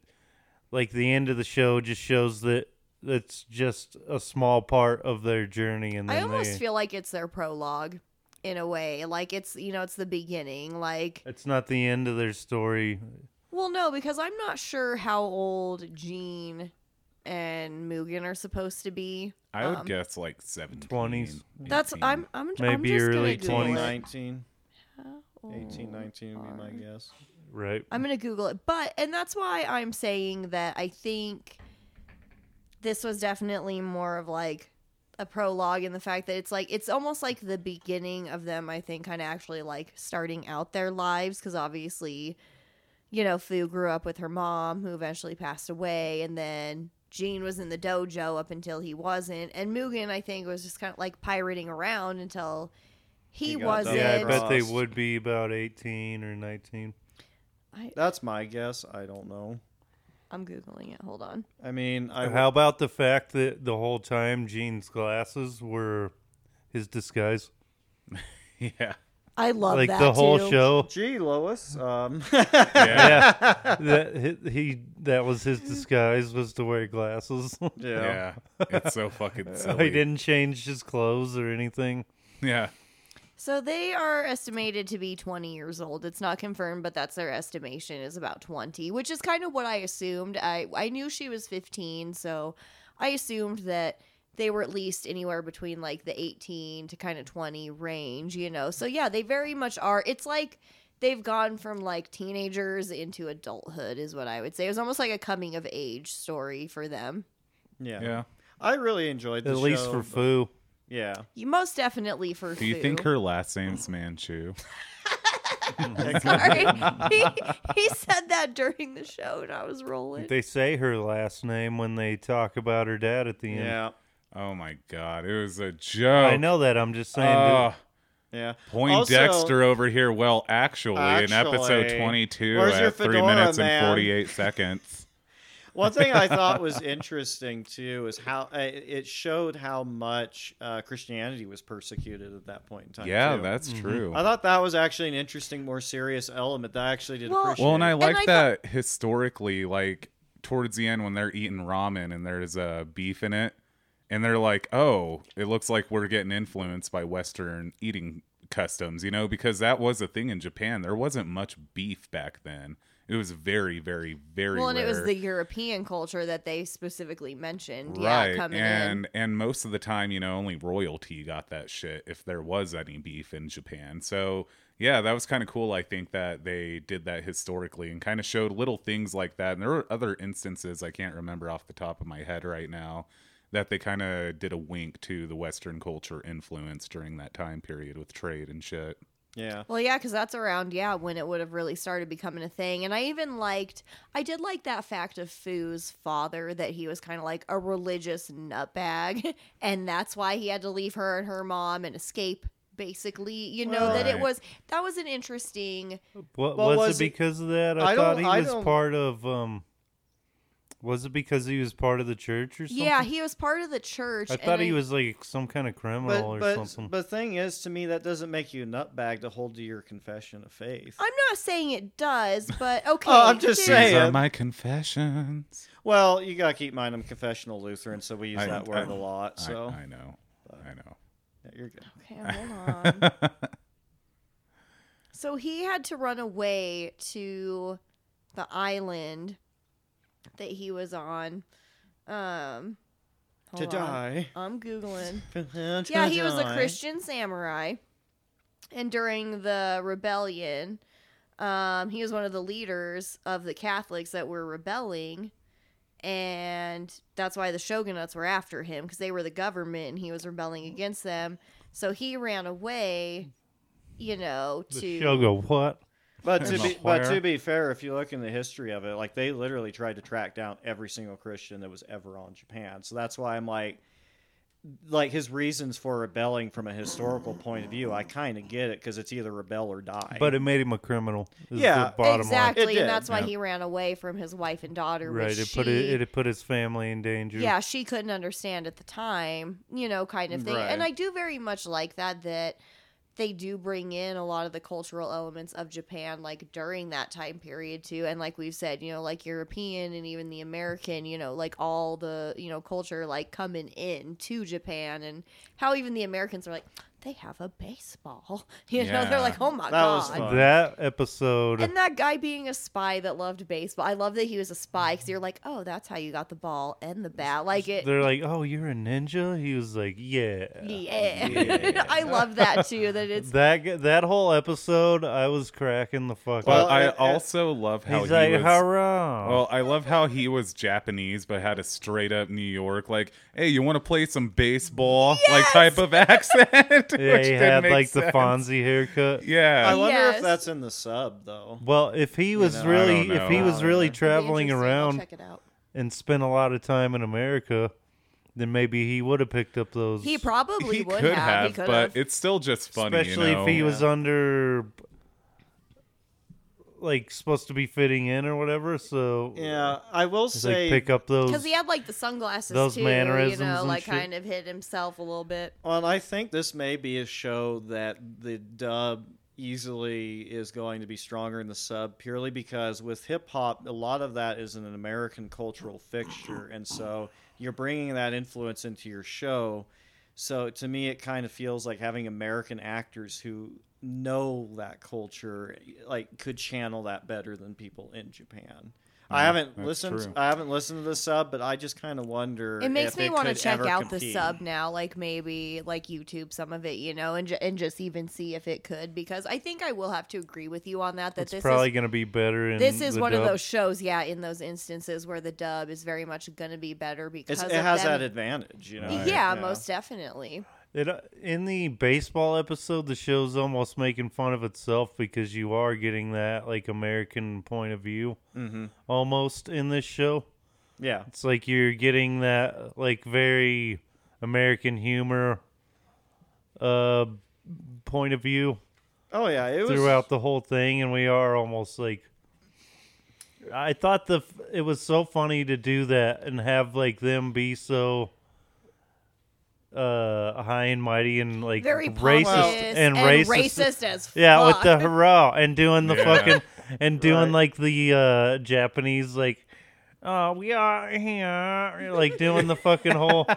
[SPEAKER 4] like the end of the show just shows that it's just a small part of their journey, and then
[SPEAKER 2] I almost
[SPEAKER 4] they,
[SPEAKER 2] feel like it's their prologue in a way. Like it's, you know, it's the beginning. Like,
[SPEAKER 4] it's not the end of their story.
[SPEAKER 2] well, no, because I'm not sure how old Jean and Mugen are supposed to be.
[SPEAKER 1] I would
[SPEAKER 2] Um,
[SPEAKER 1] guess like 17.
[SPEAKER 4] 20s.
[SPEAKER 2] That's
[SPEAKER 1] 18.
[SPEAKER 2] I'm I'm I'm
[SPEAKER 4] Maybe
[SPEAKER 2] just
[SPEAKER 4] early
[SPEAKER 2] gonna Google
[SPEAKER 4] 20s.
[SPEAKER 2] it.
[SPEAKER 3] 19,
[SPEAKER 2] How
[SPEAKER 3] 18,
[SPEAKER 2] old
[SPEAKER 3] 19 would be my guess.
[SPEAKER 4] Right.
[SPEAKER 2] I'm gonna Google it, but and that's why I'm saying that I think this was definitely more of like a prologue in the fact that it's like it's almost like the beginning of them. I think kind of actually like starting out their lives because obviously, you know, Fu grew up with her mom who eventually passed away, and then Gene was in the dojo up until he wasn't, and Mugen I think was just kind of like pirating around until. He,
[SPEAKER 3] He got
[SPEAKER 2] wasn't.
[SPEAKER 4] yeah, I
[SPEAKER 3] it-
[SPEAKER 4] bet they
[SPEAKER 3] Frost.
[SPEAKER 4] would be about 18 or 19.
[SPEAKER 2] I,
[SPEAKER 3] That's my guess. I don't know.
[SPEAKER 2] I'm googling it. Hold on.
[SPEAKER 3] I mean, I
[SPEAKER 4] How about the fact that the whole time Gene's glasses were his disguise?
[SPEAKER 1] Yeah.
[SPEAKER 2] I love
[SPEAKER 4] like
[SPEAKER 2] that
[SPEAKER 4] the whole
[SPEAKER 2] too.
[SPEAKER 4] show.
[SPEAKER 3] Gee, Lois. Um,
[SPEAKER 1] Yeah.
[SPEAKER 4] Yeah. that he, he that was his disguise was to wear glasses.
[SPEAKER 3] yeah.
[SPEAKER 1] yeah. It's so fucking silly.
[SPEAKER 4] he didn't change his clothes or anything.
[SPEAKER 1] Yeah.
[SPEAKER 2] So they are estimated to be 20 years old. It's not confirmed, but that's their estimation is about 20, which is kind of what I assumed. I I knew she was 15, so I assumed that they were at least anywhere between like the 18 to kind of 20 range, you know. So yeah, they very much are. It's like they've gone from like teenagers into adulthood is what I would say. It was almost like a coming of age story for them.
[SPEAKER 3] yeah,
[SPEAKER 1] Yeah.
[SPEAKER 3] I really enjoyed the
[SPEAKER 4] At least
[SPEAKER 3] show,
[SPEAKER 4] for
[SPEAKER 3] but-
[SPEAKER 4] Fu.
[SPEAKER 3] Yeah,
[SPEAKER 2] You most definitely for
[SPEAKER 1] Do you
[SPEAKER 2] Fu.
[SPEAKER 1] think her last name's Manchu?
[SPEAKER 2] Sorry. he, he said that during the show and I was rolling.
[SPEAKER 4] They say her last name when they talk about her dad at the end.
[SPEAKER 3] yeah,
[SPEAKER 1] Oh my god, it was a joke.
[SPEAKER 4] I know that. I'm just saying.
[SPEAKER 1] Oh,
[SPEAKER 3] Uh,
[SPEAKER 4] dude,
[SPEAKER 3] yeah.
[SPEAKER 1] Poindexter over here. Well, actually, in episode
[SPEAKER 3] Actually,
[SPEAKER 1] 22
[SPEAKER 3] where's your
[SPEAKER 1] at 3
[SPEAKER 3] fedora,
[SPEAKER 1] minutes
[SPEAKER 3] man?
[SPEAKER 1] and 48 seconds.
[SPEAKER 3] One thing I thought was interesting too is how uh, it showed how much uh, Christianity was persecuted at that point in time.
[SPEAKER 1] Yeah,
[SPEAKER 3] too.
[SPEAKER 1] that's true.
[SPEAKER 3] Mm-hmm. I thought that was actually an interesting, more serious element that I actually did
[SPEAKER 2] Well-
[SPEAKER 3] appreciate.
[SPEAKER 1] Well, and I like
[SPEAKER 2] I
[SPEAKER 1] that historically, like towards the end when they're eating ramen and there's a uh, beef in it, and they're like, "Oh, it looks like we're getting influenced by Western eating customs," you know, because that was a thing in Japan. There wasn't much beef back then. It was very, very, very
[SPEAKER 2] well, and it was
[SPEAKER 1] rare.
[SPEAKER 2] the European culture that they specifically mentioned.
[SPEAKER 1] right
[SPEAKER 2] Yeah, coming in.
[SPEAKER 1] and and most of the time you know only royalty got that shit if there was any beef in japan so yeah that was kind of cool i think that they did that historically and kind of showed little things like that and there were other instances i can't remember off the top of my head right now that they kind of did a wink to the western culture influence during that time period with trade and shit
[SPEAKER 3] yeah,
[SPEAKER 2] Well, yeah, because that's around, yeah, when it would have really started becoming a thing. And I even liked, I did like that fact of Foo's father that he was kind of like a religious nutbag. And that's why he had to leave her and her mom and escape, basically. You know, that it
[SPEAKER 1] Right.
[SPEAKER 2] was, that was an interesting.
[SPEAKER 4] What
[SPEAKER 3] Well,
[SPEAKER 4] was,
[SPEAKER 3] was
[SPEAKER 4] it
[SPEAKER 3] it-
[SPEAKER 4] because of that?
[SPEAKER 3] I
[SPEAKER 4] I,
[SPEAKER 3] don't-
[SPEAKER 4] thought he
[SPEAKER 3] I
[SPEAKER 4] was
[SPEAKER 3] don't-
[SPEAKER 4] part of. um Was it because he was part of the church or something?
[SPEAKER 2] Yeah, he was part of the church.
[SPEAKER 4] I
[SPEAKER 2] and
[SPEAKER 4] thought he was like some kind of criminal
[SPEAKER 3] but
[SPEAKER 4] or
[SPEAKER 3] but
[SPEAKER 4] something.
[SPEAKER 3] but thing is, to me, that doesn't make you a nutbag to hold to your confession of faith.
[SPEAKER 2] I'm not saying it does, but okay.
[SPEAKER 3] Oh, I'm just
[SPEAKER 2] dude,
[SPEAKER 3] saying.
[SPEAKER 1] these are
[SPEAKER 3] Damn.
[SPEAKER 1] my confessions
[SPEAKER 3] Well, you gotta keep in mind I'm confessional Lutheran, so we use
[SPEAKER 1] I-
[SPEAKER 3] that word
[SPEAKER 1] I-
[SPEAKER 3] a lot.
[SPEAKER 1] I-
[SPEAKER 3] So
[SPEAKER 1] I, know i know
[SPEAKER 3] Yeah, you're good.
[SPEAKER 2] Okay, hold on. So he had to run away to the island that he was on. Um,
[SPEAKER 3] To
[SPEAKER 2] hold on.
[SPEAKER 3] die.
[SPEAKER 2] I'm googling.
[SPEAKER 3] To
[SPEAKER 2] yeah, he was a
[SPEAKER 3] die.
[SPEAKER 2] Christian samurai, and during the rebellion, um, he was one of the leaders of the Catholics that were rebelling, and that's why the shogunates were after him because they were the government and he was rebelling against them. So he ran away, you know,
[SPEAKER 4] The
[SPEAKER 2] to
[SPEAKER 4] Shogo, what?
[SPEAKER 3] But to
[SPEAKER 1] I'm a
[SPEAKER 3] be but
[SPEAKER 1] whore.
[SPEAKER 3] to be fair, if you look in the history of it, like they literally tried to track down every single Christian that was ever on Japan. So that's why I'm like like his reasons for rebelling from a historical point of view, I kind of get it because it's either rebel or die.
[SPEAKER 4] But it made him a criminal. is
[SPEAKER 3] Yeah,
[SPEAKER 4] the bottom line.
[SPEAKER 2] exactly,
[SPEAKER 3] It did,
[SPEAKER 2] and that's why
[SPEAKER 1] yeah.
[SPEAKER 2] he ran away from his wife and daughter.
[SPEAKER 4] Right,
[SPEAKER 2] which
[SPEAKER 4] it put
[SPEAKER 2] she-
[SPEAKER 4] it, it put his family in danger.
[SPEAKER 2] yeah she couldn't understand at the time you know kind of thing
[SPEAKER 3] Right.
[SPEAKER 2] and i do very much like that that they do bring in a lot of the cultural elements of Japan like during that time period too and like we've said you know like European and even the American you know like all the you know culture like coming in to Japan and how even the Americans are like they have a baseball you know
[SPEAKER 1] Yeah.
[SPEAKER 2] they're like oh my
[SPEAKER 3] That was
[SPEAKER 2] god
[SPEAKER 3] fun.
[SPEAKER 4] That episode.
[SPEAKER 2] and that guy being a spy that loved baseball I love that he was a spy cuz you're like oh that's how you got the ball and the bat like it
[SPEAKER 4] They're like, "Oh, you're a ninja." He was like, "Yeah."
[SPEAKER 2] yeah, I love that too that it's
[SPEAKER 4] That g- that whole episode, I was cracking the fuck
[SPEAKER 1] But
[SPEAKER 3] Well,
[SPEAKER 4] up.
[SPEAKER 1] I
[SPEAKER 3] uh, uh,
[SPEAKER 1] also love how
[SPEAKER 4] He's
[SPEAKER 1] he
[SPEAKER 4] like,
[SPEAKER 1] was,
[SPEAKER 4] "Hurrah!"
[SPEAKER 1] Well, I love how he was Japanese but had a straight up New York like, "Hey, you want to play some baseball?" like type of accent.
[SPEAKER 4] yeah,
[SPEAKER 1] which
[SPEAKER 4] he
[SPEAKER 1] didn't
[SPEAKER 4] had
[SPEAKER 1] make
[SPEAKER 4] like the
[SPEAKER 1] sense.
[SPEAKER 4] Fonzie haircut.
[SPEAKER 3] I
[SPEAKER 1] Yeah.
[SPEAKER 3] wonder
[SPEAKER 2] Yes.
[SPEAKER 3] if that's in the sub though.
[SPEAKER 4] Well, if he was
[SPEAKER 3] know, I
[SPEAKER 4] really,
[SPEAKER 1] don't
[SPEAKER 4] if he
[SPEAKER 1] know.
[SPEAKER 4] was really
[SPEAKER 3] It'd be
[SPEAKER 4] traveling
[SPEAKER 2] interesting. I'll
[SPEAKER 4] around
[SPEAKER 2] check it out
[SPEAKER 4] and spent a lot of time in America, then maybe he would have picked up those.
[SPEAKER 2] He probably
[SPEAKER 1] he
[SPEAKER 2] would
[SPEAKER 1] could
[SPEAKER 2] have,
[SPEAKER 1] have,
[SPEAKER 2] He could
[SPEAKER 1] but
[SPEAKER 2] have.
[SPEAKER 1] it's still just funny,
[SPEAKER 4] especially
[SPEAKER 1] you know?
[SPEAKER 4] if he was under, like, supposed to be fitting in or whatever. So
[SPEAKER 3] Yeah, I will
[SPEAKER 4] just, like,
[SPEAKER 3] say
[SPEAKER 4] pick up those.
[SPEAKER 2] because he had like the sunglasses
[SPEAKER 4] those
[SPEAKER 2] too.
[SPEAKER 4] mannerisms
[SPEAKER 2] you know,
[SPEAKER 4] and
[SPEAKER 2] like
[SPEAKER 4] shit.
[SPEAKER 2] kind of hit himself a little bit.
[SPEAKER 3] Well, I think this may be a show that the dub easily is going to be stronger in the sub purely because with hip hop, a lot of that is an American cultural fixture. And so you're bringing that influence into your show. So to me, it kind of feels like having American actors who know that culture, like could channel that better than people in Japan. I
[SPEAKER 1] Yeah,
[SPEAKER 3] haven't
[SPEAKER 1] Mm, that's
[SPEAKER 3] listened.
[SPEAKER 1] true.
[SPEAKER 3] I haven't listened to the sub, but I just kind of wonder.
[SPEAKER 2] It makes
[SPEAKER 3] if
[SPEAKER 2] me
[SPEAKER 3] it
[SPEAKER 2] want to
[SPEAKER 3] could
[SPEAKER 2] check
[SPEAKER 3] ever
[SPEAKER 2] out the
[SPEAKER 3] compete.
[SPEAKER 2] sub now, like maybe like YouTube some of it, you know, and ju- and just even see if it could because I think I will have to agree with you on that that
[SPEAKER 4] it's
[SPEAKER 2] this
[SPEAKER 4] probably
[SPEAKER 2] is
[SPEAKER 4] going to be better. In
[SPEAKER 2] this is
[SPEAKER 4] the
[SPEAKER 2] one of
[SPEAKER 4] dub.
[SPEAKER 2] those shows, yeah, in those instances where the dub is very much going to be better because
[SPEAKER 3] It's, it
[SPEAKER 2] of
[SPEAKER 3] has
[SPEAKER 2] them-
[SPEAKER 3] that advantage, you know.
[SPEAKER 1] Right.
[SPEAKER 2] yeah, most definitely.
[SPEAKER 4] It, uh, in the baseball episode, the show's almost making fun of itself because you are getting that like American point of view
[SPEAKER 3] hmm
[SPEAKER 4] almost in this show.
[SPEAKER 3] Yeah,
[SPEAKER 4] It's like you're getting that like very American humor uh point of view
[SPEAKER 3] Oh yeah, it was
[SPEAKER 4] throughout the whole thing and we are almost like I thought the f- it was so funny to do that and have like them be so uh high and mighty and like
[SPEAKER 2] Very
[SPEAKER 4] racist
[SPEAKER 2] pompous
[SPEAKER 4] and, racist
[SPEAKER 2] racist as
[SPEAKER 4] yeah, with
[SPEAKER 2] fuck.
[SPEAKER 4] the hurrah and doing the
[SPEAKER 1] Yeah.
[SPEAKER 4] fucking and doing
[SPEAKER 3] Right.
[SPEAKER 4] like the uh Japanese like uh we are here like doing the fucking whole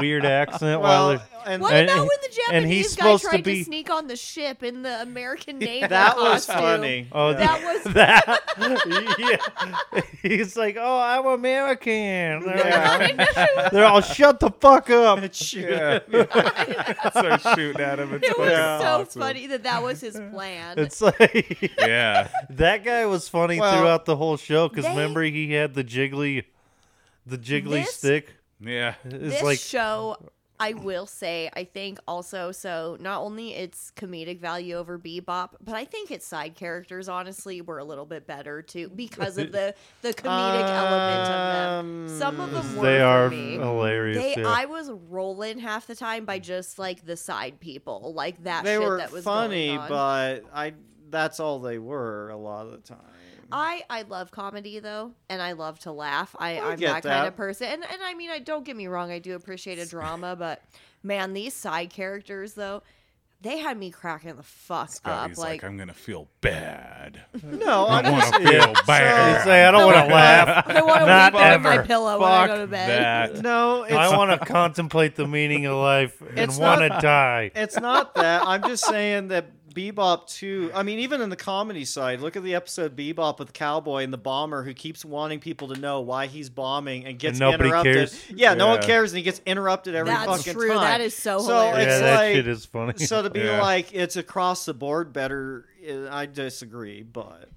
[SPEAKER 4] weird accent
[SPEAKER 3] Well,
[SPEAKER 4] while they're
[SPEAKER 3] and
[SPEAKER 2] What
[SPEAKER 4] And-
[SPEAKER 2] about when the Japanese
[SPEAKER 4] and he's
[SPEAKER 2] guy
[SPEAKER 4] supposed to
[SPEAKER 2] tried to,
[SPEAKER 4] be-
[SPEAKER 2] sneak on the ship in the American Navy
[SPEAKER 3] that was
[SPEAKER 2] costume?
[SPEAKER 3] funny.
[SPEAKER 4] Oh,
[SPEAKER 3] yeah.
[SPEAKER 2] That was
[SPEAKER 4] that yeah. he's like, Oh, I'm American. They're, like- they're all shut the fuck up.
[SPEAKER 1] yeah. Start shooting at him. It's
[SPEAKER 2] it was
[SPEAKER 1] fucking
[SPEAKER 2] so
[SPEAKER 1] awesome.
[SPEAKER 2] funny that that was his plan.
[SPEAKER 4] It's like
[SPEAKER 1] Yeah.
[SPEAKER 4] that guy was funny
[SPEAKER 3] Well,
[SPEAKER 4] throughout the whole show because
[SPEAKER 2] they-
[SPEAKER 4] remember he had the jiggly the jiggly
[SPEAKER 2] This-
[SPEAKER 4] stick.
[SPEAKER 1] Yeah.
[SPEAKER 4] It's
[SPEAKER 2] this
[SPEAKER 4] like
[SPEAKER 2] show, I will say, I think also so not only its comedic value over Bebop, but I think its side characters honestly were a little bit better too because of the the comedic element of them. Some of
[SPEAKER 3] Um,
[SPEAKER 2] them were
[SPEAKER 4] they
[SPEAKER 2] for
[SPEAKER 4] are
[SPEAKER 2] me.
[SPEAKER 4] hilarious.
[SPEAKER 2] They,
[SPEAKER 4] yeah.
[SPEAKER 2] I was rolling half the time by just like the side people, like that.
[SPEAKER 3] they
[SPEAKER 2] shit
[SPEAKER 3] were
[SPEAKER 2] that was
[SPEAKER 3] funny,
[SPEAKER 2] going on.
[SPEAKER 3] but I that's all they were a lot of the time.
[SPEAKER 2] I I love comedy though, and I love to laugh. I,
[SPEAKER 3] I
[SPEAKER 2] I'm
[SPEAKER 3] get
[SPEAKER 2] that, kind
[SPEAKER 3] that.
[SPEAKER 2] of person, and and I mean, I don't get me wrong, I do appreciate a drama, but man, these side characters though, they had me cracking the fuck
[SPEAKER 1] God,
[SPEAKER 2] up.
[SPEAKER 1] he's like,
[SPEAKER 2] like,
[SPEAKER 1] I'm gonna feel bad.
[SPEAKER 3] no,
[SPEAKER 1] I
[SPEAKER 3] I'm
[SPEAKER 1] want to feel bad.
[SPEAKER 4] He's like, I don't want to laugh.
[SPEAKER 2] I want to
[SPEAKER 4] Not
[SPEAKER 2] weep on my
[SPEAKER 4] ever.
[SPEAKER 2] pillow when I
[SPEAKER 1] Fuck
[SPEAKER 2] go to bed.
[SPEAKER 1] that.
[SPEAKER 3] no, it's
[SPEAKER 4] I want to contemplate the meaning of life and
[SPEAKER 3] It's
[SPEAKER 4] want to
[SPEAKER 3] not-
[SPEAKER 4] die.
[SPEAKER 3] it's not that. I'm just saying that Bebop 2, I mean, even in the comedy side, look at the episode Bebop with Cowboy and the bomber who keeps wanting people to know why he's bombing and gets
[SPEAKER 4] nobody
[SPEAKER 3] interrupted.
[SPEAKER 4] cares.
[SPEAKER 3] Yeah, no one
[SPEAKER 1] Yeah.
[SPEAKER 3] cares and he gets interrupted every
[SPEAKER 2] That's
[SPEAKER 3] fucking
[SPEAKER 2] true.
[SPEAKER 3] time.
[SPEAKER 2] That is so
[SPEAKER 4] Yeah,
[SPEAKER 2] hilarious.
[SPEAKER 3] it's
[SPEAKER 4] that
[SPEAKER 3] like,
[SPEAKER 4] shit is funny.
[SPEAKER 3] so to be
[SPEAKER 1] Yeah.
[SPEAKER 3] like it's across the board better eh, i disagree but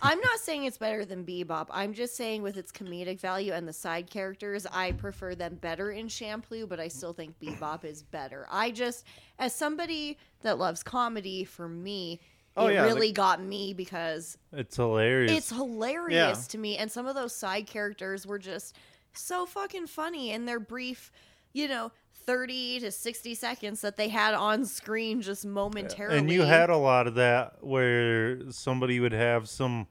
[SPEAKER 2] I'm not saying it's better than Bebop. I'm just saying with its comedic value and the side characters, I prefer them better in Shampoo, but I still think Bebop is better. I just, as somebody that loves comedy, for me,
[SPEAKER 3] Oh,
[SPEAKER 2] it
[SPEAKER 3] yeah,
[SPEAKER 2] really
[SPEAKER 3] the-
[SPEAKER 2] got me because
[SPEAKER 4] it's hilarious.
[SPEAKER 2] it's hilarious to me. And some of those side characters were just so fucking funny in their brief, you know, 30 to 60 seconds that they had on screen just momentarily.
[SPEAKER 4] and you had a lot of that where somebody would have some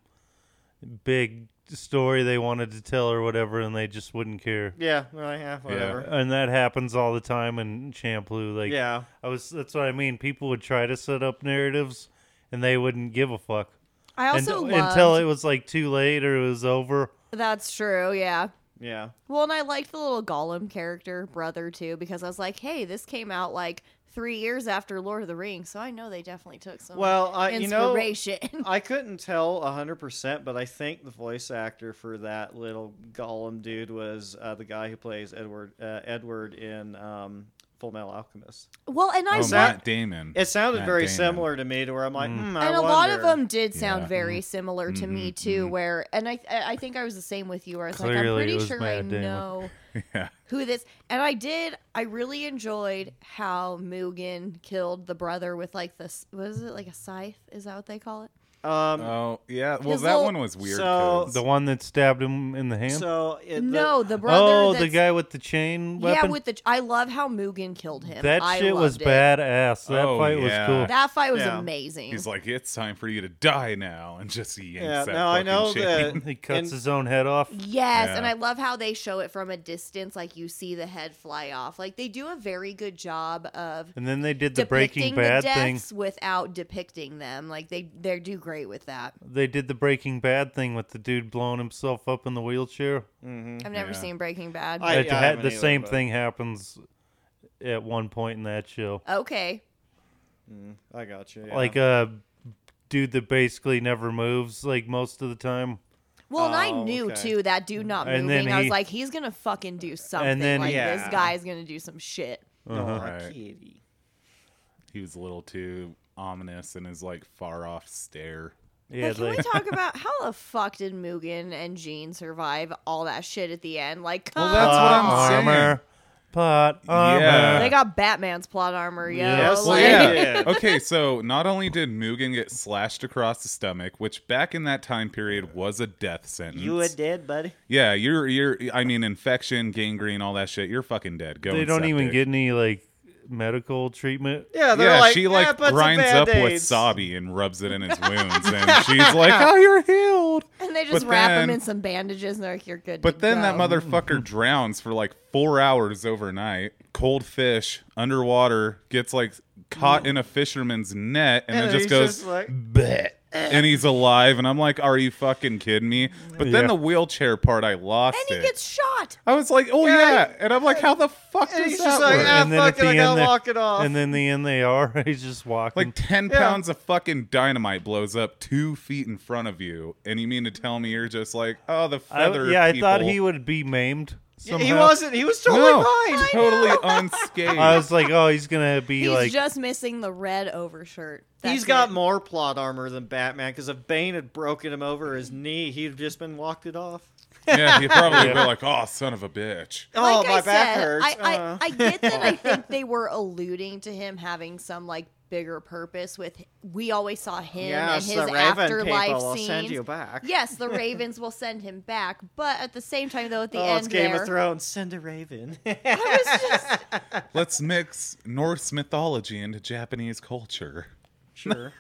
[SPEAKER 4] big story they wanted to tell or whatever, and they just wouldn't care.
[SPEAKER 3] Yeah, well, yeah, whatever.
[SPEAKER 4] And that happens all the time in Champloo. Like,
[SPEAKER 3] Yeah.
[SPEAKER 4] I was. That's what I mean. People would try to set up narratives, and they wouldn't give a fuck
[SPEAKER 2] I also
[SPEAKER 4] And-
[SPEAKER 2] loved,
[SPEAKER 4] until it was like too late or it was over.
[SPEAKER 2] That's true. Yeah.
[SPEAKER 3] Yeah.
[SPEAKER 2] Well, and I liked the little Gollum character brother too because I was like, hey, this came out like three years after Lord of the Rings, so I know they definitely took some
[SPEAKER 3] Well, I you know uh,
[SPEAKER 2] inspiration.
[SPEAKER 3] I couldn't tell 100%, but I think the voice actor for that little Gollum dude was uh, the guy who plays Edward uh, Edward in um, Full Metal Alchemist.
[SPEAKER 2] well, and I
[SPEAKER 1] Oh,
[SPEAKER 2] loved-
[SPEAKER 1] Matt Damon.
[SPEAKER 3] It sounded
[SPEAKER 1] Matt
[SPEAKER 3] very
[SPEAKER 1] Damon.
[SPEAKER 3] similar to me to where I'm like,
[SPEAKER 1] Mm.
[SPEAKER 3] hmm, I
[SPEAKER 2] and a lot of
[SPEAKER 3] wonder.
[SPEAKER 2] them did sound
[SPEAKER 1] Yeah.
[SPEAKER 4] mm-hmm.
[SPEAKER 2] very similar to me too. Where and I, I I think I was the same with you. Where I was like, I'm
[SPEAKER 4] Clearly it
[SPEAKER 2] pretty
[SPEAKER 4] was
[SPEAKER 2] sure I
[SPEAKER 4] Matt Damon.
[SPEAKER 2] know
[SPEAKER 1] Yeah.
[SPEAKER 2] who this. And I did. I really enjoyed how Mugen killed the brother with like this. What is it like a scythe? Is that what they call it?
[SPEAKER 3] Um,
[SPEAKER 1] Oh yeah. Well,
[SPEAKER 2] His
[SPEAKER 1] that
[SPEAKER 2] little-
[SPEAKER 1] one was weird.
[SPEAKER 3] So-
[SPEAKER 1] 'cause-
[SPEAKER 4] The one that stabbed him in the hand.
[SPEAKER 3] so it, the-
[SPEAKER 2] no, the brother.
[SPEAKER 4] oh, the
[SPEAKER 2] that's-
[SPEAKER 4] guy with the chain
[SPEAKER 2] Yeah,
[SPEAKER 4] weapon.
[SPEAKER 2] with the. I love how Mugen killed him.
[SPEAKER 4] that
[SPEAKER 2] I
[SPEAKER 4] shit was
[SPEAKER 2] loved it.
[SPEAKER 4] badass. That
[SPEAKER 1] Oh,
[SPEAKER 4] fight
[SPEAKER 1] yeah.
[SPEAKER 4] was cool.
[SPEAKER 2] That fight was
[SPEAKER 3] Yeah.
[SPEAKER 2] amazing.
[SPEAKER 1] he's like, it's time for you to die now, and just yanks
[SPEAKER 3] Yeah,
[SPEAKER 1] that
[SPEAKER 3] now I
[SPEAKER 1] fucking
[SPEAKER 3] know
[SPEAKER 1] chain.
[SPEAKER 3] that-
[SPEAKER 4] he cuts
[SPEAKER 3] and-
[SPEAKER 4] his own head off.
[SPEAKER 2] Yes, and
[SPEAKER 1] Yeah.
[SPEAKER 2] I love how they show it from a distance, like you see the head fly off. Like they do a very good job of
[SPEAKER 4] And then they did the
[SPEAKER 2] depicting
[SPEAKER 4] Breaking
[SPEAKER 2] the
[SPEAKER 4] Bad thing.
[SPEAKER 2] deaths without depicting them. Like they they do great with that.
[SPEAKER 4] They did the Breaking Bad thing with the dude blowing himself up in the wheelchair.
[SPEAKER 3] Mm-hmm.
[SPEAKER 2] I've never
[SPEAKER 1] Yeah.
[SPEAKER 2] seen Breaking Bad.
[SPEAKER 3] I-
[SPEAKER 4] It
[SPEAKER 3] yeah,
[SPEAKER 4] ha-
[SPEAKER 3] haven't
[SPEAKER 4] the
[SPEAKER 3] either,
[SPEAKER 4] same
[SPEAKER 3] but-
[SPEAKER 4] thing happens at one point in that show.
[SPEAKER 2] okay,
[SPEAKER 3] I got you. yeah.
[SPEAKER 4] Like a dude that basically never moves, like most of the time.
[SPEAKER 2] well, and I
[SPEAKER 3] Oh,
[SPEAKER 2] knew
[SPEAKER 3] okay.
[SPEAKER 2] too that dude not
[SPEAKER 4] And then
[SPEAKER 2] moving. I was
[SPEAKER 4] he-
[SPEAKER 2] like, he's gonna fucking do something.
[SPEAKER 4] then
[SPEAKER 2] like
[SPEAKER 4] he-
[SPEAKER 2] this
[SPEAKER 3] Yeah.
[SPEAKER 2] guy's gonna do some shit.
[SPEAKER 3] Aw,
[SPEAKER 1] uh-huh. Right.
[SPEAKER 3] Oh, kitty.
[SPEAKER 1] he was a little too ominous in his like far off stare.
[SPEAKER 4] Yeah,
[SPEAKER 2] Like, can we talk about how the fuck did Mugen and Jean survive all that shit at the end? Like, come
[SPEAKER 1] Well, that's what
[SPEAKER 4] plot
[SPEAKER 1] I'm
[SPEAKER 2] on.
[SPEAKER 1] saying.
[SPEAKER 4] Ah, armor, plot armor.
[SPEAKER 1] Yeah.
[SPEAKER 2] They got Batman's plot armor, yo.
[SPEAKER 3] Yes,
[SPEAKER 1] Well,
[SPEAKER 2] Like-
[SPEAKER 3] yeah.
[SPEAKER 1] yeah. okay, so not only did Mugen get slashed across the stomach, which back in that time period was a death sentence.
[SPEAKER 3] You a dead buddy?
[SPEAKER 1] yeah, you're you're. I mean, infection, gangrene, all that shit. You're fucking dead. Go.
[SPEAKER 4] they
[SPEAKER 1] and
[SPEAKER 4] don't even
[SPEAKER 1] septic.
[SPEAKER 4] get any like medical treatment.
[SPEAKER 3] Yeah, they're
[SPEAKER 1] yeah,
[SPEAKER 3] like,
[SPEAKER 1] she like
[SPEAKER 3] "Yeah, put some
[SPEAKER 1] grinds up with
[SPEAKER 3] Band-Aids."
[SPEAKER 1] Sabi and rubs it in his wounds, and she's like, "Oh, you're healed."
[SPEAKER 2] And they just
[SPEAKER 1] But
[SPEAKER 2] wrap him
[SPEAKER 1] then-
[SPEAKER 2] in some bandages and they're like, you're good.
[SPEAKER 1] But
[SPEAKER 2] to
[SPEAKER 1] then that
[SPEAKER 2] go."
[SPEAKER 1] motherfucker drowns for like four hours overnight. Cold fish underwater gets like caught in a fisherman's net and,
[SPEAKER 3] And
[SPEAKER 1] then just
[SPEAKER 3] he's
[SPEAKER 1] goes,
[SPEAKER 3] just like-
[SPEAKER 1] "Bleh," and he's alive. And I'm like, are you fucking kidding me? But then
[SPEAKER 4] Yeah.
[SPEAKER 1] the wheelchair part, I lost
[SPEAKER 2] And he
[SPEAKER 1] it.
[SPEAKER 2] gets shot.
[SPEAKER 1] I was like, oh yeah. And I'm like, how the fuck
[SPEAKER 3] And
[SPEAKER 1] does
[SPEAKER 3] he's
[SPEAKER 1] that
[SPEAKER 3] just like,
[SPEAKER 1] work?
[SPEAKER 3] "Ah, fuck it, I gotta
[SPEAKER 4] they-
[SPEAKER 3] walk it off."
[SPEAKER 4] And then the end they are. He's just walking.
[SPEAKER 1] Like 10
[SPEAKER 3] Yeah.
[SPEAKER 1] pounds of fucking dynamite blows up two feet in front of you. And you mean to tell me you're just like, oh, the
[SPEAKER 4] I,
[SPEAKER 1] feather.
[SPEAKER 4] yeah, I
[SPEAKER 1] people.
[SPEAKER 4] thought he would be maimed. Somehow.
[SPEAKER 3] He wasn't. He was totally
[SPEAKER 1] No,
[SPEAKER 3] fine.
[SPEAKER 1] totally unscathed.
[SPEAKER 4] I was like, oh, he's gonna be
[SPEAKER 2] He's
[SPEAKER 4] like.
[SPEAKER 2] just missing the red overshirt.
[SPEAKER 3] He's got more plot armor than Batman because if Bane had broken him over his knee, he'd have just been walked it off.
[SPEAKER 1] Yeah, he probably
[SPEAKER 4] Yeah.
[SPEAKER 1] be like, "Oh, son of a bitch."
[SPEAKER 3] oh, my
[SPEAKER 2] I
[SPEAKER 3] back
[SPEAKER 2] said,
[SPEAKER 3] hurts.
[SPEAKER 2] I, I,
[SPEAKER 3] Uh.
[SPEAKER 2] I get that I think they were alluding to him having some like bigger purpose with we always saw him
[SPEAKER 3] yes,
[SPEAKER 2] and
[SPEAKER 3] the
[SPEAKER 2] his
[SPEAKER 3] Raven
[SPEAKER 2] afterlife
[SPEAKER 3] people will
[SPEAKER 2] scenes.
[SPEAKER 3] send you back.
[SPEAKER 2] Yes, the Ravens will send him back, but at the same time though at the
[SPEAKER 3] oh,
[SPEAKER 2] end
[SPEAKER 3] it's Game
[SPEAKER 2] there,
[SPEAKER 3] of Thrones. Send a Raven.
[SPEAKER 2] I was just
[SPEAKER 1] Let's mix Norse mythology into Japanese culture.
[SPEAKER 3] sure.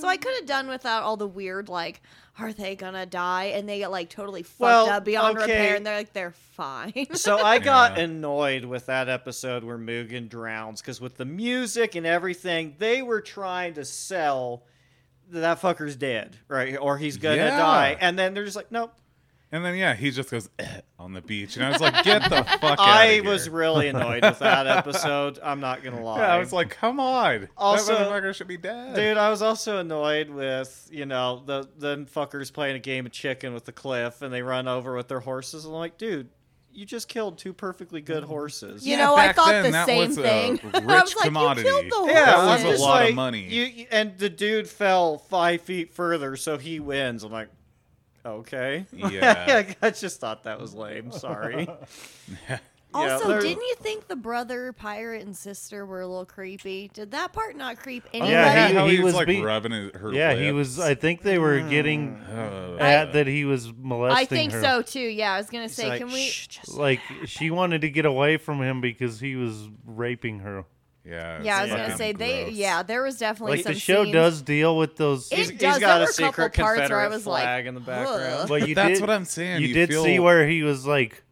[SPEAKER 2] So I could have done without all the weird like, are they gonna die? And they get like totally fucked
[SPEAKER 3] Well,
[SPEAKER 2] up beyond
[SPEAKER 3] okay.
[SPEAKER 2] repair, and they're like they're fine.
[SPEAKER 3] so I got
[SPEAKER 1] Yeah.
[SPEAKER 3] annoyed with that episode where Mugen drowns because with the music and everything, they were trying to sell that, that fucker's dead, right? Or he's gonna
[SPEAKER 1] Yeah.
[SPEAKER 3] die, and then they're just like, nope.
[SPEAKER 1] And then yeah, he just goes "Eh," on the beach, and I was like, "Get the fuck!"
[SPEAKER 3] I
[SPEAKER 1] outta
[SPEAKER 3] was
[SPEAKER 1] here.
[SPEAKER 3] really annoyed with that episode. I'm not gonna lie.
[SPEAKER 1] Yeah, I was like, "Come on,
[SPEAKER 3] Also-
[SPEAKER 1] that motherfucker should be dead."
[SPEAKER 3] Dude, I was also annoyed with you know the the fuckers playing a game of chicken with the cliff, and they run over with their horses. And I'm like, dude, you just killed two perfectly good horses.
[SPEAKER 2] you
[SPEAKER 1] Yeah,
[SPEAKER 2] know, I
[SPEAKER 1] back
[SPEAKER 2] thought
[SPEAKER 1] then,
[SPEAKER 2] the
[SPEAKER 1] that
[SPEAKER 2] same
[SPEAKER 1] was a
[SPEAKER 2] thing.
[SPEAKER 1] rich
[SPEAKER 2] I was like,
[SPEAKER 1] commodity.
[SPEAKER 2] you killed the
[SPEAKER 3] Yeah,
[SPEAKER 1] That was
[SPEAKER 3] I'm
[SPEAKER 1] a
[SPEAKER 2] horses.
[SPEAKER 3] just
[SPEAKER 1] lot of
[SPEAKER 3] like,
[SPEAKER 1] money.
[SPEAKER 3] You and the dude fell five feet further, so he wins. I'm like, okay,
[SPEAKER 1] Yeah.
[SPEAKER 3] I just thought that was lame. Sorry.
[SPEAKER 2] Also,
[SPEAKER 3] they're-
[SPEAKER 2] didn't you think the brother pirate and sister were a little creepy? Did that part not creep
[SPEAKER 1] Oh,
[SPEAKER 2] anybody?
[SPEAKER 4] Yeah, he-
[SPEAKER 1] how
[SPEAKER 4] he
[SPEAKER 1] was,
[SPEAKER 4] was
[SPEAKER 1] like
[SPEAKER 4] be-
[SPEAKER 1] rubbing his, her.
[SPEAKER 4] yeah, he was. I
[SPEAKER 1] lips.
[SPEAKER 4] think they were getting
[SPEAKER 1] Uh,
[SPEAKER 4] at that he was molesting
[SPEAKER 2] I Mm. think
[SPEAKER 4] her.
[SPEAKER 2] so too. Yeah, I was gonna say,
[SPEAKER 3] like,
[SPEAKER 2] can we?
[SPEAKER 3] "Shh, just-
[SPEAKER 4] Like she wanted to get away from him because he was raping her.
[SPEAKER 1] Yeah. it's
[SPEAKER 2] Yeah, I was gonna
[SPEAKER 1] fucking
[SPEAKER 2] say they.
[SPEAKER 1] gross.
[SPEAKER 2] Yeah, there was definitely
[SPEAKER 4] Like
[SPEAKER 2] some
[SPEAKER 4] the show
[SPEAKER 2] scenes-
[SPEAKER 4] does deal with those.
[SPEAKER 2] It
[SPEAKER 3] He's- he's
[SPEAKER 2] does.
[SPEAKER 3] got
[SPEAKER 2] there
[SPEAKER 3] a
[SPEAKER 2] were couple
[SPEAKER 3] secret
[SPEAKER 2] parts where I
[SPEAKER 3] Confederate
[SPEAKER 2] was
[SPEAKER 3] flag
[SPEAKER 2] like,
[SPEAKER 3] in the background.
[SPEAKER 2] "Ugh."
[SPEAKER 4] Well, you
[SPEAKER 1] That's
[SPEAKER 4] did,
[SPEAKER 1] what I'm saying,
[SPEAKER 4] You,
[SPEAKER 1] you
[SPEAKER 4] did
[SPEAKER 1] feel-
[SPEAKER 4] see where he was like,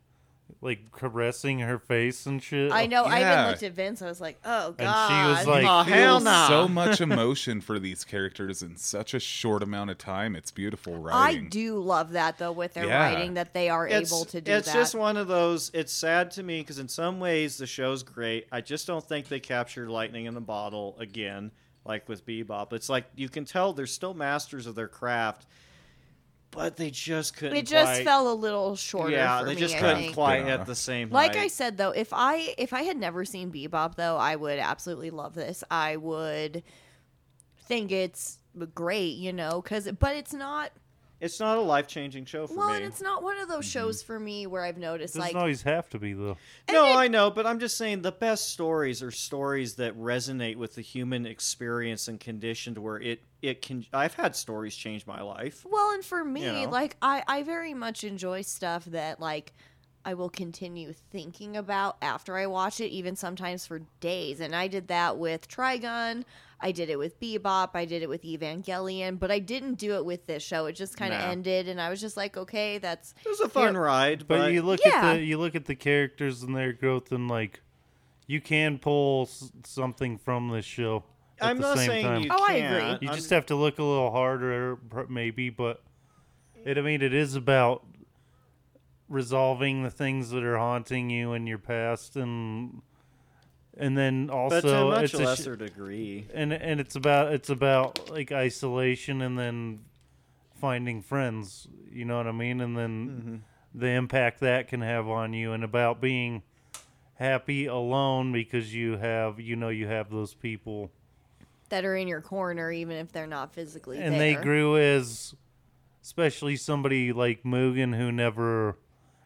[SPEAKER 4] like caressing her face and shit.
[SPEAKER 2] I know. I
[SPEAKER 1] Yeah.
[SPEAKER 2] even looked at Vince. I was like, oh
[SPEAKER 4] she
[SPEAKER 2] god.
[SPEAKER 4] was like-
[SPEAKER 3] Aw, Oh, hell
[SPEAKER 1] Feels
[SPEAKER 3] nah.
[SPEAKER 1] So much emotion for these characters in such a short amount of time. It's beautiful
[SPEAKER 2] I
[SPEAKER 1] writing.
[SPEAKER 2] do love that though with their
[SPEAKER 1] Yeah.
[SPEAKER 2] writing that they are
[SPEAKER 3] it's,
[SPEAKER 2] able to do
[SPEAKER 3] it's
[SPEAKER 2] that.
[SPEAKER 3] just one of those it's sad to me because in some ways the show's great i just don't think they capture lightning in the bottle again like with bebop it's like you can tell they're still masters of their craft but they just couldn't
[SPEAKER 2] it just
[SPEAKER 3] quite-
[SPEAKER 2] fell a little shorter.
[SPEAKER 3] yeah
[SPEAKER 2] for
[SPEAKER 3] they
[SPEAKER 2] me,
[SPEAKER 3] just
[SPEAKER 2] I
[SPEAKER 3] couldn't
[SPEAKER 2] think.
[SPEAKER 3] quite
[SPEAKER 1] Yeah.
[SPEAKER 3] at the same
[SPEAKER 2] Like
[SPEAKER 3] height.
[SPEAKER 2] I said though, if I if I had never seen Bebop though, I would absolutely love this. I would think it's great, you know, cuz but it's not
[SPEAKER 3] it's not a life-changing show for
[SPEAKER 2] well,
[SPEAKER 3] me
[SPEAKER 2] and it's not one of those shows for me where I've noticed
[SPEAKER 4] doesn't
[SPEAKER 2] like
[SPEAKER 4] always have to be though.
[SPEAKER 3] No, I know, but I'm just saying the best stories are stories that resonate with the human experience and condition to where it it can. I've had stories change my life.
[SPEAKER 2] Well, and for me,
[SPEAKER 3] know?
[SPEAKER 2] like I, I very much enjoy stuff that like I will continue thinking about after I watch it, even sometimes for days. And I did that with Trigun. I did it with Bebop. I did it with Evangelion, but I didn't do it with this show. It just kind of
[SPEAKER 3] Nah.
[SPEAKER 2] ended, and I was just like, okay, that's
[SPEAKER 3] It was a fun ride,
[SPEAKER 4] But,
[SPEAKER 3] but,
[SPEAKER 4] you look
[SPEAKER 2] yeah.
[SPEAKER 4] at the you look at the characters and their growth and like, you can pull s- something from this show. At
[SPEAKER 3] I'm
[SPEAKER 4] the
[SPEAKER 3] not
[SPEAKER 4] same
[SPEAKER 3] saying
[SPEAKER 4] time.
[SPEAKER 3] you.
[SPEAKER 2] Oh, I
[SPEAKER 3] can't.
[SPEAKER 2] agree.
[SPEAKER 4] You
[SPEAKER 3] I'm-
[SPEAKER 4] just have to look a little harder, per- maybe. But it, I mean, it is about resolving the things that are haunting you in your past, and and then also
[SPEAKER 3] but to a much
[SPEAKER 4] it's a sh-
[SPEAKER 3] lesser degree.
[SPEAKER 4] and and it's about it's about like isolation and then finding friends. You know what I mean? And then
[SPEAKER 3] Mm-hmm.
[SPEAKER 4] the impact that can have on you, and about being happy alone because you have you know you have those people
[SPEAKER 2] that are in your corner, even if they're not physically.
[SPEAKER 4] and
[SPEAKER 2] there.
[SPEAKER 4] they grew as especially somebody like Mugen who never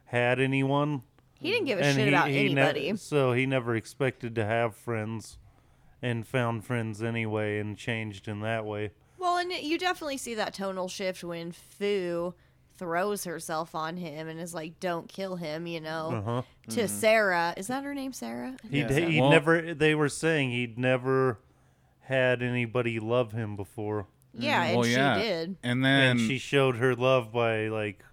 [SPEAKER 4] had anyone
[SPEAKER 2] He didn't give a
[SPEAKER 4] and
[SPEAKER 2] shit
[SPEAKER 4] he,
[SPEAKER 2] about
[SPEAKER 4] he ne-
[SPEAKER 2] anybody.
[SPEAKER 4] so he never expected to have friends and found friends anyway and changed in that way
[SPEAKER 2] Well, and you definitely see that tonal shift when Fu throws herself on him and is like, "Don't kill him," you know,
[SPEAKER 4] Uh-huh.
[SPEAKER 2] to Sarah. Is that her name, Sarah?
[SPEAKER 4] he
[SPEAKER 3] Yeah.
[SPEAKER 4] he
[SPEAKER 1] Well-
[SPEAKER 4] never they were saying he'd never had anybody love him before
[SPEAKER 2] Yeah, and
[SPEAKER 1] well,
[SPEAKER 2] she
[SPEAKER 1] yeah.
[SPEAKER 2] did.
[SPEAKER 1] And then
[SPEAKER 4] and she showed her love by like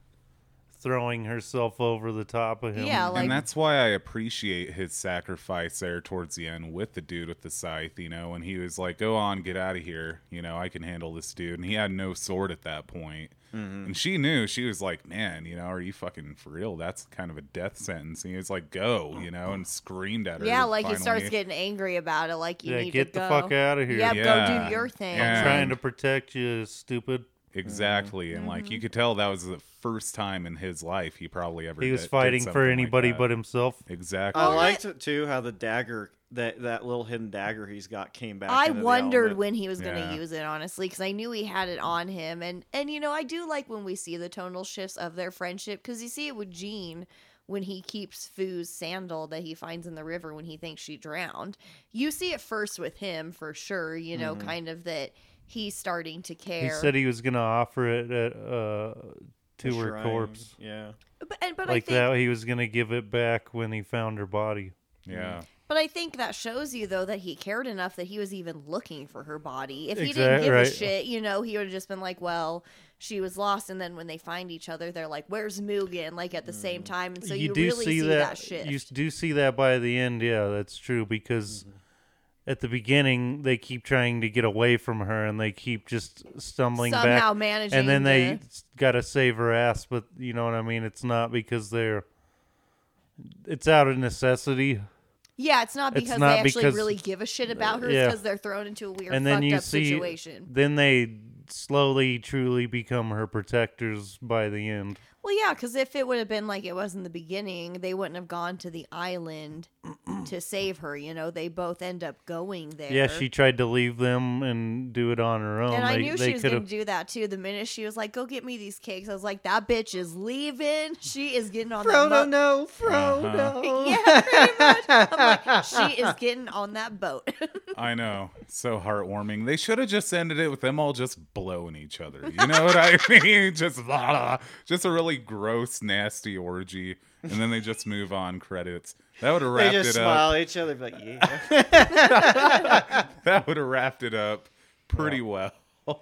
[SPEAKER 4] throwing herself over the top of him
[SPEAKER 2] Yeah, like
[SPEAKER 1] and that's why I appreciate his sacrifice there towards the end with the dude with the scythe, you know, when he was like, "Go on, get out of here," you know, I can handle this dude, and he had no sword at that point. And she knew she was like, "Man, you know, are you fucking for real? That's kind of a death sentence." And he was like, "Go," you know, and screamed at her.
[SPEAKER 2] Oh. yeah, like he starts
[SPEAKER 1] finally.
[SPEAKER 2] getting angry about it. Like you
[SPEAKER 4] Yeah,
[SPEAKER 2] need
[SPEAKER 4] get
[SPEAKER 2] to go.
[SPEAKER 4] the fuck outta here.
[SPEAKER 2] Yep, go
[SPEAKER 1] Yeah.
[SPEAKER 2] do your thing.
[SPEAKER 1] Yeah.
[SPEAKER 4] trying to protect you stupid
[SPEAKER 1] exactly, and like you could tell that was the first time in his life he probably ever
[SPEAKER 4] he was
[SPEAKER 1] did- did
[SPEAKER 4] fighting
[SPEAKER 1] something
[SPEAKER 4] for
[SPEAKER 1] like
[SPEAKER 4] anybody
[SPEAKER 1] that.
[SPEAKER 4] but himself.
[SPEAKER 1] exactly.
[SPEAKER 3] Oh, I
[SPEAKER 2] Well,
[SPEAKER 3] liked it too how the dagger that that little hidden dagger he's got came back.
[SPEAKER 2] I
[SPEAKER 3] into the
[SPEAKER 2] wondered
[SPEAKER 3] element.
[SPEAKER 2] when he was going to
[SPEAKER 1] Yeah.
[SPEAKER 2] use it, honestly, because I knew he had it on him, and and you know I do like when we see the tonal shifts of their friendship because you see it with Gene when he keeps Foo's sandal that he finds in the river when he thinks she drowned. You see it first with him for sure, you know, kind of that he's starting to care.
[SPEAKER 4] He said he was going to offer it at, uh, to her
[SPEAKER 3] Shrine,
[SPEAKER 4] corpse.
[SPEAKER 3] Yeah,
[SPEAKER 2] but and, but
[SPEAKER 4] Like
[SPEAKER 2] I think
[SPEAKER 4] that, he was going to give it back when he found her body.
[SPEAKER 1] yeah.
[SPEAKER 2] but I think that shows you though that he cared enough that he was even looking for her body. If he didn't
[SPEAKER 4] Exact-
[SPEAKER 2] give a
[SPEAKER 4] right.
[SPEAKER 2] shit, you know, he would have just been like, well. She was lost, and then when they find each other, they're like, "Where's Mugen?" Like at the
[SPEAKER 4] Mm.
[SPEAKER 2] same time, and so you, really see, that, shit.
[SPEAKER 4] You do see that by the end. Yeah, that's true because
[SPEAKER 1] Mm-hmm.
[SPEAKER 4] at the beginning they keep trying to get away from her and they keep just stumbling back.
[SPEAKER 2] Somehow managing
[SPEAKER 4] and then they
[SPEAKER 2] to-
[SPEAKER 4] got to save her ass, but you know what I mean. It's not because they're. It's out of necessity.
[SPEAKER 2] Yeah, it's not
[SPEAKER 4] It's
[SPEAKER 2] because
[SPEAKER 4] not
[SPEAKER 2] they actually
[SPEAKER 4] because-
[SPEAKER 2] really give a shit about her.
[SPEAKER 4] yeah.
[SPEAKER 2] because they're thrown into a weird,
[SPEAKER 4] and then
[SPEAKER 2] fucked
[SPEAKER 4] you
[SPEAKER 2] up
[SPEAKER 4] see
[SPEAKER 2] situation.
[SPEAKER 4] then they slowly truly become her protectors by the end
[SPEAKER 2] Well, yeah, because if it would have been like it was in the beginning, they wouldn't have gone to the island to save her. You know, they both end up going there.
[SPEAKER 4] yeah she tried to leave them and do it on her own
[SPEAKER 2] And I
[SPEAKER 4] they,
[SPEAKER 2] knew
[SPEAKER 4] they
[SPEAKER 2] she was going
[SPEAKER 4] could've-
[SPEAKER 2] to do that too. The minute she was like, "Go get me these cakes," I was like, "That bitch is leaving. She is getting on that
[SPEAKER 3] Frodo,
[SPEAKER 2] boat.
[SPEAKER 3] no,
[SPEAKER 4] Uh-huh.
[SPEAKER 3] Frodo.
[SPEAKER 2] Yeah, pretty much. I'm like, she is getting on that boat.
[SPEAKER 1] I know. So heartwarming. They should have ah, just ended it with them all just blowing each other. You know what I mean? Just blah, blah, blah. just a really really gross, nasty orgy, and then they just move on credits. That would have
[SPEAKER 3] They
[SPEAKER 1] wrapped
[SPEAKER 3] just
[SPEAKER 1] it up.
[SPEAKER 3] smile at each other, like yeah.
[SPEAKER 1] that would have wrapped it up pretty well.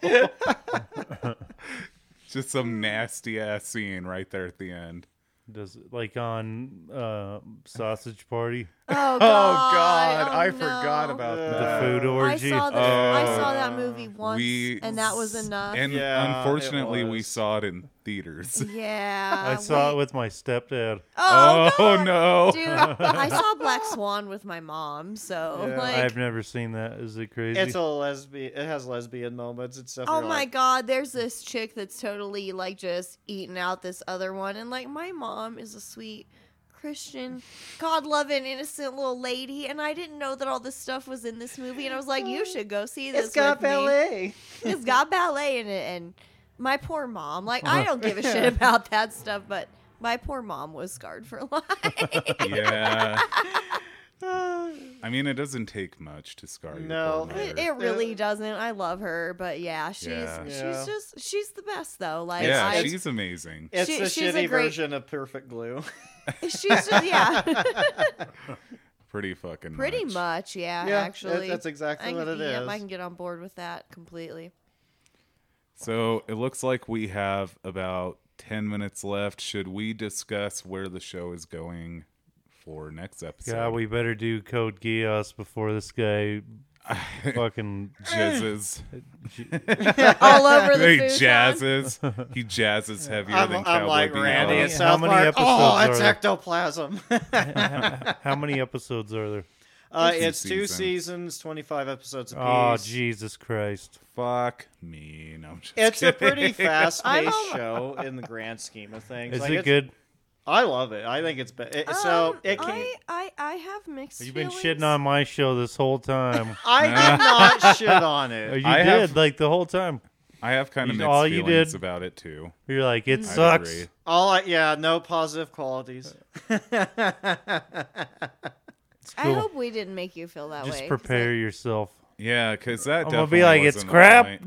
[SPEAKER 1] Just some nasty ass scene right there at the end.
[SPEAKER 4] Does like on uh, Sausage Party,
[SPEAKER 2] Oh God!
[SPEAKER 1] Oh God,
[SPEAKER 2] oh,
[SPEAKER 1] I
[SPEAKER 2] no.
[SPEAKER 1] forgot about
[SPEAKER 4] the
[SPEAKER 3] Uh,
[SPEAKER 1] that.
[SPEAKER 4] food
[SPEAKER 2] I
[SPEAKER 4] orgy.
[SPEAKER 2] saw that. I saw that
[SPEAKER 1] Oh.
[SPEAKER 2] movie once,
[SPEAKER 1] We
[SPEAKER 2] and that was enough.
[SPEAKER 1] And
[SPEAKER 3] Yeah, it
[SPEAKER 1] unfortunately, we
[SPEAKER 3] was.
[SPEAKER 1] saw it in theaters.
[SPEAKER 2] yeah,
[SPEAKER 4] I saw
[SPEAKER 2] wait.
[SPEAKER 4] it with my stepdad.
[SPEAKER 2] Oh, God.
[SPEAKER 1] no!
[SPEAKER 2] Dude, I saw Black Swan with my mom, so
[SPEAKER 3] Yeah.
[SPEAKER 2] like,
[SPEAKER 4] I've never seen that. Is it crazy?
[SPEAKER 3] It's a lesbian. It has lesbian moments and stuff.
[SPEAKER 2] oh
[SPEAKER 3] You're
[SPEAKER 2] my
[SPEAKER 3] like,
[SPEAKER 2] God, there's this chick that's totally like just eating out this other one, and like my mom is a sweet Christian, God-loving, innocent little lady, and I didn't know that all this stuff was in this movie, and I was like, you should go see this.
[SPEAKER 3] It's got
[SPEAKER 2] with me."
[SPEAKER 3] ballet.
[SPEAKER 2] it's got ballet in it and my poor mom like i don't give a shit about that stuff but my poor mom was scarred for life
[SPEAKER 1] yeah,
[SPEAKER 3] Uh,
[SPEAKER 1] I mean, it doesn't take much to scar you.
[SPEAKER 3] No.
[SPEAKER 2] it, it really
[SPEAKER 3] Yeah.
[SPEAKER 2] doesn't i love her but yeah she's
[SPEAKER 1] Yeah.
[SPEAKER 2] she's
[SPEAKER 3] Yeah.
[SPEAKER 2] just she's the best though like
[SPEAKER 1] yeah,
[SPEAKER 2] I,
[SPEAKER 1] she's amazing.
[SPEAKER 3] It's
[SPEAKER 2] She-
[SPEAKER 3] a
[SPEAKER 2] she's a
[SPEAKER 3] shitty
[SPEAKER 2] great-
[SPEAKER 3] version of Perfect Glue.
[SPEAKER 2] she's just yeah
[SPEAKER 1] Pretty fucking.
[SPEAKER 2] pretty
[SPEAKER 1] much.
[SPEAKER 2] much yeah,
[SPEAKER 3] Yeah,
[SPEAKER 2] actually
[SPEAKER 3] that's exactly
[SPEAKER 2] I can,
[SPEAKER 3] what it
[SPEAKER 2] yeah,
[SPEAKER 3] is.
[SPEAKER 2] I can get on board with that completely
[SPEAKER 1] So it looks like we have about 10 minutes left. Should we discuss where the show is going for next episode?
[SPEAKER 4] Yeah, we better do Code Geass before this guy fucking
[SPEAKER 1] Jazzes.
[SPEAKER 2] all over the
[SPEAKER 1] He
[SPEAKER 2] food
[SPEAKER 1] jazzes. He jazzes heavier
[SPEAKER 3] I'm,
[SPEAKER 1] than
[SPEAKER 3] I'm
[SPEAKER 1] Cowboy
[SPEAKER 3] like
[SPEAKER 1] Bebop.
[SPEAKER 3] Randy in
[SPEAKER 4] How
[SPEAKER 3] South
[SPEAKER 4] many
[SPEAKER 3] Park. Oh,
[SPEAKER 4] episodes
[SPEAKER 3] it's
[SPEAKER 4] are there?
[SPEAKER 3] ectoplasm.
[SPEAKER 4] How many episodes are there?
[SPEAKER 3] uh,
[SPEAKER 1] Two
[SPEAKER 3] it's two
[SPEAKER 1] seasons.
[SPEAKER 3] seasons, twenty-five episodes apiece.
[SPEAKER 4] Oh, Jesus Christ.
[SPEAKER 1] Fuck me. No, I'm just
[SPEAKER 3] It's a
[SPEAKER 1] kidding.
[SPEAKER 3] pretty
[SPEAKER 2] I'm
[SPEAKER 3] fast-paced
[SPEAKER 2] al-
[SPEAKER 3] show in the grand scheme of things.
[SPEAKER 4] Is
[SPEAKER 3] Like,
[SPEAKER 4] it
[SPEAKER 3] it's-
[SPEAKER 4] good?
[SPEAKER 3] I love it. I think it's be- it, so.
[SPEAKER 2] so
[SPEAKER 3] It can,
[SPEAKER 2] Um, I, I i have mixed
[SPEAKER 4] You've been
[SPEAKER 2] feelings.
[SPEAKER 4] shitting on my show this whole time.
[SPEAKER 3] I did not shit on
[SPEAKER 4] Oh,
[SPEAKER 3] it.
[SPEAKER 4] you
[SPEAKER 1] I
[SPEAKER 4] did,
[SPEAKER 1] have-
[SPEAKER 4] like, the whole time.
[SPEAKER 1] I have kind of
[SPEAKER 4] You-
[SPEAKER 1] mixed
[SPEAKER 4] all you
[SPEAKER 1] feelings
[SPEAKER 4] did-
[SPEAKER 1] about it too.
[SPEAKER 4] You're like, it
[SPEAKER 1] I
[SPEAKER 4] sucks.
[SPEAKER 1] agree.
[SPEAKER 3] All I, yeah, no positive qualities.
[SPEAKER 4] It's
[SPEAKER 2] i
[SPEAKER 4] cool.
[SPEAKER 2] hope we didn't make you feel that
[SPEAKER 4] Just
[SPEAKER 2] way 'cause, like,
[SPEAKER 4] prepare yourself.
[SPEAKER 1] Yeah, because that
[SPEAKER 4] I'm going
[SPEAKER 1] definitely
[SPEAKER 4] to be like, it's
[SPEAKER 1] wasn't the
[SPEAKER 4] crap.
[SPEAKER 1] point.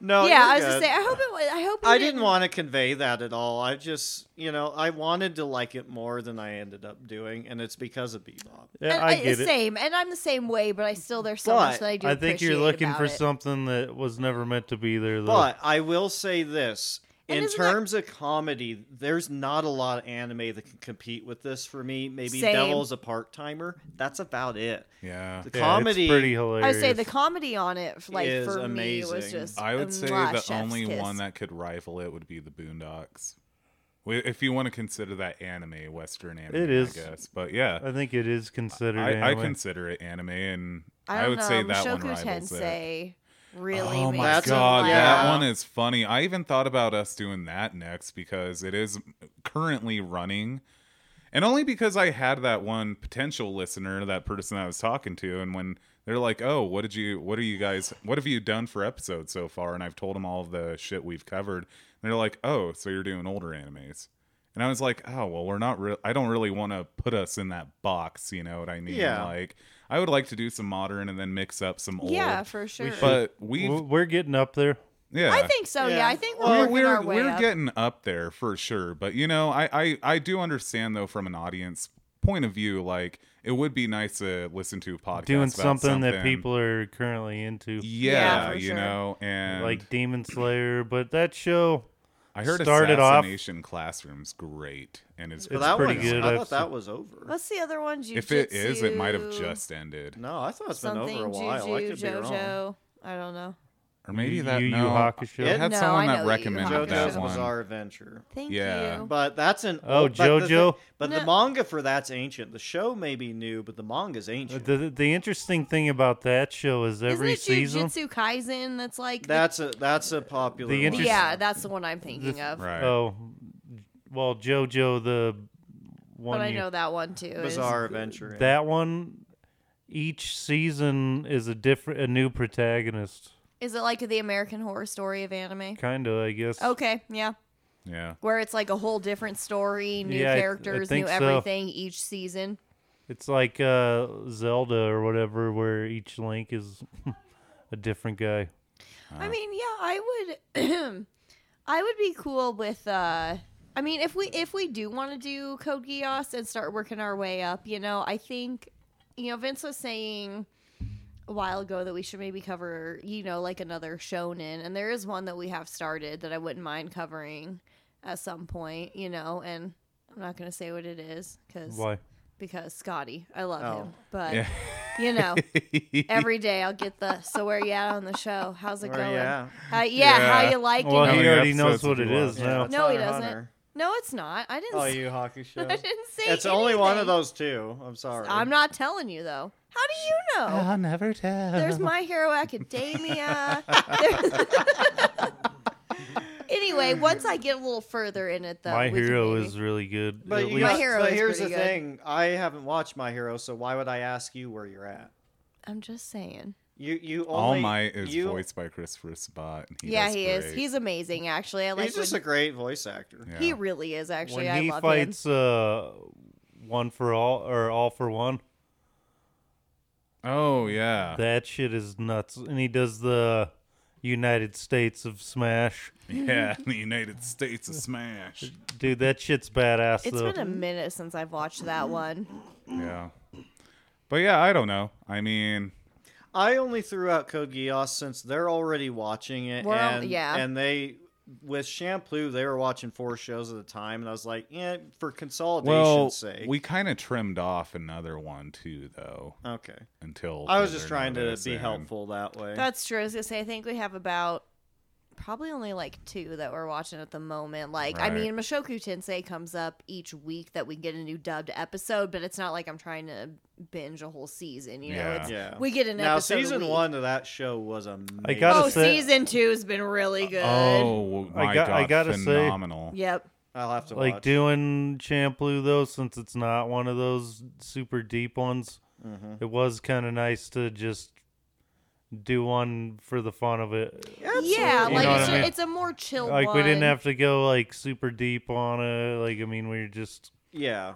[SPEAKER 4] No.
[SPEAKER 3] No,
[SPEAKER 2] yeah, I was just
[SPEAKER 3] Oh, you're good.
[SPEAKER 2] saying. I hope it was. I hope we
[SPEAKER 3] I didn't want to convey that at all. I just, you know, I wanted to like it more than I ended up doing, and it's because of Bebop.
[SPEAKER 4] yeah,
[SPEAKER 2] and
[SPEAKER 4] I get it.
[SPEAKER 2] Same, and I'm the same way, but I still there's so much
[SPEAKER 3] But
[SPEAKER 2] that I do.
[SPEAKER 4] I think you're
[SPEAKER 2] appreciate
[SPEAKER 4] looking
[SPEAKER 2] about
[SPEAKER 4] for
[SPEAKER 2] it.
[SPEAKER 4] something that was never meant to be there, though.
[SPEAKER 3] But I will say this.
[SPEAKER 2] And
[SPEAKER 3] in
[SPEAKER 2] isn't that-
[SPEAKER 3] terms of comedy, there's not a lot of anime that can compete with this for me. Maybe
[SPEAKER 2] Same.
[SPEAKER 3] Devil's a part timer. That's about it.
[SPEAKER 1] Yeah.
[SPEAKER 3] The
[SPEAKER 4] Yeah,
[SPEAKER 3] comedy,
[SPEAKER 4] It's pretty hilarious.
[SPEAKER 2] I would say the comedy on it, like
[SPEAKER 3] Is
[SPEAKER 2] for me, was
[SPEAKER 3] amazing.
[SPEAKER 2] just.
[SPEAKER 1] I would
[SPEAKER 2] a
[SPEAKER 1] say
[SPEAKER 2] mwah,
[SPEAKER 1] the
[SPEAKER 2] chef's
[SPEAKER 1] only
[SPEAKER 2] kiss.
[SPEAKER 1] one that could rival it would be the Boondocks. Wi- If you want to consider that anime, Western anime,
[SPEAKER 4] It is.
[SPEAKER 1] I guess. But yeah,
[SPEAKER 4] I think it is considered.
[SPEAKER 1] I, I
[SPEAKER 4] anime.
[SPEAKER 1] consider it anime, and
[SPEAKER 2] I,
[SPEAKER 1] I,
[SPEAKER 2] don't
[SPEAKER 1] would
[SPEAKER 2] know,
[SPEAKER 1] say that
[SPEAKER 2] Mushoku
[SPEAKER 1] one rivals it.
[SPEAKER 2] Tensei really.
[SPEAKER 1] oh
[SPEAKER 2] makes
[SPEAKER 1] my
[SPEAKER 3] That's
[SPEAKER 2] me
[SPEAKER 3] a-
[SPEAKER 1] god,
[SPEAKER 2] laugh.
[SPEAKER 1] that
[SPEAKER 3] yeah.
[SPEAKER 1] one is funny. I even thought about us doing that next because it is currently running, and only because I had that one potential listener, that person I was talking to, and when they're like, "Oh, what did you? What are you guys? What have you done for episodes so far?" and I've told them all of the shit we've covered, and they're like, "Oh, so you're doing older animes." And I was like, oh, well, we're not real. I don't really want to put us in that box. You know what I mean?
[SPEAKER 3] Yeah.
[SPEAKER 1] Like, I would like to do some modern and then mix up some old.
[SPEAKER 2] Yeah, for sure.
[SPEAKER 1] But we've
[SPEAKER 4] W- We're getting up there.
[SPEAKER 1] yeah.
[SPEAKER 2] I think so. Yeah,
[SPEAKER 3] Yeah.
[SPEAKER 2] I think we're
[SPEAKER 1] we're
[SPEAKER 3] Well,
[SPEAKER 2] working
[SPEAKER 1] we're,
[SPEAKER 2] our way
[SPEAKER 1] we're
[SPEAKER 2] up.
[SPEAKER 1] getting up there for sure. But you know, I, I I do understand though from an audience point of view, like it would be nice to listen to a podcast
[SPEAKER 4] Doing
[SPEAKER 1] about
[SPEAKER 4] something, that
[SPEAKER 1] something.
[SPEAKER 4] people are currently into,
[SPEAKER 2] Yeah,
[SPEAKER 1] Yeah,
[SPEAKER 2] for
[SPEAKER 1] you
[SPEAKER 2] sure.
[SPEAKER 1] know, and
[SPEAKER 4] like Demon Slayer. But that show,
[SPEAKER 1] I heard
[SPEAKER 4] started off-
[SPEAKER 1] Assassination Classroom's great and it's,
[SPEAKER 3] But that
[SPEAKER 4] pretty
[SPEAKER 3] one's-
[SPEAKER 4] good.
[SPEAKER 3] I
[SPEAKER 4] I've
[SPEAKER 3] thought that was over.
[SPEAKER 2] What's the other one? Jujutsu,
[SPEAKER 1] If it is, it might have just ended,
[SPEAKER 3] No, I thought it's been
[SPEAKER 2] something
[SPEAKER 3] over a while. I
[SPEAKER 2] Juju
[SPEAKER 3] could be wrong.
[SPEAKER 2] JoJo. I don't know.
[SPEAKER 1] or maybe
[SPEAKER 4] Yu-
[SPEAKER 1] that
[SPEAKER 4] Yu Yu
[SPEAKER 1] no,
[SPEAKER 4] Hakusho.
[SPEAKER 1] I had
[SPEAKER 2] No,
[SPEAKER 1] someone that
[SPEAKER 2] I know Yu Yu
[SPEAKER 1] recommended
[SPEAKER 2] Hakusho.
[SPEAKER 1] that
[SPEAKER 3] JoJo's
[SPEAKER 1] one.
[SPEAKER 3] Bizarre Adventure.
[SPEAKER 2] Thank
[SPEAKER 1] Yeah.
[SPEAKER 2] you.
[SPEAKER 3] But that's an
[SPEAKER 4] Oh,
[SPEAKER 3] but the thi-
[SPEAKER 4] JoJo?
[SPEAKER 3] But
[SPEAKER 2] No.
[SPEAKER 3] the manga for that's ancient. The show may be new, but the manga's ancient.
[SPEAKER 4] The the interesting thing about that show is every
[SPEAKER 2] Isn't it
[SPEAKER 4] season.
[SPEAKER 2] Jujutsu Kaisen? That's like the-
[SPEAKER 3] That's a that's a popular.
[SPEAKER 4] The
[SPEAKER 3] one.
[SPEAKER 4] interest-
[SPEAKER 2] yeah, that's the one I'm thinking of.
[SPEAKER 1] Right.
[SPEAKER 4] Oh, well, JoJo the one.
[SPEAKER 2] But I
[SPEAKER 4] you-
[SPEAKER 2] know that one too. is-
[SPEAKER 3] Bizarre Adventure.
[SPEAKER 4] that one. Each season is a different, a new protagonist.
[SPEAKER 2] Is it like the American Horror Story of anime?
[SPEAKER 4] Kind of, I guess.
[SPEAKER 2] Okay, yeah.
[SPEAKER 1] Yeah.
[SPEAKER 2] Where it's like a whole different story, new
[SPEAKER 4] Yeah, I- I
[SPEAKER 2] characters,
[SPEAKER 4] think
[SPEAKER 2] new
[SPEAKER 4] so.
[SPEAKER 2] everything each season.
[SPEAKER 4] It's like uh, Zelda or whatever, where each link is a different guy.
[SPEAKER 3] Uh-huh.
[SPEAKER 2] I mean, yeah, I would I would be cool with uh I I mean, if we if we do want to do Code Geass and start working our way up, you know, I think, you know, Vince was saying a while ago that we should maybe cover, you know, like another shonen, and there is one that we have started that I wouldn't mind covering at some point, you know, and I'm not gonna say what it is because
[SPEAKER 4] Why?
[SPEAKER 2] because Scotty, I love
[SPEAKER 3] Oh.
[SPEAKER 2] him, but
[SPEAKER 1] Yeah.
[SPEAKER 2] you know, every day I'll get the. So where you at on the show? How's it
[SPEAKER 3] Where
[SPEAKER 2] going?
[SPEAKER 3] you at?
[SPEAKER 2] Uh, yeah, how
[SPEAKER 1] Yeah.
[SPEAKER 2] you like
[SPEAKER 4] Well,
[SPEAKER 1] How
[SPEAKER 2] it?
[SPEAKER 4] he
[SPEAKER 1] many
[SPEAKER 4] already
[SPEAKER 1] episodes
[SPEAKER 4] knows
[SPEAKER 1] have
[SPEAKER 4] what
[SPEAKER 1] you
[SPEAKER 4] it is
[SPEAKER 1] watched?
[SPEAKER 4] now.
[SPEAKER 3] it's
[SPEAKER 2] No, he
[SPEAKER 3] Hunter x
[SPEAKER 2] doesn't.
[SPEAKER 3] Hunter.
[SPEAKER 2] No, it's not. I didn't.
[SPEAKER 3] Oh,
[SPEAKER 2] s-
[SPEAKER 3] you hockey show.
[SPEAKER 2] I didn't say
[SPEAKER 3] It's only one
[SPEAKER 2] anything.
[SPEAKER 3] of those two. I'm sorry.
[SPEAKER 2] I'm not telling you though. How do you know?
[SPEAKER 1] never tell.
[SPEAKER 2] There's My Hero Academia. There's- anyway, once I get a little further in it, though,
[SPEAKER 4] My
[SPEAKER 2] we can
[SPEAKER 4] hero
[SPEAKER 2] maybe-
[SPEAKER 4] is really good.
[SPEAKER 3] But,
[SPEAKER 4] At
[SPEAKER 3] you
[SPEAKER 4] least-
[SPEAKER 2] My
[SPEAKER 3] got-
[SPEAKER 2] Hero
[SPEAKER 3] but
[SPEAKER 2] is
[SPEAKER 3] here's the
[SPEAKER 2] pretty good.
[SPEAKER 3] thing: I haven't watched My Hero, so why would I ask you where you're at?
[SPEAKER 2] I'm just saying.
[SPEAKER 3] You you only,
[SPEAKER 1] All Might is
[SPEAKER 3] you,
[SPEAKER 1] voiced by Christopher Spott. and
[SPEAKER 2] yeah,
[SPEAKER 1] does
[SPEAKER 2] he is.
[SPEAKER 1] great.
[SPEAKER 2] He's amazing, actually. I like.
[SPEAKER 3] He's just
[SPEAKER 2] when-
[SPEAKER 3] a great voice actor.
[SPEAKER 1] Yeah.
[SPEAKER 2] He really is. Actually,
[SPEAKER 4] when
[SPEAKER 2] I
[SPEAKER 4] he
[SPEAKER 2] love
[SPEAKER 4] fights uh, one for all or all for one,
[SPEAKER 1] Oh yeah.
[SPEAKER 4] that shit is nuts. And he does the United States of Smash,
[SPEAKER 1] Yeah, the United States of Smash.
[SPEAKER 4] dude. That shit's badass.
[SPEAKER 2] him. It's
[SPEAKER 4] though.
[SPEAKER 2] been a minute since I've watched that one.
[SPEAKER 1] Yeah. But yeah, I don't know. I mean,
[SPEAKER 3] I only threw out Code Geass since they're already watching it,
[SPEAKER 2] We're al-
[SPEAKER 3] and
[SPEAKER 2] yeah.
[SPEAKER 3] and they with Shampoo they were watching four shows at a time, and I was like, yeah, for consolidation's
[SPEAKER 1] well,
[SPEAKER 3] sake.
[SPEAKER 1] we kind of trimmed off another one too, though.
[SPEAKER 3] okay,
[SPEAKER 1] Until
[SPEAKER 3] I was just
[SPEAKER 1] further
[SPEAKER 3] trying to
[SPEAKER 1] notice,
[SPEAKER 3] be
[SPEAKER 1] and-
[SPEAKER 3] helpful that way.
[SPEAKER 2] That's true. I was gonna say. I think we have about probably only like two that we're watching at the moment. Like, I
[SPEAKER 1] Right.
[SPEAKER 2] mean, Mashoku Tensei comes up each week that we get a new dubbed episode, but it's not like I'm trying to binge a whole season. You know,
[SPEAKER 1] Yeah.
[SPEAKER 2] it's
[SPEAKER 3] yeah.
[SPEAKER 2] we get an
[SPEAKER 3] now
[SPEAKER 2] episode. a
[SPEAKER 3] season
[SPEAKER 2] week.
[SPEAKER 3] one of that show was amazing.
[SPEAKER 4] gotta
[SPEAKER 2] Oh,
[SPEAKER 4] say-
[SPEAKER 2] season two's been really good.
[SPEAKER 1] Oh
[SPEAKER 4] I
[SPEAKER 1] my
[SPEAKER 4] got-
[SPEAKER 1] god!
[SPEAKER 4] I gotta say-
[SPEAKER 1] phenomenal.
[SPEAKER 2] Yep.
[SPEAKER 3] I'll have to
[SPEAKER 4] like
[SPEAKER 3] watch.
[SPEAKER 4] doing Champloo though, since it's not one of those super deep ones. It was kind of nice to just do one for the fun of it.
[SPEAKER 2] Yeah,
[SPEAKER 4] You
[SPEAKER 2] like
[SPEAKER 4] know
[SPEAKER 2] it's,
[SPEAKER 4] what
[SPEAKER 2] a,
[SPEAKER 4] I mean?
[SPEAKER 2] it's a more chill.
[SPEAKER 4] like we didn't
[SPEAKER 2] one.
[SPEAKER 4] have to go like super deep on it. Like I mean, we were just
[SPEAKER 3] Yeah.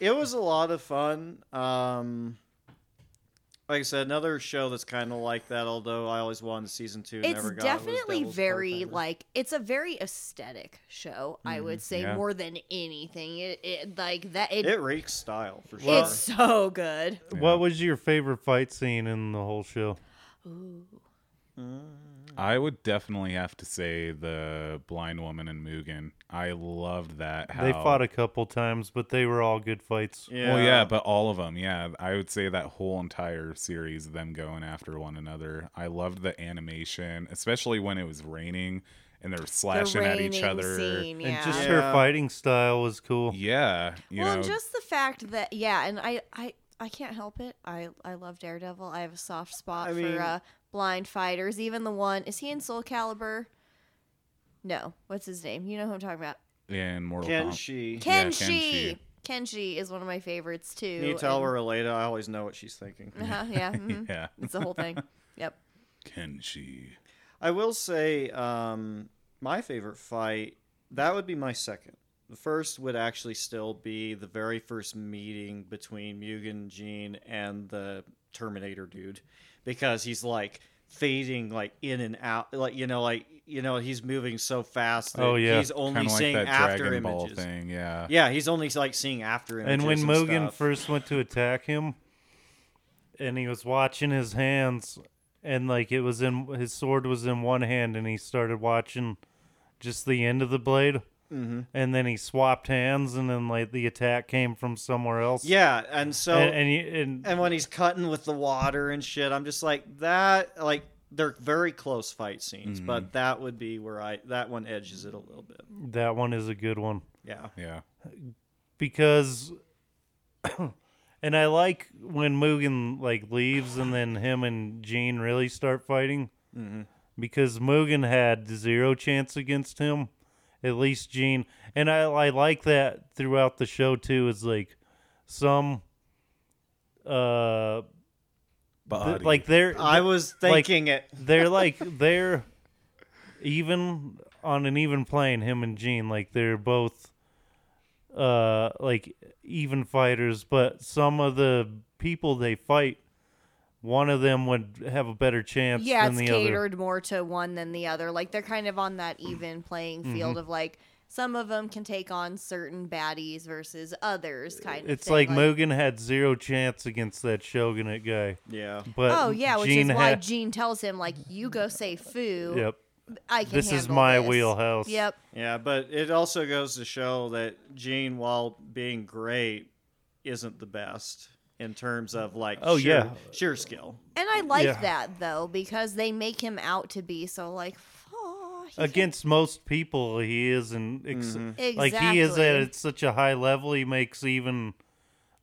[SPEAKER 3] It was a lot of fun. Um like I said, another show that's kind of like that. Although I always wanted season two. and
[SPEAKER 2] It's
[SPEAKER 3] never got it, was
[SPEAKER 2] definitely
[SPEAKER 3] Devil's
[SPEAKER 2] very
[SPEAKER 3] Bartender.
[SPEAKER 2] like it's a very aesthetic show. I would say
[SPEAKER 1] Yeah.
[SPEAKER 2] more than anything. It, it like that. It,
[SPEAKER 3] It reeks style for sure.
[SPEAKER 2] it's so good.
[SPEAKER 4] What was your favorite fight scene in the whole show?
[SPEAKER 1] I would definitely have to say the blind woman and Mugen. I loved that. How,
[SPEAKER 4] They fought a couple times, but they were all good fights.
[SPEAKER 1] Well, yeah, but all of them. Yeah, I would say that whole entire series of them going after one another. I loved the animation, especially when it was raining and they were
[SPEAKER 2] The
[SPEAKER 1] slashing at
[SPEAKER 2] raining
[SPEAKER 1] each other.
[SPEAKER 2] scene, yeah.
[SPEAKER 4] And just
[SPEAKER 3] Yeah.
[SPEAKER 4] her fighting style was cool.
[SPEAKER 1] Yeah, you
[SPEAKER 2] well,
[SPEAKER 1] know,
[SPEAKER 2] and just the fact that yeah, and I I I can't help it. I I love Daredevil. I have a soft spot
[SPEAKER 3] I
[SPEAKER 2] for
[SPEAKER 3] mean-
[SPEAKER 2] uh, blind fighters. Even the one is he in Soul Calibur? No, what's his name? You know who I'm talking about?
[SPEAKER 1] in Mortal
[SPEAKER 3] Can
[SPEAKER 1] Kombat.
[SPEAKER 3] she?
[SPEAKER 1] Yeah,
[SPEAKER 2] Kenshi. Kenshi is one of my favorites too.
[SPEAKER 3] you tell
[SPEAKER 2] and-
[SPEAKER 3] we're related? I always know what she's thinking.
[SPEAKER 2] Uh-huh, yeah,
[SPEAKER 3] Hmm?
[SPEAKER 2] mhm.
[SPEAKER 1] Yeah,
[SPEAKER 2] it's the whole thing. Yep.
[SPEAKER 1] Kenshi.
[SPEAKER 3] I will say, um, my favorite fight that would be my second. The first would actually still be the very first meeting between Mugen Jean and the Terminator dude, because he's like fading like in and out, like you know, like you know, he's moving so fast. That
[SPEAKER 4] Oh, yeah.
[SPEAKER 3] he's only
[SPEAKER 1] Kind of like
[SPEAKER 3] seeing
[SPEAKER 1] that
[SPEAKER 3] after
[SPEAKER 1] Dragon Ball
[SPEAKER 3] images.
[SPEAKER 1] thing. Yeah.
[SPEAKER 3] Yeah, he's only like seeing after images.
[SPEAKER 4] And when Mugen
[SPEAKER 3] stuff.
[SPEAKER 4] first went to attack him, and he was watching his hands, and like it was in his sword was in one hand, and he started watching just the end of the blade,
[SPEAKER 3] Mm-hmm.
[SPEAKER 4] and then he swapped hands, and then like the attack came from somewhere else.
[SPEAKER 3] yeah, and so
[SPEAKER 4] and and, you- and
[SPEAKER 3] and when he's cutting with the water and shit, I'm just like that. Like they're very close fight scenes,
[SPEAKER 4] Mm-hmm.
[SPEAKER 3] but that would be where I that one edges it a little bit.
[SPEAKER 4] that one is a good one.
[SPEAKER 3] Yeah,
[SPEAKER 1] Yeah.
[SPEAKER 4] because and I like when Mugen like leaves and then him and Gene really start fighting because Mugen had zero chance against him at least Gene and I I like that throughout the show too is like some uh th-
[SPEAKER 1] Body.
[SPEAKER 4] like they're
[SPEAKER 3] I was
[SPEAKER 4] Like-
[SPEAKER 3] thinking it.
[SPEAKER 4] they're like they're even on an even plane him and gene like they're both uh like even fighters but some of the people they fight one of them would have a better chance
[SPEAKER 2] yeah,
[SPEAKER 4] than
[SPEAKER 2] it's
[SPEAKER 4] the other Mm-hmm.
[SPEAKER 2] catered more to one than the other. Like they're kind of on that even playing field of like some of them can take on certain baddies versus others. Kind of.
[SPEAKER 4] It's
[SPEAKER 2] thing.
[SPEAKER 4] like Mugen had zero chance against that Shogunate guy.
[SPEAKER 3] Yeah.
[SPEAKER 4] But
[SPEAKER 2] oh yeah, which
[SPEAKER 4] Gene
[SPEAKER 2] is why
[SPEAKER 4] had-
[SPEAKER 2] Gene tells him like, "You go say foo.
[SPEAKER 4] Yep.
[SPEAKER 2] I can.
[SPEAKER 4] This is
[SPEAKER 2] handle
[SPEAKER 4] my
[SPEAKER 2] this."
[SPEAKER 4] wheelhouse.
[SPEAKER 2] Yep.
[SPEAKER 3] Yeah, but it also goes to show that Gene, while being great, isn't the best in terms of like
[SPEAKER 4] Oh,
[SPEAKER 3] sheer,
[SPEAKER 4] yeah.
[SPEAKER 3] sheer skill.
[SPEAKER 2] And I like
[SPEAKER 4] Yeah.
[SPEAKER 2] that though because they make him out to be so like. "Aw, he can-"
[SPEAKER 4] Against most people, he is an ex- like he is
[SPEAKER 2] Exactly.
[SPEAKER 4] at such a high level. He makes even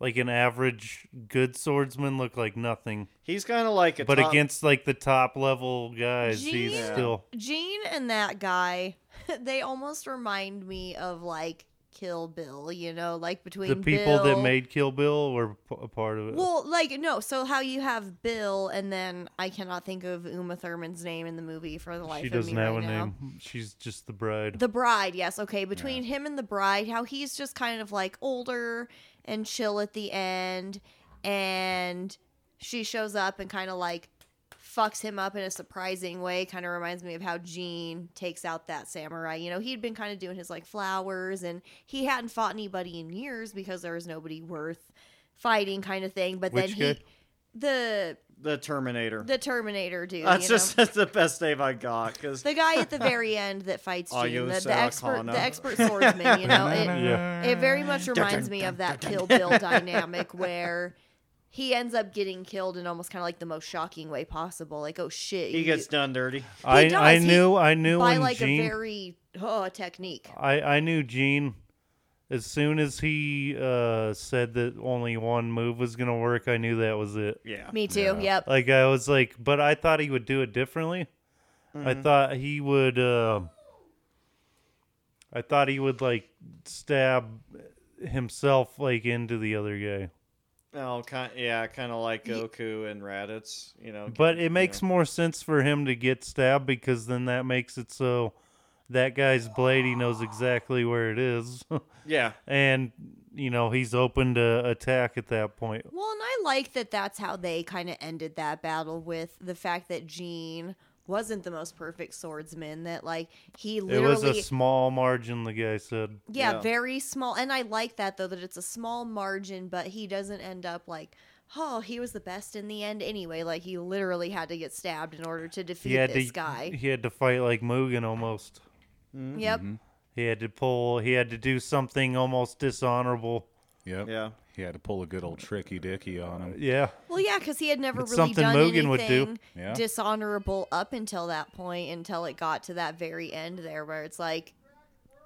[SPEAKER 4] like an average good swordsman look like nothing.
[SPEAKER 3] He's kind of like a
[SPEAKER 4] But
[SPEAKER 3] top-
[SPEAKER 4] against like the top level guys, he's
[SPEAKER 2] Gene-
[SPEAKER 4] still
[SPEAKER 2] Gene and that guy, they almost remind me of like Kill Bill, you know, like between
[SPEAKER 4] the people that
[SPEAKER 2] Bill-
[SPEAKER 4] made Kill Bill were p- a part of it.
[SPEAKER 2] Well, like no, so how you have Bill, and then I cannot think of Uma Thurman's name in the movie for the life
[SPEAKER 4] she
[SPEAKER 2] of
[SPEAKER 4] doesn't
[SPEAKER 2] me
[SPEAKER 4] have
[SPEAKER 2] right
[SPEAKER 4] a
[SPEAKER 2] now.
[SPEAKER 4] name. She's just the bride.
[SPEAKER 2] The bride, yes, okay. Between him and the bride, how he's just kind of like older and chill at the end, and she shows up and kind of like fucks him up in a surprising way. Kind of reminds me of how Gene takes out that samurai. You know, he'd been kind of doing his like flowers, and he hadn't fought anybody in years because there was nobody worth fighting, kind of thing. But
[SPEAKER 4] Which
[SPEAKER 2] then
[SPEAKER 4] guy?
[SPEAKER 2] he. The
[SPEAKER 3] the Terminator.
[SPEAKER 2] the Terminator dude.
[SPEAKER 3] that's
[SPEAKER 2] you know?
[SPEAKER 3] just that's the best name I got because
[SPEAKER 2] the guy at the very end that fights
[SPEAKER 3] Are
[SPEAKER 2] Gene,
[SPEAKER 3] you
[SPEAKER 2] the, the
[SPEAKER 3] Sarah
[SPEAKER 2] expert,
[SPEAKER 3] Connor?
[SPEAKER 2] the expert swordsman. You know, it,
[SPEAKER 4] Yeah.
[SPEAKER 2] it very much reminds me of that Kill Bill dynamic where he ends up getting killed in almost kind of like the most shocking way possible. Like, oh shit,
[SPEAKER 3] he
[SPEAKER 2] you-
[SPEAKER 3] gets done dirty.
[SPEAKER 4] I
[SPEAKER 2] does,
[SPEAKER 4] I
[SPEAKER 2] he-
[SPEAKER 4] knew I knew
[SPEAKER 2] by
[SPEAKER 4] when
[SPEAKER 2] like
[SPEAKER 4] Gene
[SPEAKER 2] a very oh technique.
[SPEAKER 3] Uh,
[SPEAKER 4] I, I knew Gene as soon as he uh, said that only one move was gonna work. I knew that was it.
[SPEAKER 3] Yeah.
[SPEAKER 2] Me too. Yep.
[SPEAKER 4] Like I was like, but I thought he would do it differently. I thought he would. Uh, I thought he would like stab himself like into the other guy.
[SPEAKER 3] Oh, kind yeah, kind of like Goku and Raditz. You know,
[SPEAKER 4] But it makes more sense for him to get stabbed because then that makes it so that guy's blade he knows exactly where it is.
[SPEAKER 3] yeah.
[SPEAKER 4] and you know he's open to attack at that point.
[SPEAKER 2] Well, and I like that that's how they kind of ended that battle with the fact that Gene wasn't the most perfect swordsman. That like he
[SPEAKER 4] It was
[SPEAKER 2] literally
[SPEAKER 4] a small margin, the guy said.
[SPEAKER 2] Yeah,
[SPEAKER 3] Yeah.
[SPEAKER 2] very small. And I like that though that it's a small margin, but he doesn't end up like, oh, he was the best in the end anyway. Like he literally had to get stabbed in order to defeat
[SPEAKER 4] He had
[SPEAKER 2] this
[SPEAKER 4] to
[SPEAKER 2] guy.
[SPEAKER 4] he mm-hmm. had to fight like Mugen almost.
[SPEAKER 2] Yep.
[SPEAKER 4] He had to pull. He had to do something almost dishonorable.
[SPEAKER 1] Yep.
[SPEAKER 3] Yeah.
[SPEAKER 1] He had to pull a good old tricky dicky on him.
[SPEAKER 4] Yeah,
[SPEAKER 2] Well, yeah, because he had never
[SPEAKER 4] It's
[SPEAKER 2] really
[SPEAKER 4] something
[SPEAKER 2] done
[SPEAKER 4] Mugen would do.
[SPEAKER 2] anything
[SPEAKER 1] Yeah.
[SPEAKER 2] dishonorable up until that point, until it got to that very end there, where it's like,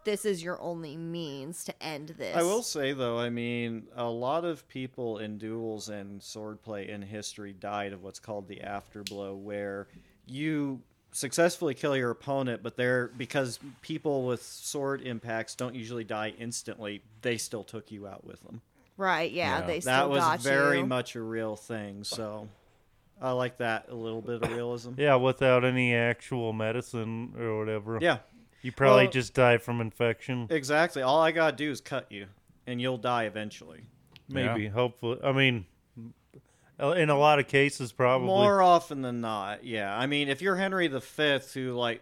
[SPEAKER 2] this is your only means to end this.
[SPEAKER 3] I will say though, I mean, a lot of people in duels and swordplay in history died of what's called the afterblow, where you successfully kill your opponent, but they're because people with sword impacts don't usually die instantly. They still took you out with them.
[SPEAKER 2] Right? Yeah,
[SPEAKER 1] Yeah.
[SPEAKER 2] they still
[SPEAKER 3] that was
[SPEAKER 2] got
[SPEAKER 3] very
[SPEAKER 2] you.
[SPEAKER 3] much a real thing. So I like that a little bit of realism.
[SPEAKER 4] yeah, without any actual medicine or whatever.
[SPEAKER 3] yeah,
[SPEAKER 4] you probably
[SPEAKER 3] Well-
[SPEAKER 4] just die from infection.
[SPEAKER 3] exactly. All I gotta do is cut you, and you'll die eventually.
[SPEAKER 4] Maybe,
[SPEAKER 1] Yeah.
[SPEAKER 4] hopefully. I mean, uh, in a lot of cases, probably.
[SPEAKER 3] More often than not, yeah. I mean, if you're Henry V, who like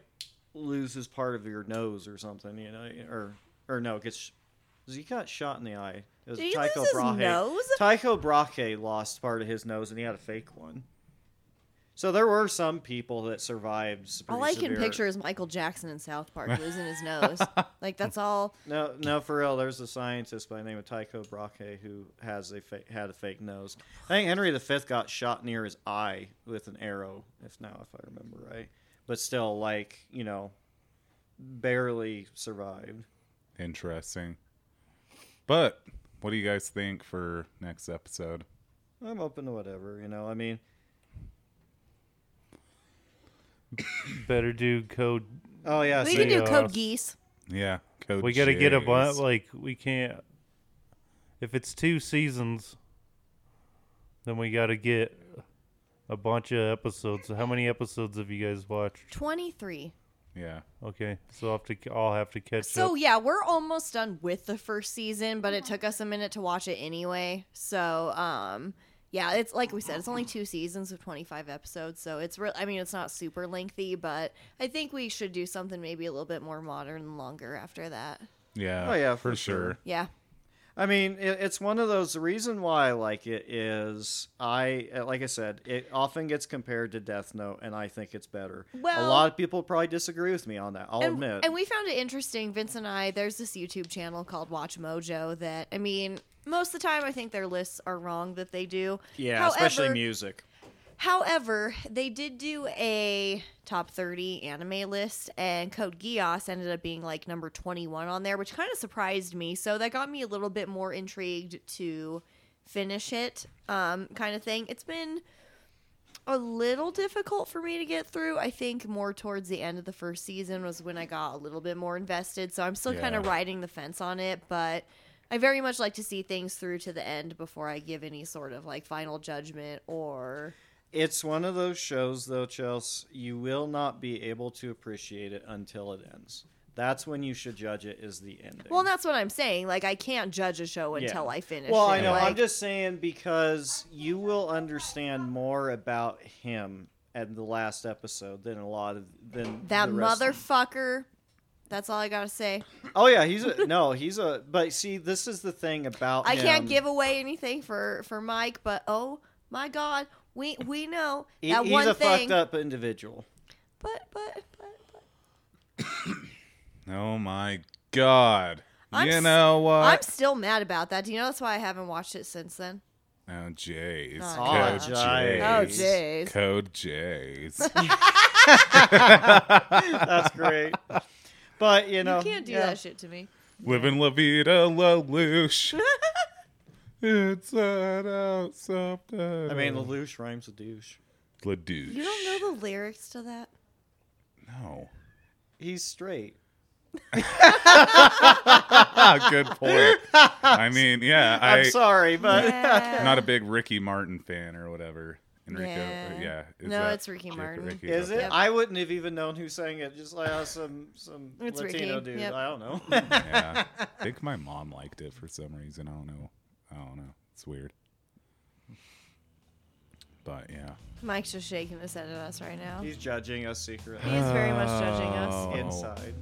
[SPEAKER 3] loses part of your nose or something, you know, or or no, gets he got shot in the eye. It was
[SPEAKER 2] Did he
[SPEAKER 3] Tycho
[SPEAKER 2] lose his
[SPEAKER 3] Brahe.
[SPEAKER 2] nose?
[SPEAKER 3] Tycho Brahe lost part of his nose, and he had a fake one. So there were some people that survived. some
[SPEAKER 2] All I
[SPEAKER 3] pretty
[SPEAKER 2] can
[SPEAKER 3] severe-
[SPEAKER 2] picture is Michael Jackson in South Park losing his nose. Like that's all.
[SPEAKER 3] No, no, for real. There's a scientist by the name of Tycho Brahe who has a fa- had a fake nose. I think Henry V got shot near his eye with an arrow, if now if I remember right. But still, like you know, barely survived.
[SPEAKER 1] Interesting. But what do you guys think for next episode?
[SPEAKER 3] I'm open to whatever, you know. I mean,
[SPEAKER 4] better do code.
[SPEAKER 3] oh yeah,
[SPEAKER 2] We
[SPEAKER 3] so
[SPEAKER 2] can do
[SPEAKER 4] uh,
[SPEAKER 2] Code Geese.
[SPEAKER 1] Yeah. Code
[SPEAKER 4] We got to get a bunch.
[SPEAKER 1] J's.
[SPEAKER 4] Like we can't. If it's two seasons, then we got to get a bunch of episodes. How many episodes have you guys watched?
[SPEAKER 2] 23.
[SPEAKER 1] Yeah.
[SPEAKER 4] Okay, so I'll have to. I'll have to catch
[SPEAKER 2] So
[SPEAKER 4] up.
[SPEAKER 2] yeah, we're almost done with the first season, but it took us a minute to watch it anyway. So um yeah, it's like we said, it's only two seasons of 25 episodes, so it's real. I mean, it's not super lengthy, but I think we should do something maybe a little bit more modern and longer after that.
[SPEAKER 1] Yeah.
[SPEAKER 3] Oh, yeah,
[SPEAKER 1] for
[SPEAKER 3] for
[SPEAKER 1] sure.
[SPEAKER 3] sure.
[SPEAKER 2] Yeah.
[SPEAKER 3] I mean, it, it's one of those. The reason why I like it is I, uh, like I said, it often gets compared to Death Note, and I think it's better. a
[SPEAKER 2] Well-
[SPEAKER 3] lot of people probably disagree with me on that. I'll
[SPEAKER 2] and,
[SPEAKER 3] admit.
[SPEAKER 2] and we found it interesting, Vince and I. There's this YouTube channel called Watch Mojo that, I mean, most of the time I think their lists are wrong that they do.
[SPEAKER 3] yeah,
[SPEAKER 2] However-
[SPEAKER 3] especially music.
[SPEAKER 2] However, they did do a top 30 anime list, and Code Geass ended up being like number 21 on there, which kind of surprised me. So that got me a little bit more intrigued to finish it, um, kind of thing. It's been a little difficult for me to get through. I think more towards the end of the first season was when I got a little bit more invested. So I'm still kind of
[SPEAKER 1] Yeah.
[SPEAKER 2] riding the fence on it, but I very much like to see things through to the end before I give any sort of like final judgment or.
[SPEAKER 3] It's one of those shows, though, Chelsea. You will not be able to appreciate it until it ends. That's when you should judge it. Is the ending.
[SPEAKER 2] Well, that's what I'm saying. Like, I can't judge a show
[SPEAKER 3] Yeah.
[SPEAKER 2] until I finish.
[SPEAKER 3] Well,
[SPEAKER 2] it.
[SPEAKER 3] I know.
[SPEAKER 2] Like,
[SPEAKER 3] I'm just saying because you will understand more about him at the last episode than a lot of than
[SPEAKER 2] that
[SPEAKER 3] the rest of-
[SPEAKER 2] motherfucker. That's all I gotta say.
[SPEAKER 3] Oh yeah, he's a no, he's a. But see, this is the thing about
[SPEAKER 2] I can't
[SPEAKER 3] him.
[SPEAKER 2] give away anything for for Mike, but oh my god, we we know
[SPEAKER 3] He-
[SPEAKER 2] that
[SPEAKER 3] he's
[SPEAKER 2] one
[SPEAKER 3] a
[SPEAKER 2] thing.
[SPEAKER 3] fucked up individual.
[SPEAKER 2] But but but. but
[SPEAKER 1] Oh my god.
[SPEAKER 2] I'm
[SPEAKER 1] you
[SPEAKER 2] s-
[SPEAKER 1] know
[SPEAKER 2] I'm
[SPEAKER 1] what?
[SPEAKER 2] still mad about that. Do you know that's why I haven't watched it since then?
[SPEAKER 1] oh J's.
[SPEAKER 2] Oh,
[SPEAKER 1] Code
[SPEAKER 3] jeez. Oh,
[SPEAKER 1] J's.
[SPEAKER 2] jeez.
[SPEAKER 1] Code J's.
[SPEAKER 3] That's great. But you know,
[SPEAKER 2] you can't do
[SPEAKER 3] yeah.
[SPEAKER 2] that shit to me.
[SPEAKER 1] Living La Vida Lelouch. Inside out something.
[SPEAKER 3] I mean, Lelouch rhymes with douche.
[SPEAKER 1] Ledouche.
[SPEAKER 2] You don't know the lyrics to that.
[SPEAKER 1] No.
[SPEAKER 3] He's straight.
[SPEAKER 1] Ah, good point. I mean, yeah, I,
[SPEAKER 3] I'm sorry, but
[SPEAKER 1] I'm not a big Ricky Martin fan or whatever. Enrico,
[SPEAKER 2] Yeah.
[SPEAKER 1] yeah, yeah. is
[SPEAKER 2] No,
[SPEAKER 1] that-
[SPEAKER 2] it's Ricky Martin.
[SPEAKER 3] is
[SPEAKER 1] okay.
[SPEAKER 3] it? I wouldn't have even known who sang it. Just like oh, some some
[SPEAKER 2] It's
[SPEAKER 3] Latino
[SPEAKER 2] Ricky,
[SPEAKER 3] dude.
[SPEAKER 2] yep.
[SPEAKER 3] I don't know.
[SPEAKER 1] Yeah. I think my mom liked it for some reason. I don't know. I don't know. It's weird. But yeah.
[SPEAKER 2] Mike's just shaking his head at us right now.
[SPEAKER 3] he's judging us secretly
[SPEAKER 2] He's very much judging us.
[SPEAKER 1] Oh.
[SPEAKER 3] inside.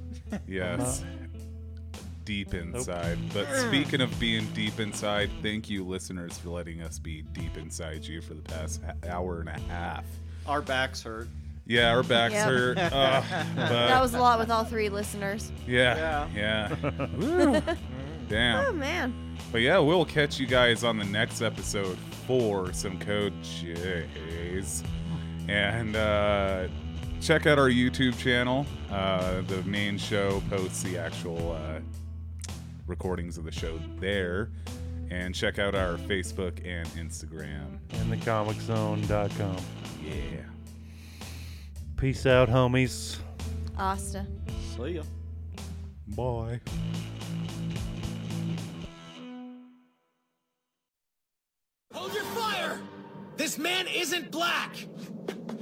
[SPEAKER 1] Yes. Uh-huh. Deep inside. But speaking of being deep inside, thank you, listeners, for letting us be deep inside you for the past h- hour and a half.
[SPEAKER 3] Our backs hurt.
[SPEAKER 1] Yeah, our backs
[SPEAKER 2] Yep.
[SPEAKER 1] hurt. Uh,
[SPEAKER 2] That was a lot with all three listeners.
[SPEAKER 1] yeah. Yeah. Woo.
[SPEAKER 2] Oh
[SPEAKER 1] Damn.
[SPEAKER 2] man.
[SPEAKER 1] But yeah, we'll catch you guys on the next episode for some Code J's. And uh, check out our YouTube channel. Uh, the main show posts the actual uh, recordings of the show there. And check out our Facebook and Instagram.
[SPEAKER 4] And thecomiczone.com.
[SPEAKER 1] Yeah.
[SPEAKER 4] Peace out, homies.
[SPEAKER 2] Asta.
[SPEAKER 3] See ya.
[SPEAKER 1] Bye.
[SPEAKER 5] Hold your fire! This man isn't black!